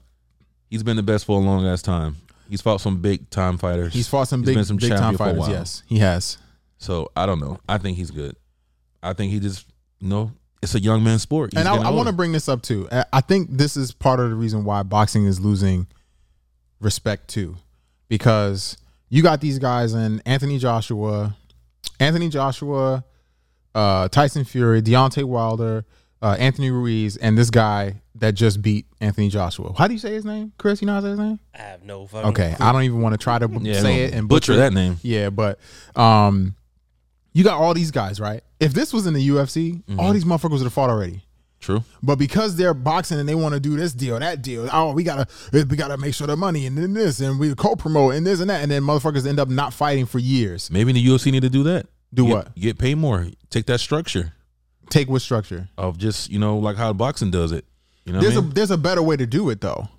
Speaker 1: He's been the best for a long ass time. He's fought some big time fighters.
Speaker 2: He's fought some big
Speaker 1: been
Speaker 2: big time
Speaker 1: champion for a
Speaker 2: fighters.
Speaker 1: while.
Speaker 2: Yes, he has.
Speaker 1: So I don't know. I think he's good. I think he just you know it's a young man's sport. He's
Speaker 2: and I,
Speaker 1: getting
Speaker 2: I want to
Speaker 1: older.
Speaker 2: bring this up too. I- I think this is part of the reason why boxing is losing respect too, because you got these guys in Anthony Joshua, Anthony Joshua, uh, Tyson Fury, Deontay Wilder, uh, Anthony Ruiz, and this guy that just beat Anthony Joshua. How do you say his name, Chris? You know how to say his name?
Speaker 3: I have no fucking.
Speaker 2: Okay, I don't even want to try to
Speaker 1: Yeah,
Speaker 2: say
Speaker 1: no,
Speaker 2: it and
Speaker 1: butcher that name.
Speaker 2: Yeah, but um, you got all these guys, right? If this was in the UFC,
Speaker 1: Mm-hmm.
Speaker 2: all these motherfuckers would have fought already.
Speaker 1: True.
Speaker 2: But because they're boxing and they want to do this deal, that deal, oh, we gotta we gotta make sure the money and then this and we co-promote and this and that, and then motherfuckers end up not fighting for years.
Speaker 1: Maybe the UFC need to do that.
Speaker 2: Do
Speaker 1: Get-
Speaker 2: what?
Speaker 1: Get paid more. Take that structure
Speaker 2: Take what structure?
Speaker 1: of just you know like how boxing does it. You know, what I
Speaker 2: There's
Speaker 1: mean? Mm.
Speaker 2: a there's a better way to do it though.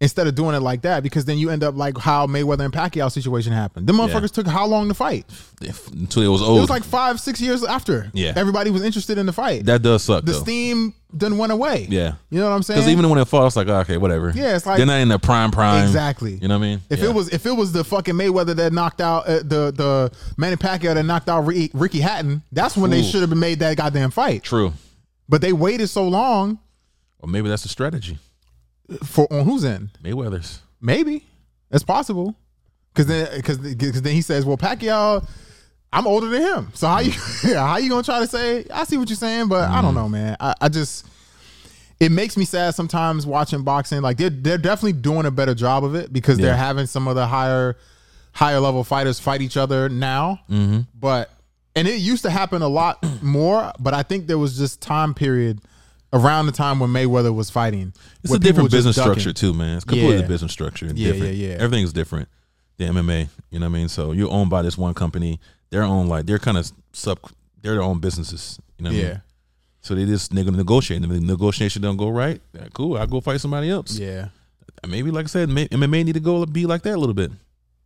Speaker 2: Instead of doing it like that, because then you end up like how Mayweather and Pacquiao situation happened. The motherfuckers took how long to fight?
Speaker 1: If- until it was
Speaker 2: It
Speaker 1: old.
Speaker 2: was like five, six years after.
Speaker 1: Yeah.
Speaker 2: everybody was interested in the fight.
Speaker 1: that does suck
Speaker 2: the
Speaker 1: though.
Speaker 2: steam then went away.
Speaker 1: Yeah.
Speaker 2: you know what I'm saying?
Speaker 1: Because even when it falls, like okay, whatever.
Speaker 2: Yeah, it's like-
Speaker 1: they're not in the prime prime.
Speaker 2: Exactly.
Speaker 1: You know what I mean?
Speaker 2: If
Speaker 1: Yeah.
Speaker 2: it was if it was the fucking Mayweather that knocked out uh, the the Manny Pacquiao that knocked out Ricky, Ricky Hatton, that's when they
Speaker 1: Ooh.
Speaker 2: should have been made that goddamn fight.
Speaker 1: true,
Speaker 2: But they waited so long
Speaker 1: or maybe that's the strategy.
Speaker 2: for on whose end?
Speaker 1: Mayweather's.
Speaker 2: Maybe it's possible because then because then he says, well, Pacquiao. I'm older than him, so how you [LAUGHS] how you gonna try to say? I see what you're saying, but I
Speaker 1: Mm.
Speaker 2: don't know, man. I, I just it makes me sad sometimes watching boxing. Like they're they're definitely doing a better job of it because they're
Speaker 1: Yeah.
Speaker 2: having some of the higher higher level fighters fight each other now. Mm-hmm. But and it used to happen a lot [CLEARS THROAT] more, but I think there was just time period around the time when Mayweather was fighting.
Speaker 1: It's
Speaker 2: where
Speaker 1: a
Speaker 2: people were
Speaker 1: different
Speaker 2: just
Speaker 1: business
Speaker 2: ducking.
Speaker 1: structure too, man. It's completely
Speaker 2: Yeah.
Speaker 1: business structure. and
Speaker 2: Yeah, yeah,
Speaker 1: different.
Speaker 2: yeah.
Speaker 1: Everything's different. The MMA, you know what I mean? So you're owned by this one company. They're owned like they're kind of sub. They're their own businesses. You know what I
Speaker 2: Yeah,
Speaker 1: mean? So they just they're gonna negotiate. And if the negotiation don't go right, yeah, cool. I'll go fight somebody else.
Speaker 2: yeah,
Speaker 1: Maybe like I said, may, MMA need to go be like that a little bit.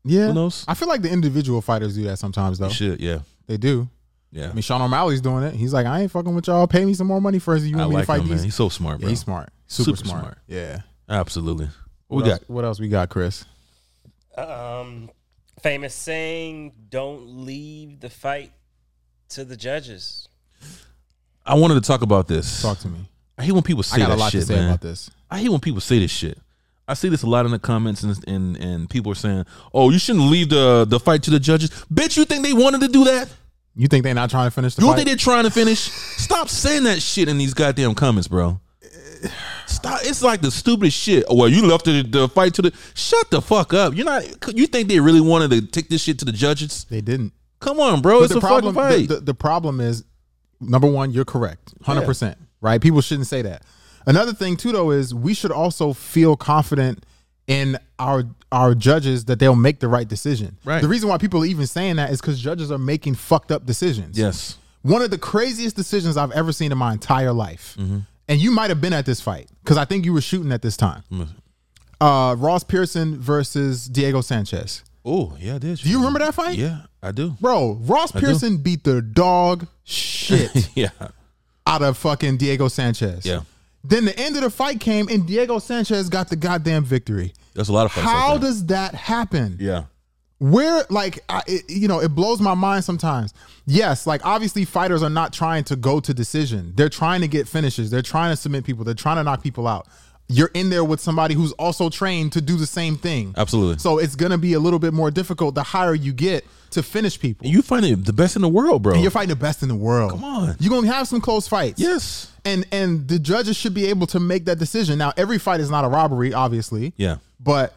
Speaker 2: yeah.
Speaker 1: Who knows?
Speaker 2: I feel like the individual fighters do that sometimes, though.
Speaker 1: They should. Yeah.
Speaker 2: They do.
Speaker 1: Yeah.
Speaker 2: Oh. I mean, Sean O'Malley's doing it. He's like, I ain't fucking with y'all. Pay me some more money first. if You
Speaker 1: I
Speaker 2: want me to
Speaker 1: like
Speaker 2: fight
Speaker 1: him, man.
Speaker 2: these?
Speaker 1: He's so smart,
Speaker 2: Yeah,
Speaker 1: bro.
Speaker 2: he's smart. Super,
Speaker 1: Super
Speaker 2: smart.
Speaker 1: smart.
Speaker 2: Yeah.
Speaker 1: Absolutely. What,
Speaker 2: What
Speaker 1: we
Speaker 2: else,
Speaker 1: got?
Speaker 2: What else we got, Chris?
Speaker 3: Um, famous saying: "Don't leave the fight to the judges."
Speaker 1: I wanted to talk about this.
Speaker 2: Talk to me.
Speaker 1: I hate when people say
Speaker 2: I got a
Speaker 1: that
Speaker 2: lot
Speaker 1: shit,
Speaker 2: to say
Speaker 1: man.
Speaker 2: about this.
Speaker 1: I hate when people say this shit. I see this a lot in the comments, and and, and people are saying, "Oh, you shouldn't leave the the fight to the judges." Bitch, you think they wanted to do that?
Speaker 2: You think they're not trying to finish the
Speaker 1: You
Speaker 2: fight?
Speaker 1: think they're trying to finish? Stop saying that shit in these goddamn comments, bro. Stop. It's like the stupidest shit. Oh, well, you left the, the fight to the. Shut the fuck up. You're not. You think they really wanted to take this shit to the judges?
Speaker 2: They didn't.
Speaker 1: Come on, bro. it's a
Speaker 2: problem,
Speaker 1: fucking fight.
Speaker 2: The, the, the problem is, number one, you're correct, hundred percent, right? People shouldn't say that. Another thing too, though, is we should also feel confident in our our judges that they'll make the right decision.
Speaker 1: Right.
Speaker 2: The reason why people are even saying that is because judges are making fucked up decisions.
Speaker 1: yes.
Speaker 2: One of the craziest decisions I've ever seen in my entire life.
Speaker 1: Mm-hmm.
Speaker 2: And you might have been at this fight because I think you were shooting at this time.
Speaker 1: Mm-hmm.
Speaker 2: Uh, Ross Pearson versus Diego Sanchez.
Speaker 1: Oh yeah, I did.
Speaker 2: Do you remember that fight?
Speaker 1: Yeah, I do.
Speaker 2: Bro, Ross Pearson beat the dog
Speaker 1: [LAUGHS]
Speaker 2: shit
Speaker 1: [LAUGHS] yeah.
Speaker 2: out of fucking Diego Sanchez.
Speaker 1: Yeah.
Speaker 2: Then the end of the fight came and Diego Sanchez got the goddamn victory.
Speaker 1: There's a lot of fights.
Speaker 2: How
Speaker 1: like that.
Speaker 2: does that happen?
Speaker 1: Yeah.
Speaker 2: Where, like, I, it, you know, it blows my mind sometimes. Yes, like, obviously, fighters are not trying to go to decision. They're trying to get finishes. They're trying to submit people. They're trying to knock people out. You're in there with somebody who's also trained to do the same thing.
Speaker 1: Absolutely.
Speaker 2: So it's going to be a little bit more difficult the higher you get to finish people.
Speaker 1: And you find it the best in the world, bro.
Speaker 2: And you're fighting the best in the world. Come
Speaker 1: on.
Speaker 2: You're gonna have some close fights.
Speaker 1: yes.
Speaker 2: And and the judges should be able to make that decision. Now, every fight is not a robbery, obviously.
Speaker 1: Yeah.
Speaker 2: But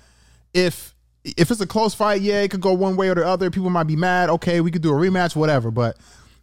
Speaker 2: if if it's a close fight, yeah, it could go one way or the other. People might be mad. Okay, we could do a rematch, whatever. But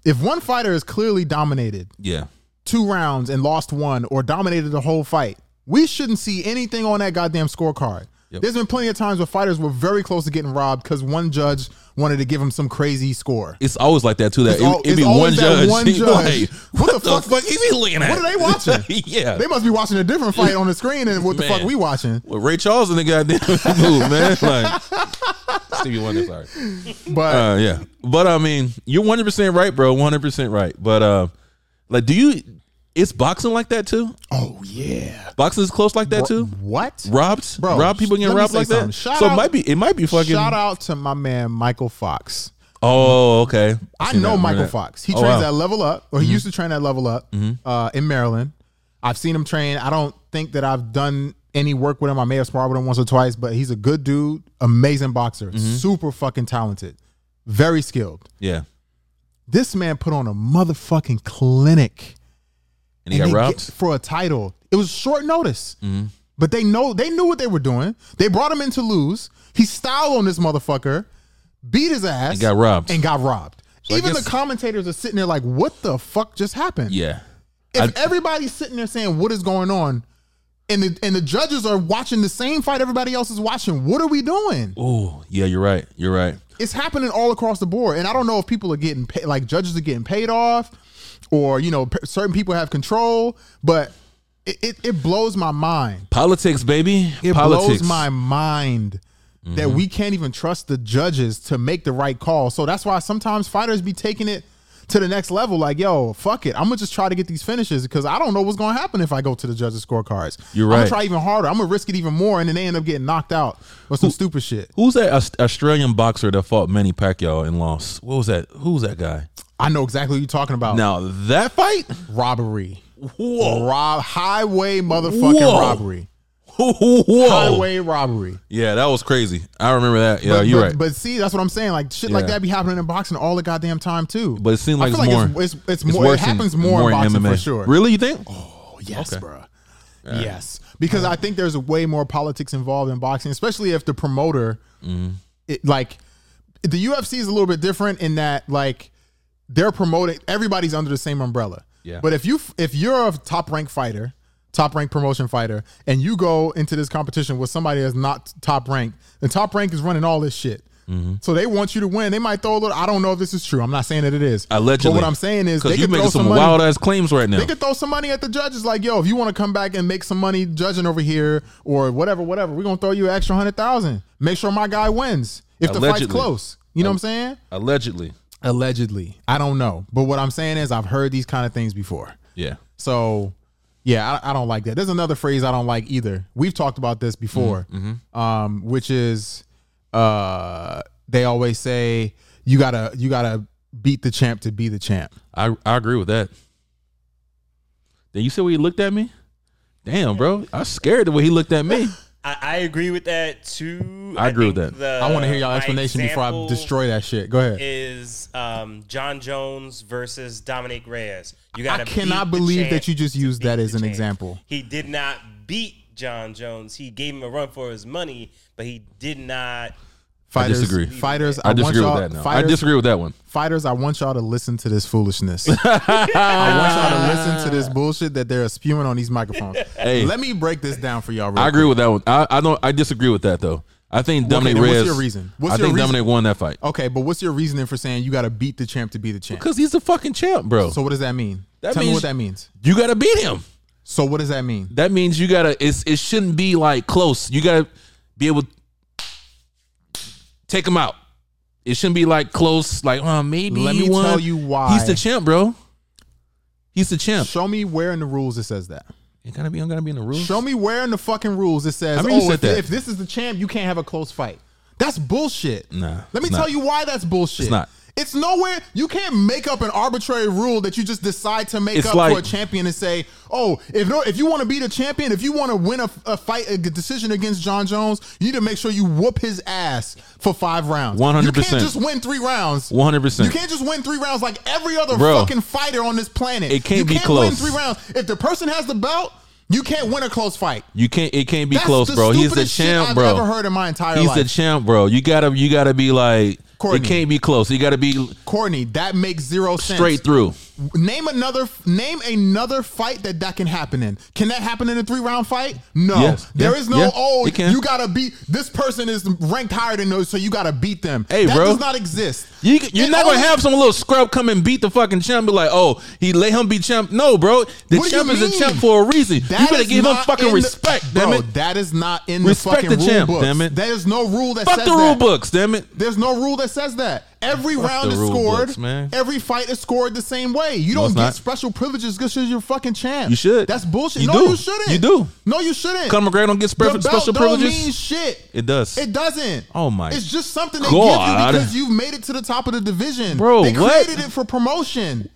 Speaker 2: if one fighter is clearly dominated
Speaker 1: Yeah.
Speaker 2: two rounds and lost one or dominated the whole fight, we shouldn't see anything on that goddamn scorecard.
Speaker 1: Yep.
Speaker 2: There's been plenty of times where fighters were very close to getting robbed because one judge wanted to give him some crazy score.
Speaker 1: It's always like that too. That
Speaker 2: It's
Speaker 1: it,
Speaker 2: al-
Speaker 1: it'd
Speaker 2: it's
Speaker 1: be one
Speaker 2: always that
Speaker 1: judge. [LAUGHS]
Speaker 2: one
Speaker 1: Like,
Speaker 2: judge.
Speaker 1: what, the, fuck, is he looking at?
Speaker 2: What are they watching?
Speaker 1: [LAUGHS] yeah.
Speaker 2: They must be watching a different fight on the screen and what the
Speaker 1: Man.
Speaker 2: fuck we watching.
Speaker 1: well, Ray Charles in the goddamn [LAUGHS] move, man. Like Stevie Wonder, sorry.
Speaker 2: But
Speaker 1: Uh, yeah, but I mean, you're 100 percent right, bro. 100 percent right. But uh, like, do you? It's boxing like that too.
Speaker 2: oh yeah,
Speaker 1: Boxing is close like that too.
Speaker 2: What?
Speaker 1: Robbed,
Speaker 2: Bro,
Speaker 1: robbed people
Speaker 2: let
Speaker 1: getting
Speaker 2: me
Speaker 1: robbed
Speaker 2: say
Speaker 1: like
Speaker 2: something.
Speaker 1: that.
Speaker 2: Shout
Speaker 1: so
Speaker 2: out-
Speaker 1: it might be, it might be fucking.
Speaker 2: Shout out to my man Michael Fox.
Speaker 1: Oh, okay.
Speaker 2: I
Speaker 1: Seen that,
Speaker 2: know
Speaker 1: remember
Speaker 2: Michael
Speaker 1: that.
Speaker 2: Fox. He
Speaker 1: Oh,
Speaker 2: trains
Speaker 1: wow. Mm-hmm.
Speaker 2: at Level Up, or he used to train at Level Up uh, in Maryland. I've seen him train. I don't think that I've done any work with him. I may have sparred with him once or twice, but he's a good dude, amazing boxer,
Speaker 1: Mm-hmm.
Speaker 2: super fucking talented, very skilled.
Speaker 1: Yeah,
Speaker 2: This man put on a motherfucking clinic.
Speaker 1: and he
Speaker 2: and
Speaker 1: got
Speaker 2: they
Speaker 1: robbed. Mm-hmm.
Speaker 2: get- for a title. It was short notice, but they know they knew what they were doing. They brought him in to lose. He styled on this motherfucker, beat his ass,
Speaker 1: And got robbed.
Speaker 2: and got robbed.
Speaker 1: I
Speaker 2: Even
Speaker 1: guess-
Speaker 2: the commentators are sitting there like, what the fuck just happened?
Speaker 1: Yeah.
Speaker 2: If
Speaker 1: I-
Speaker 2: everybody's sitting there saying what is going on, and the and the judges are watching the same fight everybody else is watching, what are we doing?
Speaker 1: Oh, yeah, you're right. You're right.
Speaker 2: it's happening all across the board and i don't know if people are getting paid like judges are getting paid off or you know p- certain people have control but it, it, it blows my mind
Speaker 1: Politics, baby.
Speaker 2: it
Speaker 1: Politics. Mm-hmm.
Speaker 2: blows my mind that we can't even trust the judges to make the right call so that's why sometimes fighters be taking it to the next level like yo fuck it i'm gonna just try to get these finishes because i don't know what's gonna happen if i go to the judges scorecards
Speaker 1: You're
Speaker 2: i'm
Speaker 1: right.
Speaker 2: gonna try even harder i'm gonna risk it even more and then they end up getting knocked out or some stupid shit
Speaker 1: Who's that Aus- Australian boxer that fought Manny Pacquiao and lost? What was that? Who's that guy?
Speaker 2: i know exactly what you're talking about
Speaker 1: Now that fight, [LAUGHS]
Speaker 2: robbery
Speaker 1: whoa,
Speaker 2: Rob highway motherfucking
Speaker 1: Whoa.
Speaker 2: robbery.
Speaker 1: whoa,
Speaker 2: Highway robbery.
Speaker 1: yeah, that was crazy. I remember that. Yeah,
Speaker 2: but,
Speaker 1: you're
Speaker 2: but,
Speaker 1: right.
Speaker 2: but see, that's what I'm saying. Like shit like
Speaker 1: Yeah.
Speaker 2: that be happening in boxing all the goddamn time too.
Speaker 1: But it seemed like
Speaker 2: I feel
Speaker 1: it's
Speaker 2: like
Speaker 1: more-
Speaker 2: it's, it's, it's
Speaker 1: It's
Speaker 2: more. It
Speaker 1: worse in-
Speaker 2: happens more, in boxing for sure.
Speaker 1: Really, you think?
Speaker 2: Oh, yes, bro. Yes, because I think there's way more politics involved in boxing, especially if the promoter,
Speaker 1: Mm-hmm.
Speaker 2: it, like, the UFC is a little bit different in that like they're promoting everybody's under the same umbrella.
Speaker 1: Yeah.
Speaker 2: But if you if you're a top ranked fighter, top ranked promotion fighter, and you go into this competition with somebody that's not top ranked, the top rank is running all this shit.
Speaker 1: Mm-hmm.
Speaker 2: So they want you to win. They might throw a little. I don't know if this is true. I'm not saying that it is.
Speaker 1: Allegedly,
Speaker 2: But what I'm saying is they
Speaker 1: because you
Speaker 2: could
Speaker 1: making
Speaker 2: throw
Speaker 1: some
Speaker 2: some money.
Speaker 1: wild ass claims right now.
Speaker 2: They could throw some money at the judges, like, yo, if you want to come back and make some money judging over here or whatever, whatever, we're gonna throw you an extra hundred thousand. Make sure my guy wins. If the
Speaker 1: Allegedly.
Speaker 2: fight's close. You know what I'm saying?
Speaker 1: Allegedly,
Speaker 2: Allegedly. I don't know. But what I'm saying is I've heard these kind of things before.
Speaker 1: yeah.
Speaker 2: So yeah, I, I don't like that. There's another phrase I don't like either. We've talked about this before, um, which is uh, they always say you gotta you gotta beat the champ to be the champ.
Speaker 1: I I agree with that. Then you see where he looked at me? Damn, bro, I was scared the way he looked at me.
Speaker 3: I, I agree with that too.
Speaker 1: I agree with
Speaker 3: think the-
Speaker 2: I want to hear y'all
Speaker 3: Uh, my
Speaker 2: explanation before I
Speaker 3: example
Speaker 2: destroy that shit. Go ahead.
Speaker 3: Is um, John Jones versus Dominic Reyes? You
Speaker 2: I
Speaker 3: got.
Speaker 2: cannot believe that you just used that as an example.
Speaker 3: He did not beat John Jones. He gave him a run for his money, but he did not.
Speaker 2: Fighters,
Speaker 1: disagree.
Speaker 2: Fighters, I,
Speaker 1: I disagree
Speaker 2: want
Speaker 1: with
Speaker 2: y'all,
Speaker 1: that now. I
Speaker 2: Fighters,
Speaker 1: disagree with that one.
Speaker 2: fighters, I want y'all to listen to
Speaker 1: [LAUGHS]
Speaker 2: this foolishness. I want y'all to listen to this bullshit that they're spewing on these microphones.
Speaker 1: Hey.
Speaker 2: Let me break this down for y'all. Real
Speaker 1: I agree with that one. I, I don't. I disagree with that though. I think Dominic
Speaker 2: then what's
Speaker 1: Reyes.
Speaker 2: your reason? What's
Speaker 1: I
Speaker 2: your
Speaker 1: think
Speaker 2: reason? Oh.
Speaker 1: Dominic won that fight
Speaker 2: quick. Okay, but what's your reasoning for saying you got to beat the champ to be the champ?
Speaker 1: because he's the fucking champ, bro.
Speaker 2: So what does that mean?
Speaker 1: That
Speaker 2: Tell me
Speaker 1: means-
Speaker 2: what that means.
Speaker 1: you gotta beat him.
Speaker 2: So what does that mean?
Speaker 1: That means you gotta. It's it shouldn't be like close. You gotta be able to take him out. It shouldn't be like close. Like oh maybe.
Speaker 2: Let
Speaker 1: he
Speaker 2: me
Speaker 1: won.
Speaker 2: tell you why.
Speaker 1: He's the champ, bro. He's the champ.
Speaker 2: Show me where in the rules it says that.
Speaker 1: It gotta be. I'm gonna be in the room.
Speaker 2: Show me where in the fucking rules it says,
Speaker 1: I mean, you
Speaker 2: oh,
Speaker 1: said
Speaker 2: if,
Speaker 1: that.
Speaker 2: if this is the champ, you can't have a close fight. That's bullshit.
Speaker 1: Nah,
Speaker 2: Let me
Speaker 1: it's
Speaker 2: tell
Speaker 1: not.
Speaker 2: you why that's bullshit.
Speaker 1: It's not.
Speaker 2: It's nowhere. You can't make up an arbitrary rule that you just decide to make
Speaker 1: It's
Speaker 2: up
Speaker 1: like-
Speaker 2: for a champion and say, "Oh, if no, if you want to be the champion, if you want to win a, a fight, a decision against John Jones, you need to make sure you whoop his ass for five rounds. You
Speaker 1: 100%.
Speaker 2: can't just win three rounds.
Speaker 1: One hundred
Speaker 2: You
Speaker 1: percent.
Speaker 2: can't just win three rounds like every other
Speaker 1: Bro.
Speaker 2: fucking fighter on this planet.
Speaker 1: It can't
Speaker 2: you
Speaker 1: be
Speaker 2: can't Win
Speaker 1: close.
Speaker 2: three rounds. If the person has the belt, you can't win a close fight.
Speaker 1: You can't. It can't be
Speaker 2: That's
Speaker 1: close,
Speaker 2: the
Speaker 1: bro. He's the
Speaker 2: stupidest shit
Speaker 1: champ,
Speaker 2: I've
Speaker 1: bro.
Speaker 2: ever heard in my entire
Speaker 1: He's
Speaker 2: life.
Speaker 1: the champ, bro. You gotta. You gotta be like.
Speaker 2: Courtney.
Speaker 1: It can't be close. You gotta be
Speaker 2: Courtney, that makes zero sense.
Speaker 1: straight through.
Speaker 2: Name another. Name another fight that that can happen in. Can that happen in a three round fight? No.
Speaker 1: Yes.
Speaker 2: There
Speaker 1: Yeah.
Speaker 2: is no.
Speaker 1: Yeah.
Speaker 2: Oh,
Speaker 1: It can.
Speaker 2: you gotta beat this person is ranked higher than those, so you gotta beat them.
Speaker 1: Hey,
Speaker 2: that
Speaker 1: bro.
Speaker 2: does not exist.
Speaker 1: You, you're
Speaker 2: It
Speaker 1: not
Speaker 2: only-
Speaker 1: gonna have some little scrub come and beat the fucking champ. Be like, oh, he let him be champ. No, bro, the
Speaker 2: What do
Speaker 1: champ
Speaker 2: you
Speaker 1: is a
Speaker 2: mean?
Speaker 1: champ for a reason. you
Speaker 2: That
Speaker 1: better
Speaker 2: is
Speaker 1: give him
Speaker 2: not
Speaker 1: fucking
Speaker 2: in the-
Speaker 1: respect, damn
Speaker 2: Bro,
Speaker 1: it.
Speaker 2: That is not in
Speaker 1: Respect
Speaker 2: the
Speaker 1: the
Speaker 2: fucking rule
Speaker 1: champ,
Speaker 2: books.
Speaker 1: damn it.
Speaker 2: There is no rule that
Speaker 1: Fuck
Speaker 2: says
Speaker 1: the rule
Speaker 2: that.
Speaker 1: books, damn it.
Speaker 2: There's no rule that says that. Every round
Speaker 1: the
Speaker 2: is
Speaker 1: rule
Speaker 2: scored.
Speaker 1: books, man.
Speaker 2: Every fight is scored the same way. You
Speaker 1: it's
Speaker 2: don't get
Speaker 1: not.
Speaker 2: special privileges because you're fucking champ.
Speaker 1: You should.
Speaker 2: That's bullshit.
Speaker 1: You
Speaker 2: no,
Speaker 1: do.
Speaker 2: you shouldn't.
Speaker 1: You do.
Speaker 2: No, you shouldn't.
Speaker 1: Conor McGregor don't get
Speaker 2: the
Speaker 1: spe-
Speaker 2: belt
Speaker 1: special
Speaker 2: don't
Speaker 1: privileges.
Speaker 2: mean shit.
Speaker 1: it does.
Speaker 2: It doesn't.
Speaker 1: Oh my
Speaker 2: It's just something they
Speaker 1: God.
Speaker 2: give you because you've made it to the top of the division.
Speaker 1: Bro,
Speaker 2: they
Speaker 1: what? Oh
Speaker 2: created it for promotion.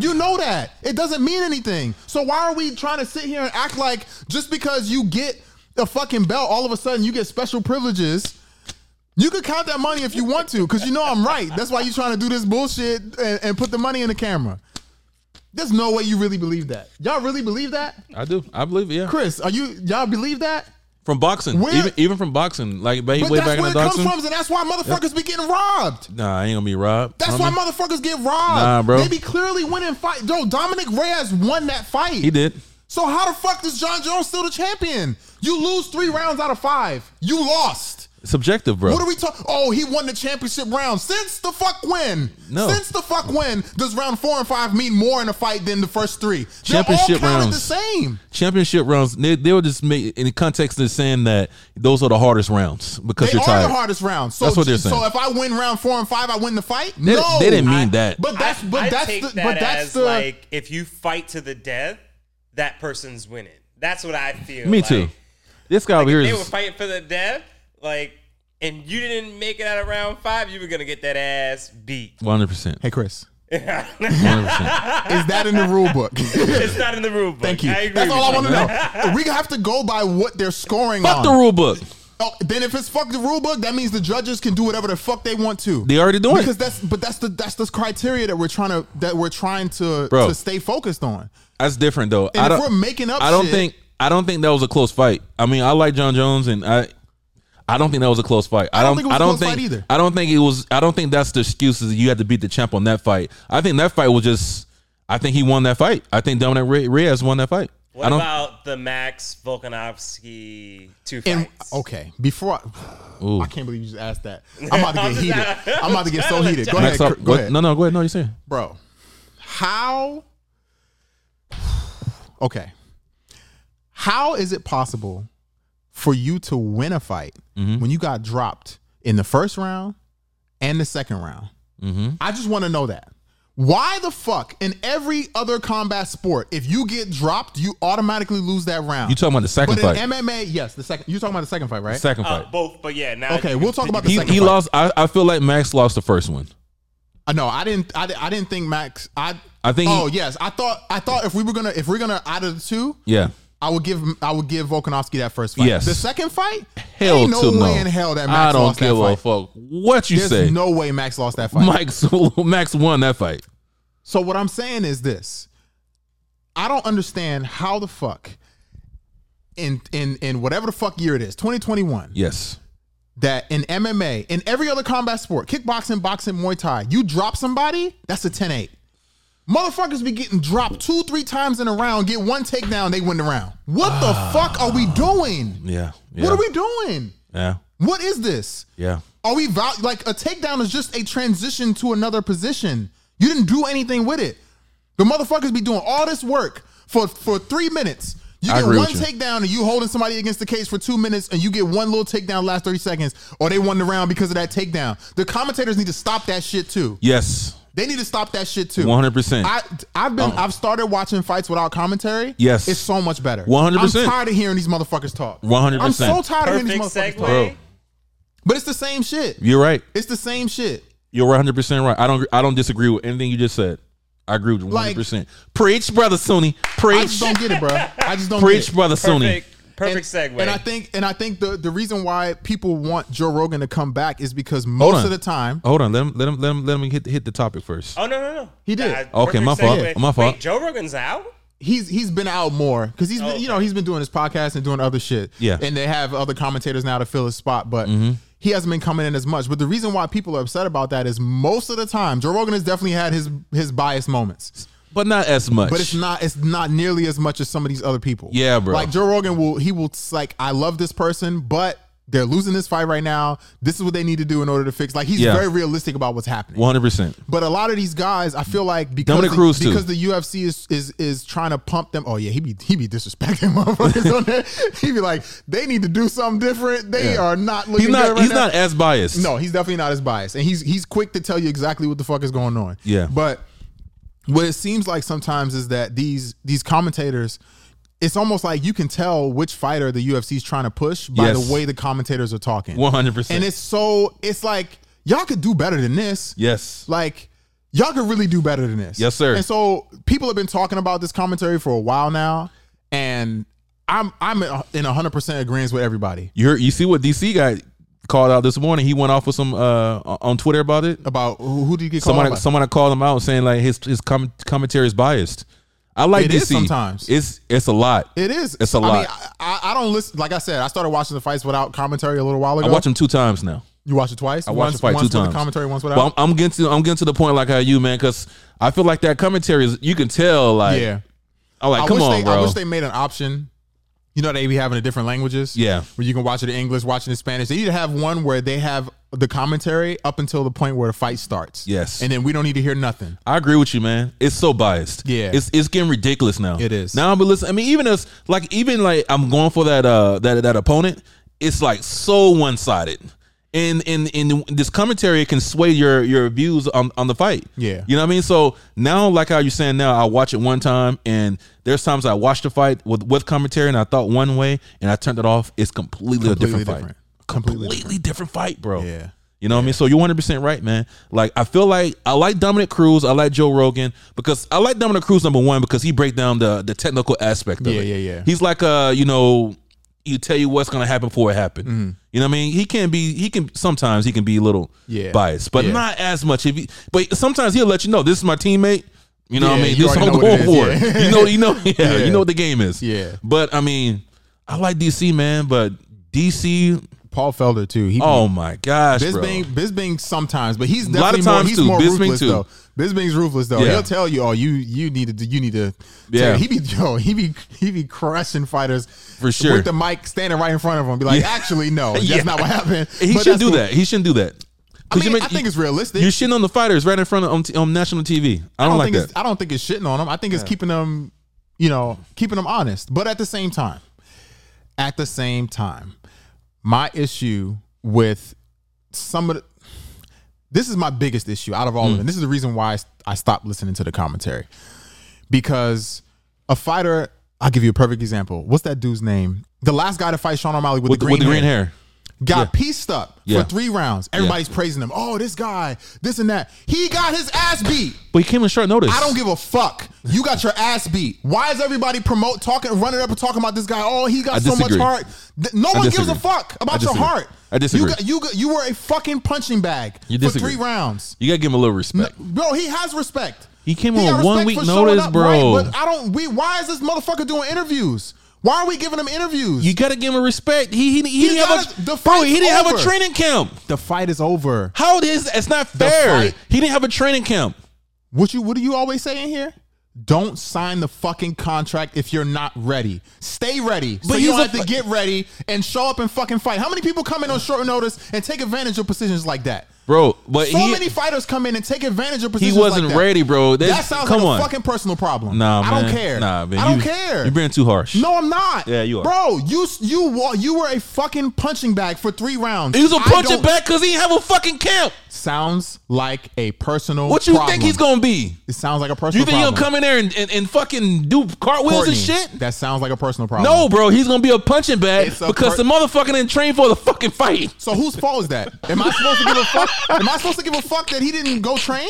Speaker 2: you know that. It doesn't mean anything. So why are we trying to sit here and act like just because you get a fucking belt, all of a sudden you get special privileges? You could count that money if you want to, because you know I'm right. That's why you're trying to do this bullshit and, and put the money in the camera. There's no way you really believe that. Y'all really believe that?
Speaker 1: I do. I believe it. Yeah.
Speaker 2: Chris, are you y'all believe that?
Speaker 1: from boxing,
Speaker 2: Where-
Speaker 1: even even from boxing, like way,
Speaker 2: But
Speaker 1: way
Speaker 2: that's
Speaker 1: back in
Speaker 2: where
Speaker 1: the
Speaker 2: it comes
Speaker 1: boxing.
Speaker 2: from, and that's why motherfuckers be getting robbed.
Speaker 1: Nah, I ain't gonna be robbed.
Speaker 2: That's
Speaker 1: homie.
Speaker 2: why motherfuckers get robbed.
Speaker 1: Nah, bro.
Speaker 2: They be clearly winning fight. Yo, Dominic Reyes won that fight.
Speaker 1: he did.
Speaker 2: So how the fuck is John Jones still the champion? You lose three rounds out of five. You lost.
Speaker 1: Subjective, bro.
Speaker 2: What are we talking? Oh, he won the championship round. Since the fuck when?
Speaker 1: No.
Speaker 2: Since the fuck when does round four and five mean more in a fight than the first three? They're all
Speaker 1: Championship
Speaker 2: counted
Speaker 1: rounds.
Speaker 2: the same.
Speaker 1: Championship rounds, they, they were just make in the context of saying that those are the hardest rounds because
Speaker 2: They
Speaker 1: you're
Speaker 2: are
Speaker 1: tired.
Speaker 2: the hardest rounds. So,
Speaker 1: That's what they're saying.
Speaker 2: So if I win round four and five, I win the fight.
Speaker 1: they,
Speaker 2: no,
Speaker 1: they didn't mean
Speaker 3: I-
Speaker 1: that.
Speaker 2: But that's
Speaker 3: I-
Speaker 2: but
Speaker 3: I
Speaker 2: that's
Speaker 3: take
Speaker 2: the,
Speaker 3: that
Speaker 2: but that's
Speaker 3: as
Speaker 2: the
Speaker 3: like if you fight to the death, that person's winning. That's what I feel.
Speaker 1: Me
Speaker 3: like.
Speaker 1: too. This guy over here
Speaker 3: They were
Speaker 1: is
Speaker 3: fighting for the death, like, and you didn't make it out of round five. You were gonna get that ass beat.
Speaker 1: one hundred percent.
Speaker 2: Hey Chris,
Speaker 1: One hundred percent.
Speaker 2: [LAUGHS] is that in the
Speaker 1: [LAUGHS]
Speaker 2: rule book?
Speaker 3: It's not in the rule book.
Speaker 2: Thank you.
Speaker 3: I agree
Speaker 2: That's
Speaker 3: with
Speaker 2: all I
Speaker 3: you.
Speaker 2: want to know. [LAUGHS] We have to go by what they're scoring
Speaker 1: Fuck
Speaker 2: on.
Speaker 1: the rule book.
Speaker 2: Oh, then if it's fuck the rule book, that means the judges can do whatever the fuck they want to.
Speaker 1: They already doing
Speaker 2: because
Speaker 1: it.
Speaker 2: that's but that's the that's the criteria that we're trying to that we're trying to
Speaker 1: Bro.
Speaker 2: to stay focused on.
Speaker 1: That's different though.
Speaker 2: And
Speaker 1: I
Speaker 2: if
Speaker 1: don't.
Speaker 2: we're making up,
Speaker 1: I don't
Speaker 2: shit,
Speaker 1: think. I don't think that was a close fight. I mean, I like John Jones, and I. I don't think that was a close fight. I don't.
Speaker 2: don't think it was
Speaker 1: I
Speaker 2: a
Speaker 1: don't
Speaker 2: close
Speaker 1: think.
Speaker 2: fight either.
Speaker 1: I don't think it was. I don't think that's the excuses you had to beat the champ on that fight. I think that fight was just. I think he won that fight. I think Dominic Re- Reyes won that fight.
Speaker 3: What
Speaker 1: I don't.
Speaker 3: about the Max Volkanovski two
Speaker 2: And
Speaker 3: fights?
Speaker 1: oh,
Speaker 2: okay, before I,
Speaker 1: Ooh.
Speaker 2: I can't believe you just asked that. I'm [LAUGHS] about to
Speaker 3: I'm
Speaker 2: get
Speaker 3: just-
Speaker 2: heated. I'm about to get so [LAUGHS]
Speaker 3: I'm just
Speaker 2: heated. Go ahead,
Speaker 1: Next
Speaker 2: Cr-
Speaker 1: up,
Speaker 2: go ahead,
Speaker 1: No, no, go ahead. No, you saying.
Speaker 2: bro. How? Okay. How is it possible for you to win a fight
Speaker 1: Mm-hmm.
Speaker 2: when you got dropped in the first round and the second round?
Speaker 1: Mm-hmm.
Speaker 2: I just want to know that. Why the fuck in every other combat sport, if you get dropped, you automatically lose that round?
Speaker 1: You talking about the second
Speaker 2: but in
Speaker 1: fight?
Speaker 2: MMA, yes, the second. You're talking about the second fight, right?
Speaker 1: second
Speaker 3: Uh,
Speaker 1: fight.
Speaker 3: both, but yeah. Now
Speaker 2: Okay,
Speaker 3: you
Speaker 2: we'll
Speaker 3: can-
Speaker 2: talk about the
Speaker 1: He,
Speaker 2: second
Speaker 1: he
Speaker 2: fight.
Speaker 1: lost. I, I feel like Max lost the first one.
Speaker 2: Uh, no, I didn't. I, di- I didn't think Max. I
Speaker 1: I think he-
Speaker 2: Oh yes, I thought. I thought if we were gonna if we're gonna out of the two,
Speaker 1: Yeah.
Speaker 2: I would give I would give Volkanovski that first fight.
Speaker 1: Yes.
Speaker 2: The second fight,
Speaker 1: [LAUGHS] Hell
Speaker 2: ain't no
Speaker 1: to
Speaker 2: way
Speaker 1: no.
Speaker 2: in hell that
Speaker 1: I
Speaker 2: Max
Speaker 1: don't
Speaker 2: lost
Speaker 1: give
Speaker 2: that
Speaker 1: a
Speaker 2: fight.
Speaker 1: fuck what you
Speaker 2: There's
Speaker 1: say.
Speaker 2: no way Max lost that
Speaker 1: [LAUGHS]
Speaker 2: fight.
Speaker 1: Max Max won that fight.
Speaker 2: So what I'm saying is this: I don't understand how the fuck in in in whatever the fuck year it is, 2021,
Speaker 1: Yes.
Speaker 2: that in MMA, in every other combat sport, kickboxing, boxing, Muay Thai, you drop somebody, that's a 10-8. Motherfuckers be getting dropped two, three times in a round, get one takedown, they win the round. What the fuck are we doing?
Speaker 1: Yeah. yeah.
Speaker 2: What are we doing?
Speaker 1: Yeah.
Speaker 2: What is this?
Speaker 1: Yeah.
Speaker 2: Are we val- like a takedown is just a transition to another position? You didn't do anything with it. The motherfuckers be doing all this work for for three minutes. You
Speaker 1: I
Speaker 2: get
Speaker 1: agree
Speaker 2: one
Speaker 1: with you.
Speaker 2: takedown and you holding somebody against the case for two minutes, and you get one little takedown last thirty seconds, or they won the round because of that takedown. The commentators need to stop that shit too.
Speaker 1: Yes.
Speaker 2: They need to stop that shit too.
Speaker 1: 100%.
Speaker 2: I I've been I've started watching fights without commentary.
Speaker 1: Uh-uh. Yes.
Speaker 2: it's so much better.
Speaker 1: 100%.
Speaker 2: I'm tired of hearing these motherfuckers talk.
Speaker 1: 100%.
Speaker 2: I'm so tired of hearing these motherfuckers
Speaker 3: Perfect segue.
Speaker 2: talk. But it's the same shit.
Speaker 1: You're right.
Speaker 2: It's the same shit.
Speaker 1: You're 100 percent right. I don't. I don't disagree with anything you just said. I agree with 100.
Speaker 2: Like-
Speaker 1: percent Preach, brother Sunni.
Speaker 2: I
Speaker 1: Preach.
Speaker 2: just don't get it, bro. I just don't
Speaker 1: Preach,
Speaker 2: get it.
Speaker 1: brother Sunni.
Speaker 3: Perfect, perfect segue.
Speaker 2: And I think and I think the, the reason why people want Joe Rogan to come back is because
Speaker 1: on.
Speaker 2: most of the time
Speaker 1: Hold on. Let him. Let him. Let him. Let him hit hit the topic
Speaker 2: Uh,
Speaker 1: first.
Speaker 3: oh no, no, no.
Speaker 2: He did.
Speaker 1: Okay,
Speaker 3: perfect
Speaker 1: my fault.
Speaker 3: segue.
Speaker 1: My fault.
Speaker 3: Wait, Joe Rogan's out.
Speaker 2: he's he's been out more because he's been,
Speaker 3: Oh,
Speaker 2: you know he's been doing his podcast and doing other shit.
Speaker 1: Yeah.
Speaker 2: and they have other commentators now to fill his spot, but he hasn't been coming in as much. But the reason why people are upset about that is most of the time Joe Rogan has definitely had his his biased moments,
Speaker 1: But not as much.
Speaker 2: but it's not it's not nearly as much as some of these other people.
Speaker 1: Yeah, bro.
Speaker 2: Like Joe Rogan will he will like I love this person, but. They're losing this fight right now. This is what they need to do in order to fix. Like he's
Speaker 1: Yeah.
Speaker 2: very realistic about what's happening.
Speaker 1: 100. percent
Speaker 2: But a lot of these guys, I feel like because
Speaker 1: Dominic
Speaker 2: the,
Speaker 1: Cruz, too.
Speaker 2: because the UFC is is is trying to pump them. Oh yeah, he be he be disrespecting [LAUGHS] motherfuckers on there. He be like, they need to do something different. They
Speaker 1: Yeah.
Speaker 2: are not
Speaker 1: He's
Speaker 2: looking. good
Speaker 1: not.
Speaker 2: right
Speaker 1: He's
Speaker 2: now."
Speaker 1: not as biased.
Speaker 2: No, he's definitely not as biased, and he's he's quick to tell you exactly what the fuck is going on.
Speaker 1: Yeah.
Speaker 2: but what it seems like sometimes is that these these commentators. It's almost like you can tell which fighter the UFC is trying to push by
Speaker 1: Yes.
Speaker 2: the way the commentators are talking.
Speaker 1: 100.
Speaker 2: And
Speaker 1: percent
Speaker 2: it's so it's like y'all could do better than this.
Speaker 1: Yes.
Speaker 2: Like, y'all could really do better than this.
Speaker 1: Yes, sir.
Speaker 2: And so people have been talking about this commentary for a while now, and I'm I'm in hundred percent agreement with everybody
Speaker 1: You heard, you see what DC guy called out this morning. He went off with some uh on Twitter about it.
Speaker 2: about who, who did you get called
Speaker 1: Someone
Speaker 2: out by?
Speaker 1: someone called him out saying like his his com- commentary is biased. I like
Speaker 2: It
Speaker 1: DC
Speaker 2: is sometimes.
Speaker 1: It's it's a lot.
Speaker 2: It is.
Speaker 1: It's a
Speaker 2: I
Speaker 1: lot.
Speaker 2: mean, I, I, I don't listen. Like I said, I started watching the fights without commentary a little while ago.
Speaker 1: I watch them two times now.
Speaker 2: you watch it twice.
Speaker 1: I watched the fight
Speaker 2: once
Speaker 1: two
Speaker 2: with
Speaker 1: times.
Speaker 2: The commentary once without.
Speaker 1: But I'm, I'm getting to I'm getting to the point like how you man, because I feel like that commentary is you can tell like
Speaker 2: yeah.
Speaker 1: I'm like
Speaker 2: I
Speaker 1: come
Speaker 2: wish
Speaker 1: on
Speaker 2: they,
Speaker 1: bro.
Speaker 2: I wish they made an option. You know they be having the different languages.
Speaker 1: Yeah.
Speaker 2: where you can watch it in English, watch it in Spanish. They need to have one where they have the commentary up until the point where the fight starts.
Speaker 1: Yes.
Speaker 2: and then we don't need to hear nothing.
Speaker 1: I agree with you, man. It's so biased.
Speaker 2: Yeah.
Speaker 1: it's it's getting ridiculous now.
Speaker 2: It is.
Speaker 1: now. But listen, I mean, even as like even like I'm going for that uh that that opponent, it's like so one sided. And and and this commentary can sway your your views on on the fight.
Speaker 2: Yeah.
Speaker 1: you know what I mean. So now, like how you're saying now, I watch it one time, and there's times I watched the fight with with commentary, and I thought one way, and I turned it off. It's completely, a
Speaker 2: Completely
Speaker 1: different,
Speaker 2: different.
Speaker 1: fight. Completely, different fight, bro.
Speaker 2: Yeah.
Speaker 1: You know what I mean? So you're 100% right, man. Like, I feel like I like Dominic Cruz. I like Joe Rogan because I like Dominic Cruz, number one, because he break down the, the technical aspect of
Speaker 2: Yeah,
Speaker 1: it.
Speaker 2: yeah, yeah.
Speaker 1: He's like, uh, you know, you tell you what's going to happen before it happened.
Speaker 2: Mm-hmm.
Speaker 1: You know what I mean? He can be, he can, sometimes he can be a little
Speaker 2: Yeah.
Speaker 1: biased, but
Speaker 2: Yeah.
Speaker 1: not as much. If he, But sometimes he'll let you know, this is my teammate. You know what I
Speaker 2: Yeah,
Speaker 1: mean?
Speaker 2: you
Speaker 1: This is what
Speaker 2: already
Speaker 1: I'm
Speaker 2: know what
Speaker 1: going
Speaker 2: it
Speaker 1: for.
Speaker 2: is, yeah.
Speaker 1: You know, [LAUGHS] you know, yeah, you
Speaker 2: Yeah.
Speaker 1: know what the game is.
Speaker 2: Yeah.
Speaker 1: But I mean, I like DC, man, but DC,
Speaker 2: Paul Felder too. He
Speaker 1: oh my gosh. bro.
Speaker 2: Bisbing, Bisbing sometimes, but he's
Speaker 1: A lot of
Speaker 2: definitely more,
Speaker 1: times
Speaker 2: he's
Speaker 1: too.
Speaker 2: more
Speaker 1: Bisbing
Speaker 2: ruthless
Speaker 1: too.
Speaker 2: though. Bisbing's ruthless though.
Speaker 1: Yeah.
Speaker 2: He'll tell you, "Oh, you you need to do- you need to."
Speaker 1: Yeah.
Speaker 2: he be yo, he be he be crushing fighters for
Speaker 1: sure.
Speaker 2: with the mic standing right in front of him. Be like,
Speaker 1: Yeah. [LAUGHS]
Speaker 2: actually, no, that's
Speaker 1: Yeah.
Speaker 2: not what happened.
Speaker 1: He
Speaker 2: But
Speaker 1: should
Speaker 2: that's
Speaker 1: do
Speaker 2: what-
Speaker 1: that. He shouldn't do that.
Speaker 2: I
Speaker 1: 'Cause
Speaker 2: mean,
Speaker 1: you make-
Speaker 2: I think it's realistic.
Speaker 1: You're shitting on the fighters right in front of on, t- on national TV. I
Speaker 2: I
Speaker 1: don't,
Speaker 2: don't
Speaker 1: like
Speaker 2: think
Speaker 1: that.
Speaker 2: it's, I don't think it's shitting on them. I think it's keeping them, you know, keeping them honest. But at the same time, at the same time, my issue with some of the, this is my biggest issue out of all
Speaker 1: Hmm.
Speaker 2: of them. This is the reason why I, I stopped listening to the commentary because a fighter. I'll give you a perfect example. What's that dude's name? The last guy to fight Sean O'Malley with,
Speaker 1: With,
Speaker 2: the green
Speaker 1: with the green
Speaker 2: hair
Speaker 1: hair.
Speaker 2: got pieced up
Speaker 1: Yeah.
Speaker 2: for three rounds. Everybody's praising him. Oh, this guy, this and that. He got his ass beat.
Speaker 1: But he came in short notice.
Speaker 2: I don't give a fuck. You got your ass beat. Why is everybody promote talking, running up and talking about this guy? Oh, he got
Speaker 1: I
Speaker 2: so much
Speaker 1: disagree.
Speaker 2: heart. Th- No one gives a
Speaker 1: disagree.
Speaker 2: fuck
Speaker 1: I
Speaker 2: about your
Speaker 1: disagree.
Speaker 2: heart.
Speaker 1: I disagree.
Speaker 2: You got, you got, you were a fucking punching bag
Speaker 1: You
Speaker 2: for
Speaker 1: disagree.
Speaker 2: three rounds.
Speaker 1: You gotta give him a little respect.
Speaker 2: Bro, he has respect.
Speaker 1: He came
Speaker 2: got
Speaker 1: on
Speaker 2: respect
Speaker 1: one week
Speaker 2: for showing
Speaker 1: notice, bro.
Speaker 2: But I don't. We. Why is this motherfucker doing interviews? Why are we giving him interviews?
Speaker 1: You gotta give him respect. He he, he
Speaker 2: He
Speaker 1: didn't have
Speaker 2: gotta-
Speaker 1: a
Speaker 2: the
Speaker 1: bro. He
Speaker 2: fight's
Speaker 1: didn't have a
Speaker 2: over.
Speaker 1: training camp.
Speaker 2: the fight is over.
Speaker 1: How it is? It's not fair.
Speaker 2: fight-
Speaker 1: He didn't have a training camp.
Speaker 2: What you what do you always say in here? Don't sign the fucking contract if you're not ready. Stay ready. so
Speaker 1: But
Speaker 2: you
Speaker 1: he's
Speaker 2: don't
Speaker 1: a
Speaker 2: have to
Speaker 1: fu-
Speaker 2: get ready and show up and fucking fight. How many people come in on short notice and take advantage of positions like that?
Speaker 1: Bro, but
Speaker 2: so
Speaker 1: he
Speaker 2: many fighters come in and take advantage of
Speaker 1: he
Speaker 2: positions.
Speaker 1: wasn't
Speaker 2: like that.
Speaker 1: ready, bro. That's,
Speaker 2: That sounds
Speaker 1: come
Speaker 2: like
Speaker 1: on.
Speaker 2: a fucking personal problem.
Speaker 1: nah,
Speaker 2: I don't
Speaker 1: man.
Speaker 2: care.
Speaker 1: Nah, man.
Speaker 2: I don't
Speaker 1: You-
Speaker 2: care.
Speaker 1: You're being too harsh.
Speaker 2: no, I'm not.
Speaker 1: Yeah, you are.
Speaker 2: bro. You you wa- you were a fucking punching bag for three rounds.
Speaker 1: he was a
Speaker 2: I
Speaker 1: punching
Speaker 2: don't-
Speaker 1: back because he didn't have a fucking camp.
Speaker 2: Sounds like a personal.
Speaker 1: What you
Speaker 2: problem.
Speaker 1: think he's gonna be?
Speaker 2: It sounds like a personal.
Speaker 1: You think
Speaker 2: problem.
Speaker 1: he'll come in there and, and, and fucking do cartwheels
Speaker 2: Courtney,
Speaker 1: and shit?
Speaker 2: That sounds like a personal problem.
Speaker 1: No, bro, he's gonna be a punching bag
Speaker 2: It's a
Speaker 1: because
Speaker 2: per-
Speaker 1: the motherfucker didn't train for the fucking fight.
Speaker 2: So whose fault is that? Am I supposed to give a fuck? Am I supposed to give a fuck that he didn't go train?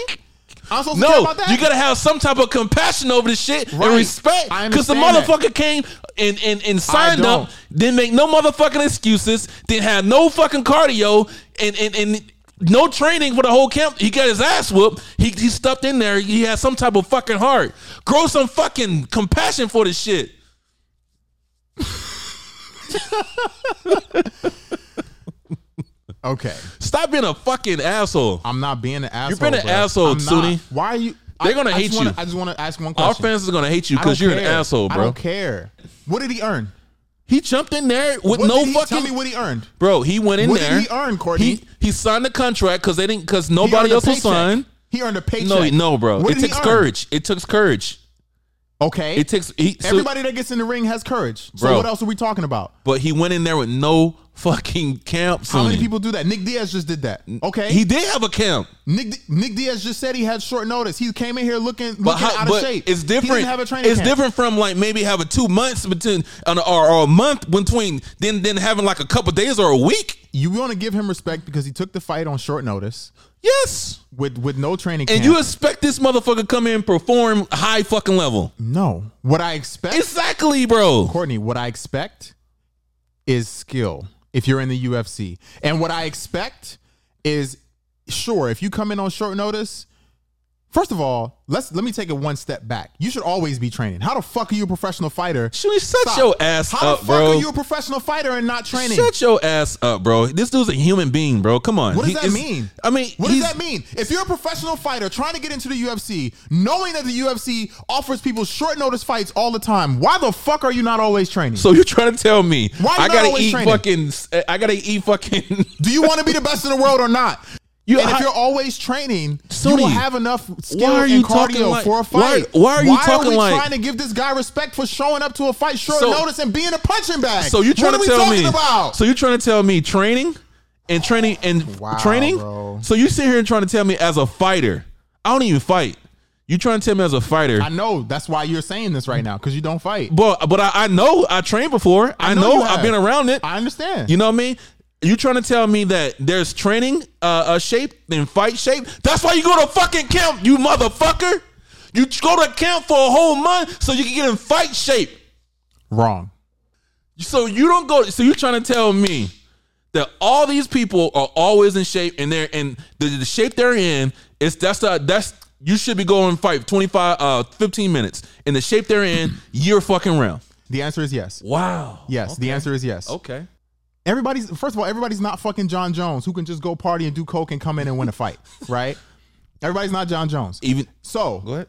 Speaker 2: I'm supposed to care
Speaker 1: No,
Speaker 2: about that.
Speaker 1: you gotta have some type of compassion over this shit
Speaker 2: Right.
Speaker 1: and respect.
Speaker 2: I
Speaker 1: Because the
Speaker 2: understand
Speaker 1: motherfucker came and, and, and signed
Speaker 2: don't.
Speaker 1: up, didn't make no motherfucking excuses, didn't have no fucking cardio, and, and, and no training for the whole camp. He got his ass whooped. He, he stepped in there. He had some type of fucking heart. Grow some fucking compassion for this shit.
Speaker 2: okay,
Speaker 1: Stop being a fucking asshole.
Speaker 2: I'm not being an asshole.
Speaker 1: been an
Speaker 2: bro.
Speaker 1: asshole,
Speaker 2: I'm not.
Speaker 1: Sunni.
Speaker 2: Why are you?
Speaker 1: They're gonna
Speaker 2: I just
Speaker 1: hate
Speaker 2: wanna-
Speaker 1: you.
Speaker 2: I just want to ask one
Speaker 1: Our
Speaker 2: question.
Speaker 1: fans is gonna hate you
Speaker 2: I don't
Speaker 1: because you're an
Speaker 2: care.
Speaker 1: asshole,
Speaker 2: I
Speaker 1: bro.
Speaker 2: don't care. What did he earn?
Speaker 1: He jumped in there with
Speaker 2: What
Speaker 1: no
Speaker 2: did he,
Speaker 1: fucking
Speaker 2: Tell me what he earned.
Speaker 1: bro. He went in
Speaker 2: What did
Speaker 1: there.
Speaker 2: he earn, Courtney?
Speaker 1: He, he signed the contract because they didn't because
Speaker 2: He
Speaker 1: nobody
Speaker 2: earned a
Speaker 1: else will
Speaker 2: paycheck.
Speaker 1: sign.
Speaker 2: He earned a paycheck.
Speaker 1: No, no, bro.
Speaker 2: What
Speaker 1: it
Speaker 2: did he
Speaker 1: takes
Speaker 2: earn?
Speaker 1: courage. It takes courage.
Speaker 2: Okay.
Speaker 1: It takes he, so-
Speaker 2: Everybody that gets in the ring has courage. So
Speaker 1: Bro.
Speaker 2: what else are we talking about?
Speaker 1: but he went in there with no fucking camp.
Speaker 2: How many
Speaker 1: Sony.
Speaker 2: people do that? Nick Diaz just did that. Okay.
Speaker 1: He did have a camp.
Speaker 2: Nick Nick Diaz just said he had short notice. He came in here looking looking
Speaker 1: But, how,
Speaker 2: out
Speaker 1: but
Speaker 2: of shape.
Speaker 1: it's different.
Speaker 2: He didn't have a training.
Speaker 1: it's
Speaker 2: camp.
Speaker 1: different from like maybe having two months between or, or a month between then then having like a couple days or a week.
Speaker 2: You want to give him respect because he took the fight on short notice
Speaker 1: Yes.
Speaker 2: with with no training.
Speaker 1: And
Speaker 2: camp.
Speaker 1: you expect this motherfucker to come in and perform high fucking level.
Speaker 2: no. What I expect,
Speaker 1: Exactly, bro.
Speaker 2: Courtney. What I expect is skill. If you're in the UFC, and what I expect is sure if you come in on short notice. First of all, let's let me take it one step back. You should always be training. How the fuck are you a professional fighter?
Speaker 1: Shuni, shut
Speaker 2: Stop.
Speaker 1: your ass
Speaker 2: How
Speaker 1: up,
Speaker 2: the fuck
Speaker 1: bro.
Speaker 2: are you a professional fighter and not training?
Speaker 1: Shut your ass up, bro. This dude's a human being, bro. Come on.
Speaker 2: What does
Speaker 1: He
Speaker 2: that
Speaker 1: is-
Speaker 2: mean?
Speaker 1: I mean,
Speaker 2: What does
Speaker 1: he's-
Speaker 2: that mean? If you're a professional fighter trying to get into the UFC, knowing that the UFC offers people short notice fights all the time, why the fuck are you not always training?
Speaker 1: So you're trying to tell me
Speaker 2: Why
Speaker 1: I
Speaker 2: not
Speaker 1: gotta
Speaker 2: always
Speaker 1: eat
Speaker 2: training?
Speaker 1: fucking? eh, I gotta eat fucking. [LAUGHS]
Speaker 2: Do you want to be the best in the world or not?
Speaker 1: You-
Speaker 2: and
Speaker 1: I-
Speaker 2: if you're always training, you
Speaker 1: Sonny,
Speaker 2: will have enough skill
Speaker 1: why are you
Speaker 2: and
Speaker 1: talking
Speaker 2: cardio
Speaker 1: like-
Speaker 2: for a
Speaker 1: why-
Speaker 2: fight.
Speaker 1: why are you talking
Speaker 2: we
Speaker 1: like-
Speaker 2: trying to give this guy respect for showing up to a fight short
Speaker 1: So-
Speaker 2: notice and being a punching bag?
Speaker 1: So you're trying
Speaker 2: what
Speaker 1: to
Speaker 2: are
Speaker 1: tell
Speaker 2: we
Speaker 1: me?
Speaker 2: talking about? Oh,
Speaker 1: So you're trying to tell me training and training and
Speaker 2: Wow,
Speaker 1: training.
Speaker 2: bro.
Speaker 1: So you sit here and trying to tell me as a fighter, I don't even fight. You trying to tell me as a fighter?
Speaker 2: I know that's why you're saying this right now because you don't fight.
Speaker 1: but but I, I know I trained before. I,
Speaker 2: know
Speaker 1: know,
Speaker 2: you
Speaker 1: I've
Speaker 2: have.
Speaker 1: been around it.
Speaker 2: I understand.
Speaker 1: you know what I mean? You trying to tell me that there's training uh, uh shape and fight shape? That's why you go to fucking camp, you motherfucker. You go to camp for a whole month so you can get in fight shape.
Speaker 2: wrong.
Speaker 1: So you don't go. So you're trying to tell me that all these people are always in shape, and they're in the, the shape they're in is that's the that's you should be going fight 25 uh 15 minutes in the shape they're in year fucking round.
Speaker 2: The answer is yes.
Speaker 1: Wow.
Speaker 2: Yes. The answer is yes.
Speaker 1: Okay.
Speaker 2: everybody's first of all, everybody's not fucking John Jones who can just go party and do coke and come in and win a fight, right? Everybody's not John Jones.
Speaker 1: Even
Speaker 2: So,
Speaker 1: ahead.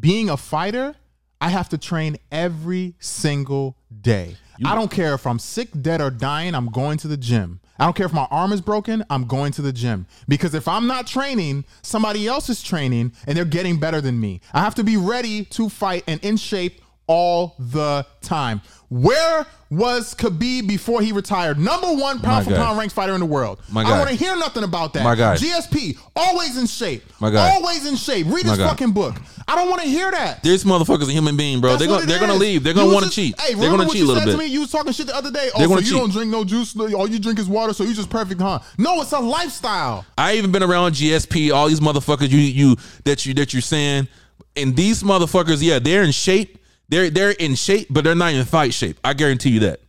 Speaker 2: being a fighter, I have to train every single day. I don't care if I'm sick, dead, or dying, I'm going to the gym. I don't care if my arm is broken, I'm going to the gym. Because if I'm not training, somebody else is training and they're getting better than me. I have to be ready to fight and in shape all the time. Where was Khabib before he retired? Number one pound for
Speaker 1: guy.
Speaker 2: pound ranked fighter in the world.
Speaker 1: My
Speaker 2: I
Speaker 1: guy.
Speaker 2: want to hear nothing about that.
Speaker 1: My guy.
Speaker 2: GSP, always in shape.
Speaker 1: My guy.
Speaker 2: Always in shape. Read his
Speaker 1: My guy.
Speaker 2: fucking book. I don't want to hear that.
Speaker 1: This motherfucker's a human being, bro.
Speaker 2: That's
Speaker 1: they're
Speaker 2: what
Speaker 1: gonna
Speaker 2: it
Speaker 1: they're gonna
Speaker 2: is.
Speaker 1: leave. They're
Speaker 2: You
Speaker 1: gonna
Speaker 2: was
Speaker 1: want to
Speaker 2: just-
Speaker 1: cheat.
Speaker 2: Hey,
Speaker 1: they're
Speaker 2: remember
Speaker 1: gonna
Speaker 2: what
Speaker 1: cheat a
Speaker 2: you
Speaker 1: little
Speaker 2: said to me?
Speaker 1: bit.
Speaker 2: You was talking shit the other day. Oh,
Speaker 1: They're
Speaker 2: so
Speaker 1: gonna
Speaker 2: you
Speaker 1: cheat.
Speaker 2: don't drink no juice. no- All you drink is water. So you just perfect, huh? No, it's a lifestyle.
Speaker 1: I even been around GSP, all these motherfuckers you you that you that you're saying, and these motherfuckers, yeah, they're in shape. They're they're in shape, but they're not in fight shape. I guarantee you that.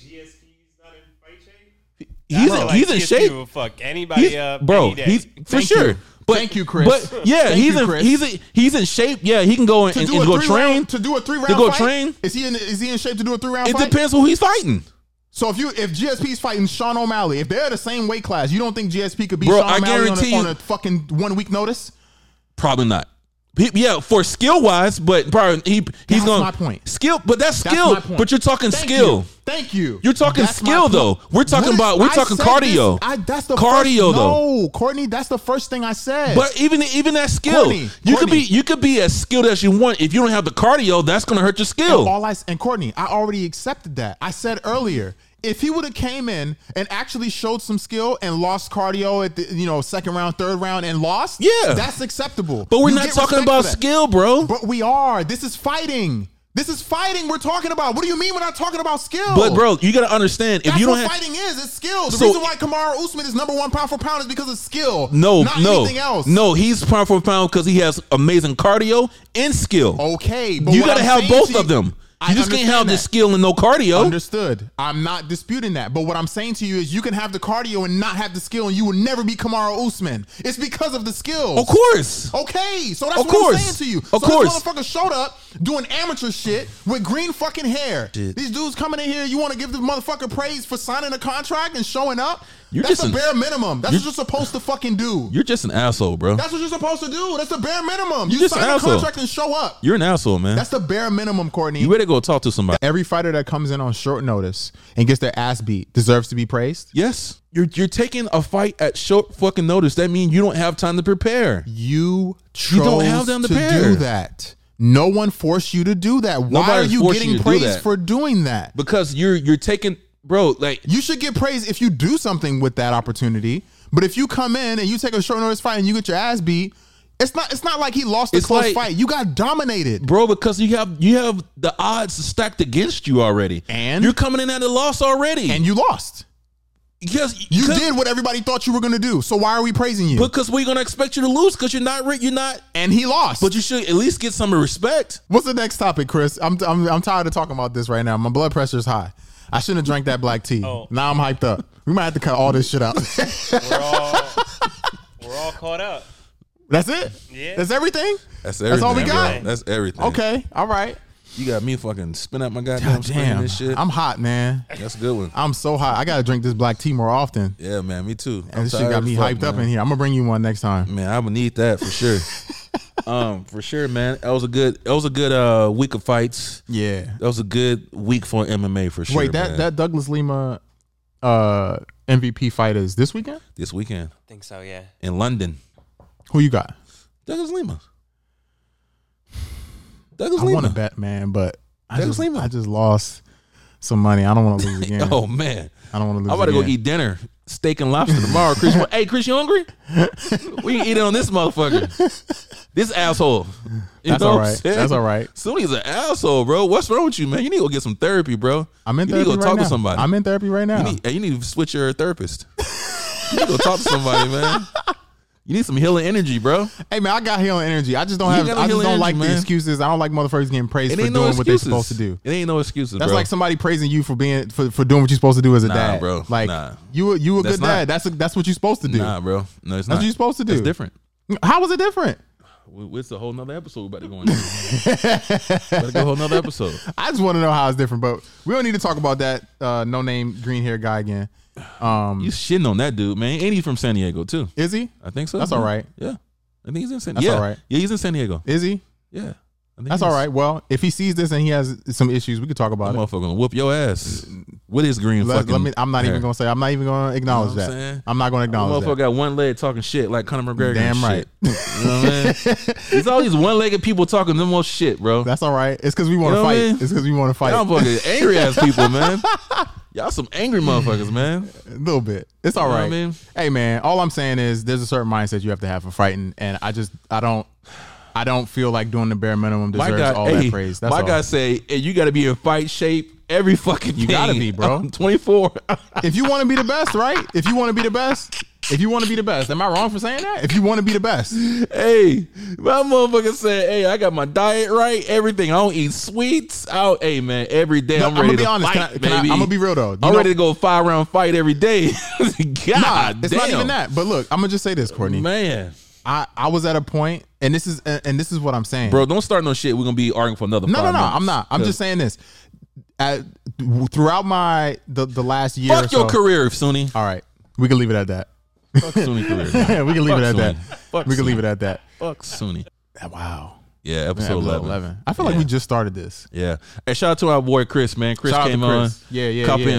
Speaker 3: GSP's not in fight shape.
Speaker 1: He's
Speaker 3: I feel like
Speaker 1: he's in
Speaker 3: GSP
Speaker 1: shape,
Speaker 3: Will fuck anybody
Speaker 1: he's,
Speaker 3: up,
Speaker 1: bro.
Speaker 3: any day.
Speaker 1: He's for
Speaker 2: uh, Thank
Speaker 1: sure.
Speaker 2: you.
Speaker 1: But
Speaker 2: Thank you, Chris.
Speaker 1: But yeah,
Speaker 2: Thank
Speaker 1: he's
Speaker 2: you,
Speaker 1: in
Speaker 2: Chris.
Speaker 1: he's in, he's in shape. Yeah, he can go and,
Speaker 2: To
Speaker 1: and,
Speaker 2: do a
Speaker 1: go
Speaker 2: three
Speaker 1: train.
Speaker 2: round, to do a three round.
Speaker 1: go
Speaker 2: fight,
Speaker 1: train.
Speaker 2: Is he in? Is he in shape to do a three round?
Speaker 1: it
Speaker 2: fight?
Speaker 1: depends who he's fighting,
Speaker 2: So if you if GSP's fighting Sean O'Malley, if they're the same weight class, you don't think GSP could beat
Speaker 1: Bro,
Speaker 2: Sean
Speaker 1: I
Speaker 2: O'Malley on a-
Speaker 1: guarantee you-
Speaker 2: on a fucking one week notice?
Speaker 1: probably not. He- yeah, for skill wise, but probably he he's
Speaker 2: That's
Speaker 1: going
Speaker 2: my point.
Speaker 1: skill, but that's
Speaker 2: That's
Speaker 1: skill.
Speaker 2: my point.
Speaker 1: but you're talking
Speaker 2: Thank
Speaker 1: skill.
Speaker 2: You. Thank you.
Speaker 1: You're talking
Speaker 2: That's my
Speaker 1: skill,
Speaker 2: point.
Speaker 1: though. We're talking
Speaker 2: What
Speaker 1: about- we're
Speaker 2: I
Speaker 1: talking
Speaker 2: said
Speaker 1: cardio.
Speaker 2: this- I, that's the
Speaker 1: Cardio,
Speaker 2: first,
Speaker 1: though.
Speaker 2: No, Courtney, that's the first thing I said.
Speaker 1: But even even that skill,
Speaker 2: Courtney,
Speaker 1: you could be
Speaker 2: Courtney.
Speaker 1: you could be as skilled as you want. If you don't have the cardio, that's gonna hurt your skill.
Speaker 2: all I and Courtney, I already accepted that. I said earlier, if he would have came in and actually showed some skill and lost cardio at the you know second round, third round, and lost,
Speaker 1: Yeah.
Speaker 2: that's acceptable.
Speaker 1: but we're
Speaker 2: You
Speaker 1: not
Speaker 2: get
Speaker 1: talking
Speaker 2: respect
Speaker 1: about
Speaker 2: for that.
Speaker 1: skill, bro.
Speaker 2: But we are. This is fighting. This is fighting. We're talking about. What do you mean we're not talking about skill?
Speaker 1: But bro, you gotta understand if
Speaker 2: That's
Speaker 1: you don't
Speaker 2: what
Speaker 1: have
Speaker 2: fighting is. It's skill. The
Speaker 1: So-
Speaker 2: reason why Kamara Usman is number one pound for pound is because of skill.
Speaker 1: no
Speaker 2: not
Speaker 1: no
Speaker 2: anything else.
Speaker 1: no, he's pound for pound because he has amazing cardio and skill.
Speaker 2: Okay, Oh, but
Speaker 1: you
Speaker 2: what
Speaker 1: gotta
Speaker 2: I'm
Speaker 1: have
Speaker 2: saying
Speaker 1: both
Speaker 2: to
Speaker 1: of them.
Speaker 2: I
Speaker 1: You just can't
Speaker 2: understand
Speaker 1: have the
Speaker 2: that.
Speaker 1: skill and no cardio.
Speaker 2: Understood. I'm not disputing that. But what I'm saying to you is you can have the cardio and not have the skill, and you will never be Kamara Usman. It's because of the skill.
Speaker 1: of course.
Speaker 2: Okay, so that's
Speaker 1: Of
Speaker 2: what
Speaker 1: course.
Speaker 2: I'm saying to you.
Speaker 1: Of
Speaker 2: so
Speaker 1: course.
Speaker 2: this motherfucker showed up doing amateur shit with green fucking hair. These dudes coming in here, you want to give this motherfucker praise for signing a contract and showing up?
Speaker 1: You're just
Speaker 2: that's the
Speaker 1: an-
Speaker 2: bare minimum. That's
Speaker 1: you're-
Speaker 2: what you're supposed to fucking do.
Speaker 1: You're just an asshole, bro.
Speaker 2: that's what you're supposed to do. That's the bare minimum. You,
Speaker 1: just
Speaker 2: sign
Speaker 1: an
Speaker 2: a
Speaker 1: asshole.
Speaker 2: contract and show up.
Speaker 1: You're an asshole, man.
Speaker 2: That's the bare minimum, Courtney.
Speaker 1: you better go talk to somebody.
Speaker 2: Every fighter that comes in on short notice and gets their ass beat deserves to be praised.
Speaker 1: Yes. You're you're taking a fight at short fucking notice. That means you don't have time to prepare.
Speaker 2: You chose
Speaker 1: don't have them to
Speaker 2: to,
Speaker 1: pair.
Speaker 2: do that. No one forced you to do that. Why
Speaker 1: Nobody
Speaker 2: are you
Speaker 1: forced you
Speaker 2: getting
Speaker 1: to do
Speaker 2: praise
Speaker 1: that.
Speaker 2: for doing that?
Speaker 1: Because you're you're taking bro, like
Speaker 2: You should get praise if you do something with that opportunity. But if you come in and you take a short notice fight and you get your ass beat, it's not it's not like he lost a
Speaker 1: It's
Speaker 2: close
Speaker 1: like-
Speaker 2: fight. You got dominated.
Speaker 1: bro because you have you have the odds stacked against you already
Speaker 2: And?
Speaker 1: you're coming in at a loss already
Speaker 2: And you lost.
Speaker 1: because
Speaker 2: You
Speaker 1: because-
Speaker 2: did what everybody thought you were gonna do. So why are we praising you?
Speaker 1: because we're gonna expect you to lose because you're not re- you're not
Speaker 2: and he lost.
Speaker 1: but you should at least get some respect
Speaker 2: What's the next topic, Chris? I'm, I'm I'm tired of talking about this right now. My blood pressure is high. I shouldn't have drank that black tea.
Speaker 3: Oh.
Speaker 2: Now I'm hyped up. We might have to cut all this shit out.
Speaker 3: we're all we're all caught up.
Speaker 2: [LAUGHS] That's it.
Speaker 3: Yeah.
Speaker 2: That's everything.
Speaker 1: That's everything.
Speaker 2: That's all we
Speaker 1: bro.
Speaker 2: got?
Speaker 1: That's everything.
Speaker 2: Okay. All right.
Speaker 1: You got me fucking spin out my goddamn
Speaker 2: God
Speaker 1: spin
Speaker 2: damn.
Speaker 1: and shit.
Speaker 2: I'm hot, man.
Speaker 1: That's a good one.
Speaker 2: I'm so hot. I gotta drink this black tea more often.
Speaker 1: Yeah, man. Me too.
Speaker 2: And this shit got me hyped up in here. I'm gonna bring you one next time.
Speaker 1: Man, I'm gonna need that for
Speaker 2: [LAUGHS]
Speaker 1: sure. um, for sure, man. That was a good. That was a good uh week of fights.
Speaker 2: Yeah.
Speaker 1: That was a good week for MMA for sure.
Speaker 2: Wait, that
Speaker 1: man.
Speaker 2: that Douglas Lima uh MVP fight is this weekend?
Speaker 1: this weekend
Speaker 3: think so, yeah.
Speaker 1: in London,
Speaker 2: Who you got?
Speaker 1: Douglas Lima. Douglas
Speaker 2: I want
Speaker 1: Lima.
Speaker 2: to bet, man, but I
Speaker 1: Douglas
Speaker 2: just,
Speaker 1: Lima.
Speaker 2: I just lost some money. I don't want to lose
Speaker 1: [LAUGHS]
Speaker 2: again.
Speaker 1: Oh man,
Speaker 2: I don't want to lose.
Speaker 1: I'm about to go
Speaker 2: again.
Speaker 1: eat dinner, steak and lobster tomorrow.
Speaker 2: [LAUGHS]
Speaker 1: Chris, hey Chris, you hungry? We can eat it on this motherfucker. This asshole. You
Speaker 2: That's
Speaker 1: know
Speaker 2: all
Speaker 1: what I'm
Speaker 2: right.
Speaker 1: saying?
Speaker 2: That's all right.
Speaker 1: Sunni's an asshole, bro. What's wrong with you, man? You need to go get some therapy, bro.
Speaker 2: I'm in
Speaker 1: you
Speaker 2: therapy
Speaker 1: need to go
Speaker 2: right
Speaker 1: talk
Speaker 2: now.
Speaker 1: to somebody.
Speaker 2: I'm in therapy right now.
Speaker 1: you, need, and you need to switch your therapist. you need to go talk to somebody, man. You need some healing energy, bro.
Speaker 2: hey man, I got healing energy. I just don't
Speaker 1: You
Speaker 2: have.
Speaker 1: got no
Speaker 2: I just
Speaker 1: healing
Speaker 2: don't like
Speaker 1: energy,
Speaker 2: the
Speaker 1: man.
Speaker 2: excuses. I don't like motherfuckers getting praised
Speaker 1: It
Speaker 2: for
Speaker 1: ain't
Speaker 2: doing
Speaker 1: no excuses.
Speaker 2: what they're supposed to do.
Speaker 1: It ain't no excuses,
Speaker 2: That's
Speaker 1: bro.
Speaker 2: like somebody praising you for being for, for doing what you're supposed to do as a
Speaker 1: Nah,
Speaker 2: dad,
Speaker 1: bro.
Speaker 2: Like
Speaker 1: Nah.
Speaker 2: you, a- you a
Speaker 1: That's
Speaker 2: good
Speaker 1: not-
Speaker 2: dad. That's a, that's what you're supposed to do.
Speaker 1: nah, bro. No, it's not.
Speaker 2: That's what you're supposed to do.
Speaker 1: It's different.
Speaker 2: How was it different?
Speaker 1: We- It's a whole nother episode we about to
Speaker 2: [LAUGHS]
Speaker 1: go into. about to go a whole nother episode.
Speaker 2: I just want to know how it's different, but we don't need to talk about that uh, no name green hair guy again.
Speaker 1: [LAUGHS]
Speaker 2: Um,
Speaker 1: You shitting on that dude, man. And he's from San Diego too.
Speaker 2: is he?
Speaker 1: I think so.
Speaker 2: That's
Speaker 1: man.
Speaker 2: all right.
Speaker 1: Yeah. I think he's in San
Speaker 2: That's
Speaker 1: Diego. yeah.
Speaker 2: all right.
Speaker 1: Yeah, he's in San Diego.
Speaker 2: Is he?
Speaker 1: Yeah. I think
Speaker 2: That's
Speaker 1: he's-
Speaker 2: all right. Well, if he sees this and he has some issues, we could talk
Speaker 1: That
Speaker 2: about it.
Speaker 1: motherfucker gonna whoop your ass with his green
Speaker 2: Let,
Speaker 1: fucking.
Speaker 2: let me. I'm not
Speaker 1: hair.
Speaker 2: even gonna say. I'm not even gonna acknowledge
Speaker 1: You know what I'm saying?
Speaker 2: that. I'm not gonna acknowledge
Speaker 1: Motherfucker
Speaker 2: that.
Speaker 1: got one leg talking shit like Conor McGregor.
Speaker 2: Damn
Speaker 1: and
Speaker 2: right.
Speaker 1: Shit. [LAUGHS] You know what I mean?
Speaker 2: [LAUGHS]
Speaker 1: It's all these one legged people talking the most shit, bro.
Speaker 2: That's all right. It's because we want
Speaker 1: You
Speaker 2: to
Speaker 1: know what
Speaker 2: fight.
Speaker 1: I mean?
Speaker 2: It's because we want to fight
Speaker 1: Y'all fucking
Speaker 2: [LAUGHS]
Speaker 1: angry ass people, man. Y'all some angry motherfuckers,
Speaker 2: [LAUGHS]
Speaker 1: man.
Speaker 2: a little bit. It's all
Speaker 1: You know what
Speaker 2: right.
Speaker 1: I mean?
Speaker 2: Hey man, all I'm saying is there's a certain mindset you have to have for fighting, and I just I don't I don't feel like doing the bare minimum
Speaker 1: My
Speaker 2: deserves
Speaker 1: guy,
Speaker 2: all
Speaker 1: hey,
Speaker 2: that praise. That's
Speaker 1: my
Speaker 2: all.
Speaker 1: guy say, hey, you got to be in fight shape every fucking. You
Speaker 2: gotta be, bro.
Speaker 1: Twenty four.
Speaker 2: if you want to be the best, right? If you want to be the best, if you want to be the best, am I wrong for saying that? If you want to be the
Speaker 1: [LAUGHS]
Speaker 2: best,
Speaker 1: [LAUGHS] Hey, my motherfucker said, "Hey, I got my diet right, everything. I don't eat sweets. Out, hey man, every day I'm
Speaker 2: I'ma
Speaker 1: ready
Speaker 2: be
Speaker 1: to
Speaker 2: honest. Can
Speaker 1: fight,
Speaker 2: I- can I-
Speaker 1: baby.
Speaker 2: I'ma be real, though. You
Speaker 1: I'm
Speaker 2: know-
Speaker 1: ready to go five round fight every day. [LAUGHS] God,
Speaker 2: it's
Speaker 1: damn.
Speaker 2: not even that. But look, I'm gonna just say this, Courtney.
Speaker 1: man,
Speaker 2: I I was at a point, and this is and this is what I'm saying,
Speaker 1: bro. Don't start no shit. We're gonna be arguing for another.
Speaker 2: No,
Speaker 1: five
Speaker 2: no, no.
Speaker 1: minutes.
Speaker 2: I'm not. I'm just saying this. At, throughout my the the last year,
Speaker 1: Fuck
Speaker 2: or
Speaker 1: your
Speaker 2: so-
Speaker 1: career, Suni.
Speaker 2: All right, we can leave it at that.
Speaker 1: Fuck Suni career. man.
Speaker 2: [LAUGHS] we can leave it at
Speaker 1: Fuck
Speaker 2: that.
Speaker 1: Suni. Fuck
Speaker 2: we can leave
Speaker 1: Suni.
Speaker 2: it at that.
Speaker 1: Fuck Suni.
Speaker 2: Wow.
Speaker 1: Yeah, episode,
Speaker 2: Episode
Speaker 1: 11.
Speaker 2: 11. I feel like
Speaker 1: Yeah.
Speaker 2: we just started this.
Speaker 1: Yeah. Hey, shout out to our boy Chris, man. Chris
Speaker 2: Shout out to
Speaker 1: came on.
Speaker 2: Chris. Yeah, yeah,
Speaker 1: Copy
Speaker 2: yeah.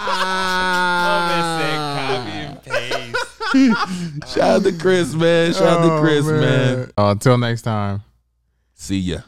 Speaker 2: Ah.
Speaker 1: and paste.
Speaker 3: Moment said copy and paste.
Speaker 2: Oh,
Speaker 1: Shout out to Chris, man. Shout out to Chris, man.
Speaker 2: Uh, until next Oh, time.
Speaker 1: See ya.